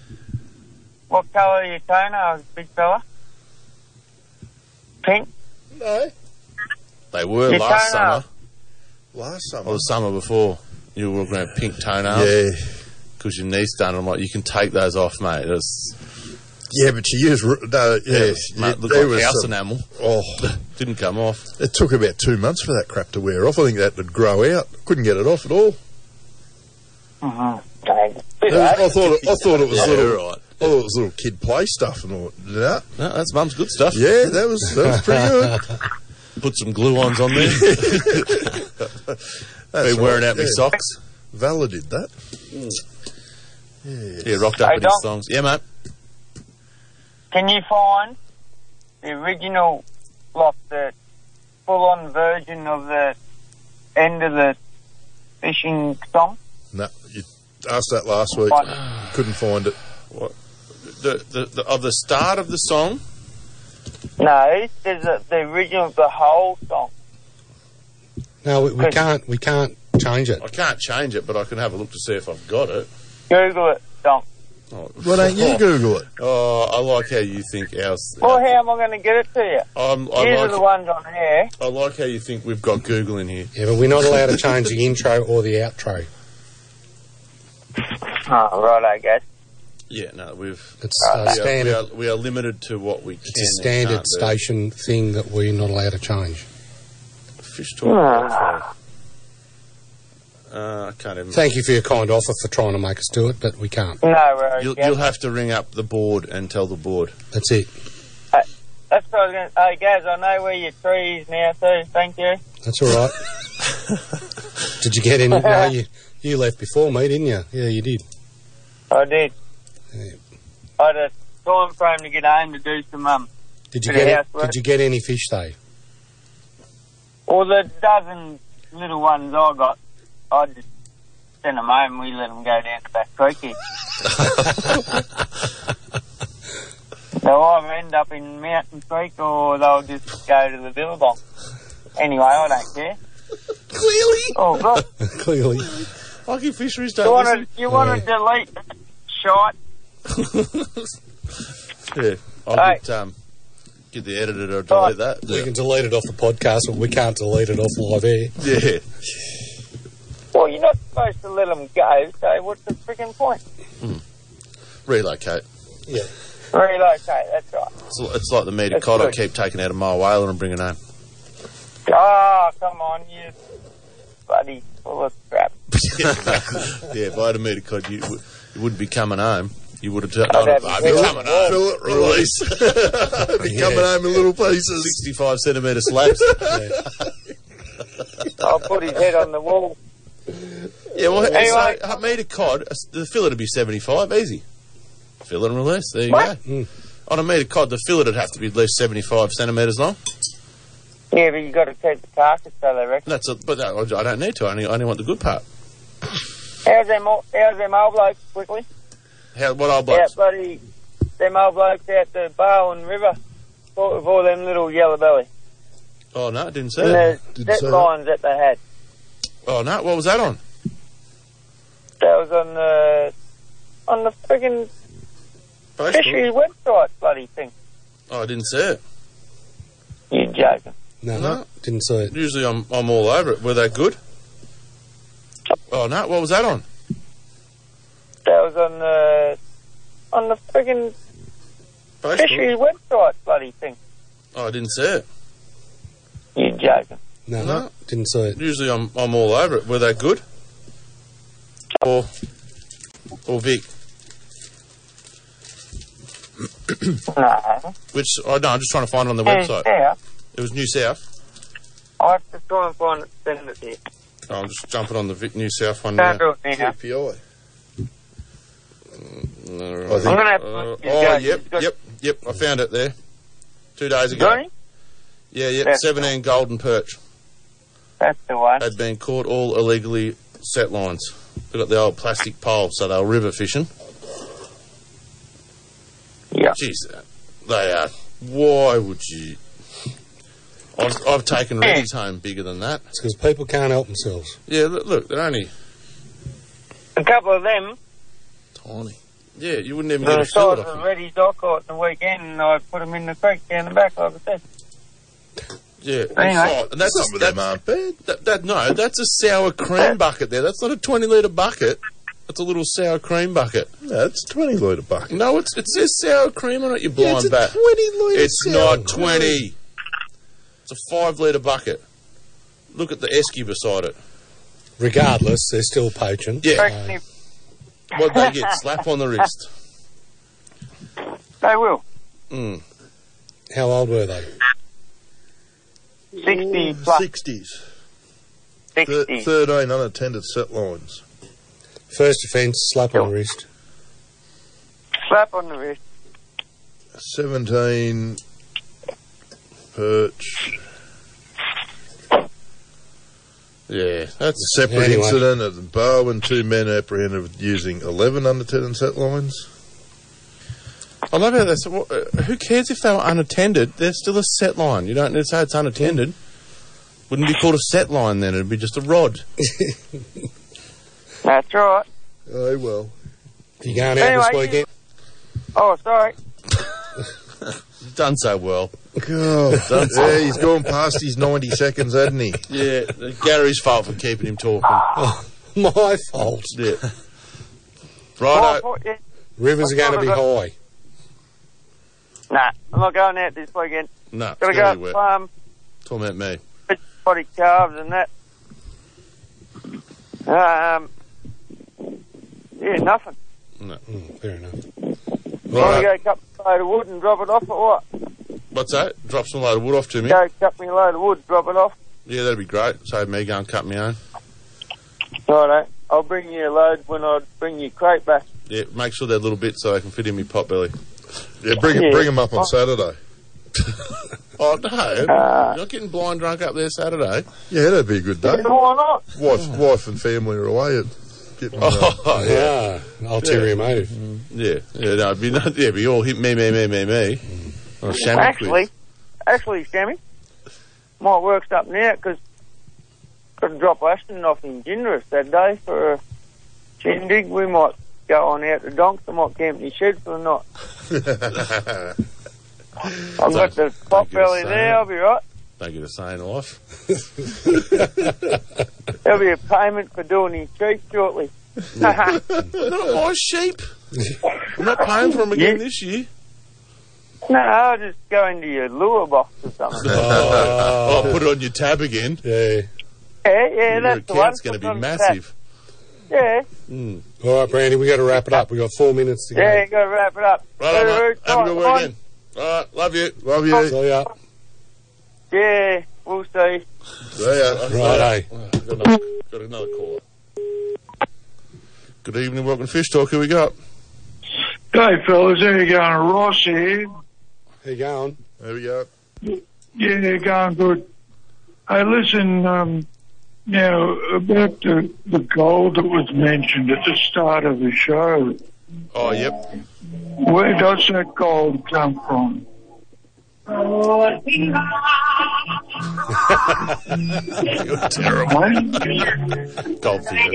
What colour are your toenails, big fella? Pink?
No.
They were
Your
last
toenail.
summer,
Last summer.
or the summer before. You were walking around pink toenails.
Yeah.
Because your knee's done. I'm like, you can take those off, mate. It's,
Yeah, but you used r- no. Yes,
yeah, mate,
you-
looked
there
like
was
house
some-
enamel.
Oh,
[LAUGHS] Didn't come off.
it took about two months for that crap to wear off. I think that would grow out. Couldn't get it off at all.
Uh-huh.
It was- I thought it, I thought it was
Yeah,
little.
right.
I thought it was little kid play stuff and all that.
No, that's mum's good stuff.
Yeah, that was that was pretty
[LAUGHS]
good.
Put some glue-ons on there.
That's
Been wearing
right,
out my
yeah.
socks.
Valid did that. Yeah.
Yeah, rocked up
Hey,
in his
Doc.
thongs. Yeah, mate.
Can you find the original, like the full-on version of the end of the fishing song?
No, you asked that last week. Couldn't find it.
The, the, the, of the start of the song,
No, there's a, the original, the whole song.
No, we, we can't. We can't change it.
I can't change it, but I can have a look to see if I've got it.
Google it, Dom.
Oh,
Why don't
[LAUGHS]
you Google it?
Oh, I like how you think ours.
Well, how am I going to get it to you?
I'm, I
These are
like
the ones on here.
I like how you think we've got Google in here.
Yeah, but we're not allowed to change the intro or the outro.
[LAUGHS] Oh, right, I guess.
Yeah, no, we've.
It's, uh,
we, are,
standard.
We, are, we are limited to what we can.
It's a
and
standard
can't
station thing that we're not allowed to change.
do. Fish talk. Uh, I can't even.
Thank you for your kind offer for trying to make us do it, but we can't.
No worries.
You'll,
yeah.
you'll have to ring up the board and tell the board.
That's it.
That's what I was going to Hey, guys, I know where your tree is now, too. Thank you.
That's all
[LAUGHS]
right. did you get in? No, you you left before me, didn't you? Yeah, you did.
I did. I had a time frame to get home to do some, um,
Did you
Bit of
get
housework.
did you get any fish though? [LAUGHS]
all the dozen little ones I got. I just sent them home. We let them go down to that creek
[LAUGHS]
here. They'll either end up in Mountain Creek or they'll just go to the Billabong. Anyway, I don't care.
Clearly.
Oh,
[LAUGHS]
God.
Clearly.
Fucking fisheries
You
don't
want
listen.
to you want to delete that shite?
Yeah, I'll
Hey.
get, um, get the editor to delete that.
We can delete it off the podcast, but we can't delete it off live air.
Yeah.
Well, you're not supposed to let them go. So what's the freaking point?
Relocate.
Relocate. That's right.
It's, li- it's like the meat of cod I keep taking out of my whaler and bringing home.
Ah, come on, you bloody full of crap.
[LAUGHS] yeah, if I had a meat of cod, you, w- you wouldn't be coming home. You would have done
I'd
it.
have
I'd be
been-
coming home.
Fill it, release.
[LAUGHS]
Be coming home in little pieces.
65 centimetre slabs.
I'll put his head on the wall.
[LAUGHS] yeah, well,
Anyway.
so, a meat of cod, a s- the fillet would be 75, easy. Fillet and release, there you
What?
go. On a meat of cod, the fillet would have to be at least 75 centimetres long.
Yeah, but you got to keep the carcass, so they reckon.
That's a, But that, I don't need to, I only, I only want the good part.
How's them? All, how's them old blokes? Quickly.
How, what old
Yeah,
blokes?
bloody them old blokes out the Barwon River. Thought of all them little yellow belly
Oh, no, it didn't say
and
that.
the
Didn't
set
say that.
lines that they had.
Oh, no, what was that on?
That was on the on the friggin' fishery website bloody thing.
Oh, I didn't see it.
You joking?
No,
No.
didn't see it.
Usually I'm, I'm all over it. Were they good? Oh, no, what was that on?
That was on the on the friggin'
Facebook?
fishery website bloody thing.
Oh, I didn't see it.
You joking?
No,
No.
didn't see it.
Usually I'm, I'm all over it. Were they good? Or, or Vic?
No.
Which, oh, no, I'm just trying to find it on the
Hey,
website.
Yeah,
It was New South.
I have to try and find it, send it to you.
Oh, I'm just jumping on the Vic New South one
Can't
now.
do it now.
GPI.
Uh,
I'm gonna have to
uh,
look at
oh,
that.
yep,
It's got-
yep, yep. I found it there. Two days ago.
Johnny?
Yeah, yeah.
That's
17 golden perch.
That's the one.
had been caught all illegally set lines. They got the old plastic pole, so they were river fishing.
Yeah.
Jeez, they are. Why would you? I've, I've taken Reggie's home bigger than that.
It's because people can't help themselves.
Yeah, look, look, they're only
A couple of them
tiny. Yeah, you wouldn't even
were
get
the
a field
size
off
of
'em.
a Reddy's dock at the weekend, and I put them in the creek down the back, like I said.
Yeah,
Anyway.
Oh, and that's a, that's, That, that, no, that's a sour cream bucket there. That's not a twenty litre bucket. That's a little sour cream bucket.
That's twenty litre bucket.
No, it's it says sour cream on it. You
Yeah,
blind
it's a
bat.
20 litre
It's
sour
not
cream.
twenty. It's a five litre bucket. Look at the esky beside it.
Regardless, they're still poaching.
Uh,
Yeah. What they get? Slap on the wrist.
They will.
Mm.
How old were they?
60 plus.
60s. Thir-
60.
13 unattended set lines.
First offence, slap on the wrist.
Slap on the wrist.
17 perch.
Yeah, that's
separate
Anyway.
incident at the bow and two men apprehended with using 11 unattended set lines.
I love how they said, well, uh, who cares if they were unattended? They're still a set line. You don't need to say it's unattended.
[LAUGHS]
Wouldn't be called a set line then. It'd be just a rod.
That's right.
Oh, well.
You going
out this Anyway, weekend? Oh,
[LAUGHS]
sorry.
Done so well.
God.
Done so
yeah, he's gone past his [LAUGHS] 90 seconds, hasn't he? Oh,
Yeah, Gary's fault for keeping him talking.
[LAUGHS]
my fault.
Yeah.
Oh, I
Righto.
thought you-
Rivers are going to be high.
Nah, I'm not going out this weekend.
No,
Gotta
Gary
go
wet.
farm,
Torment me.
body calves and that. Um, yeah, nothing.
No.
Hmm, fair enough.
Wanna
Right.
go cut me a load of wood and drop it off or what?
What's that? Drop some load of wood off to me.
Go cut me a load of wood, drop it off.
Yeah, that'd be great. Save me going cut me own.
Righto. I'll bring you a load when I bring your crate back.
Yeah, make sure they're little bits so they can fit in me pot belly.
Yeah, bring,
Yeah.
bring him up on
Oh. [LAUGHS]
Saturday.
Oh no,
Ah.
you're not getting blind drunk up there Saturday.
Yeah, that'd be a good day.
Yeah, why not?
Wife, wife and family are away at getting
[LAUGHS] Oh,
Yeah, Ah, ulterior motive.
Yeah, yeah, no, it'd be not, yeah, it'd be all hit me, me, me, me, me. Or a shaman
Hmm. [LAUGHS] actually, actually, Sammy, might work something out because could drop Ashton off in Ginderus that day for a shindig. We might go on out to Donks. I might camp in his shed for the night. I've got
Don't-
the pot
give us
belly
that.
there. I'll be right.
[LAUGHS] Don't get a saying off.
[LAUGHS]
[LAUGHS]
There'll be a payment for doing his sheep shortly. [LAUGHS] no,
not my sheep. I'm not paying for them again this year.
I'll just go into your lure box or something.
[LAUGHS] Oh, I'll put it on your tab again.
Yeah.
Yeah, yeah,
Your
that's the one.
account's going
Put
to be
it on the
massive.
tab. Yeah,
Mm. All right, Brandy, we got to wrap it up. We got four minutes to go.
yeah, you got to wrap it up.
Right,
Go to
on, mate.
Route
Have a good
nine.
weekend. All right, love you.
Love you.
So, yeah.
Yeah, we'll see.
Yeah.
Right,
Oh, I've got another, got another caller. Good evening, welcome to Fish Talk. Who we got?
Hey, fellas, how you going? Ross here.
How you going?
There we go.
Yeah, going good. Hey, listen, um, now, about the, the goal that was mentioned at the start of the show,
Oh, yep.
where does that goal come from?
[LAUGHS] You're terrible. Goldfish.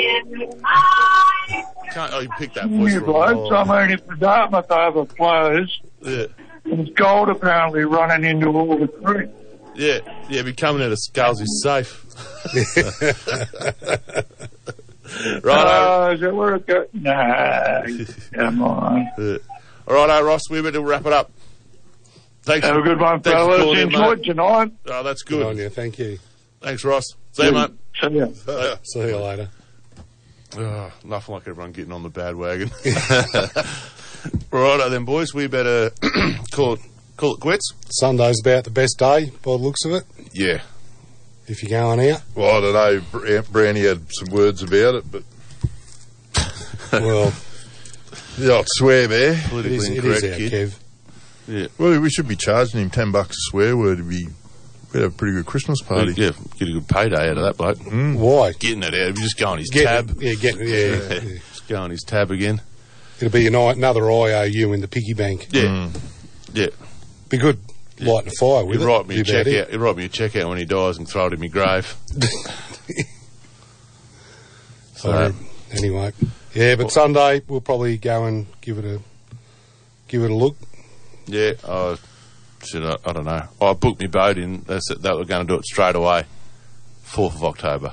Can't, oh, you picked that voice
You blokes, I'm
wrong.
only for Dartmouth over players.
Yeah,
There's gold apparently running into all the creek.
yeah, yeah. Be coming out of Scales
[LAUGHS]
is safe. [LAUGHS] right,
Uh, is that where it goes? Nah, come on.
all right, Ross. We're about to wrap it up. Thanks.
Have a good one,
thanks for calling
fellas.
in,
Enjoy
mate.
tonight.
Oh, that's
Good on
good.
you. Thank you.
Thanks, Ross. See you, mate.
See
[LAUGHS]
ya.
See you later.
Oh, nothing like everyone getting on the bad wagon. [LAUGHS] Righto then, boys. We better [CLEARS THROAT] call it, call it quits.
Sunday's about the best day by the looks of it.
Yeah.
If you're going out,
Well, I don't know. Br- Brownie had some words about it, but
well,
yeah, I'd swear there.
it is,
Politically
it is
incorrect,
out,
kid.
Kev.
Well, we should be charging him ten bucks a swear word. It'd be we'd have a pretty good Christmas party.
Yeah, get a good payday out of that bloke.
Mm. Why?
Getting it out. Just go on his
Get,
tab.
Yeah, get,
[LAUGHS]
yeah,
Yeah.
yeah.
Just go on his tab again.
It'll be an, I- another IOU in the piggy bank.
Mm. Yeah. Yeah.
Be good. lighting a fire with
He
it.
write me a
That'd
check
be about
out. He write me a check out when he dies and throw it in
[LAUGHS]
my grave.
So anyway, Yeah, but Sunday we'll probably go and give it a give it a look.
Yeah, I should. I, I don't know. Oh, I booked my boat in. That's it. They were going to do it straight away, fourth of October.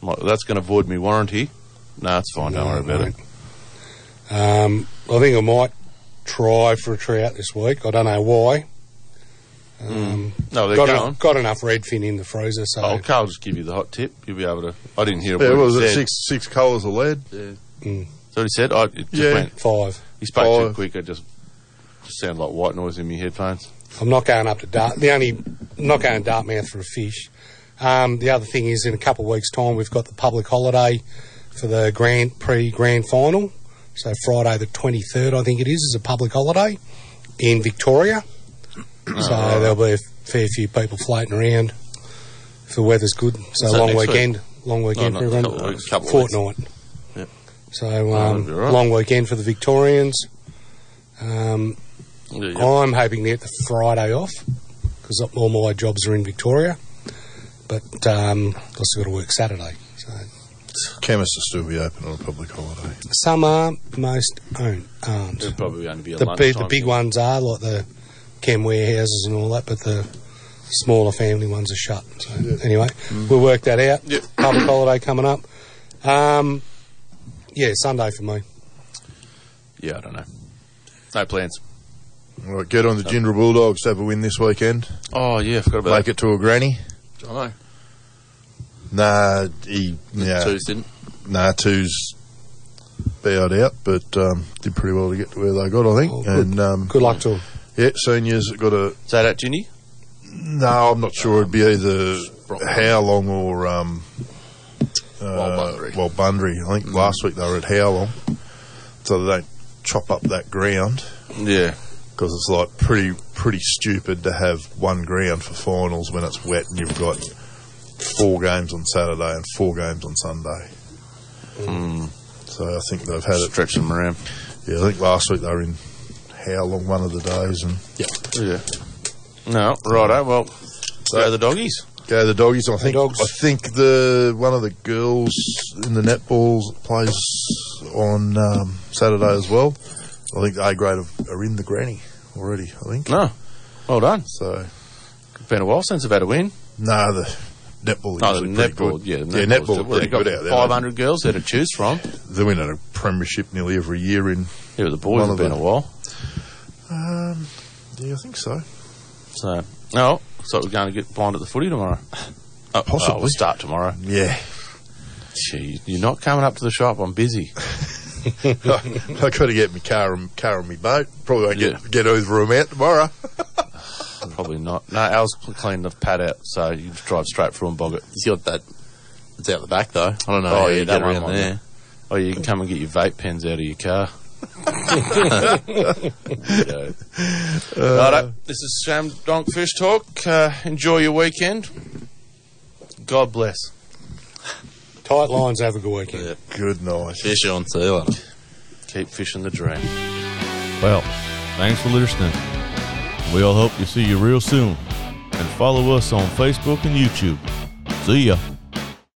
I'm like, that's going to void me warranty. No, it's fine. Don't worry about it.
Um, I think I might try for a trout this week. I don't know why. Um,
Mm.
No, they're
got,
going.
enough, got enough redfin in the freezer, so
Oh, Carl, just give you the hot tip. You'll be able to. I didn't hear. a
Yeah,
word
what was
he
it?
said.
Six six colours of lead.
Mm.
So he said, I it just
Yeah.
went
Five.
He spoke too
Five.
quick. It just, just sounded like white noise in my headphones.
I'm not going up to Dart. The only I'm not going to Dartmouth for a fish. Um, the other thing is, in a couple of weeks' time, we've got the public holiday for the Grand Prix Grand Final. So Friday the 23rd, I think it is, is a public holiday in Victoria. so
right.
there'll be a fair few people floating around if the weather's good.
Is
So
that
long
next week?
weekend, long
No,
weekend
not
for
a
everyone.
couple of weeks, couple of weeks.
Fortnight.
Yep.
So
Ah, that'd
um,
be all right.
long weekend for the Victorians. Um, I'm hoping to get the Friday off because all my jobs are in Victoria, but um, I still got to work Saturday. So
Chemists will still be open on a public holiday.
some are, most own, aren't.
It'd probably only be a
The, bi-
lunchtime
the big
thing.
ones are like the chem warehouses and all that, but the smaller family ones are shut. So anyway,
Mm.
we'll work that out. Public holiday coming up. Um, yeah, Sunday for me.
Yeah, I don't know. No plans.
All right, get on the Ginger Bulldogs to have a win this weekend.
Oh yeah, I forgot about
Make it to a granny.
that. I know.
Nah, he yeah.
twos didn't?
Nah, twos bowed out, but um, did pretty well to get to where they got, I think. and um,
Oh, good luck to them.
Yeah, seniors got a.
Is that at Ginny?
No, I'm not sure. It'd be either how long or um, uh, well Bundry. I
Mm.
think last week they were at how long, so they don't chop up that ground
Yeah.
because it's like pretty pretty stupid to have one ground for finals when it's wet and you've got four games on Saturday and four games on Sunday.
Mm.
So I think they've had it.
Stretch them around.
Yeah, I think last week they were in how long one of the days and yeah,
Yeah. No, righto. Well, go the doggies.
Go the doggies. I think I think the one of the girls in the netballs plays on um, Saturday as well. I think the A grade have- are in the granny already. I think.
No. Ah, Well done.
So
it's been a while since I've had a win.
No, the netball.
Oh, the
usually pretty
netball.
good.
Yeah, the
yeah,
netball's
netball.
good. Well,
Pretty
they've got
good out there.
500 girls there to choose from.
They win at a premiership nearly every year in.
Yeah, the boys
one
have
of
been
the-
a while.
Um, yeah, I think so.
So, no, so we're going to get blind at the footy tomorrow. Oh,
Possibly.
oh, we'll start tomorrow.
Yeah.
Gee, you're not coming up to the shop. I'm busy.
[LAUGHS]
[LAUGHS]
I, I got to get my car and car and my boat. Probably won't get get either of them out tomorrow.
Probably not. No, Al's cl- cleaned the pad out, so you just drive straight through and bog it. He's got that. It's out the back, though. I
don't know how
Oh,
you
yeah,
get
that one
around
on
there.
there. Oh, you can come and get your vape pens out of your [LAUGHS] car. Righto. This is Sham Donk Fish Talk. Uh, enjoy your weekend. God bless.
Tight lines. Have a good weekend.
Good night.
Fish on. See you later. Keep fishing the dream.
Well, thanks for listening. We all hope to see you real soon. And follow us on Facebook and YouTube. See ya.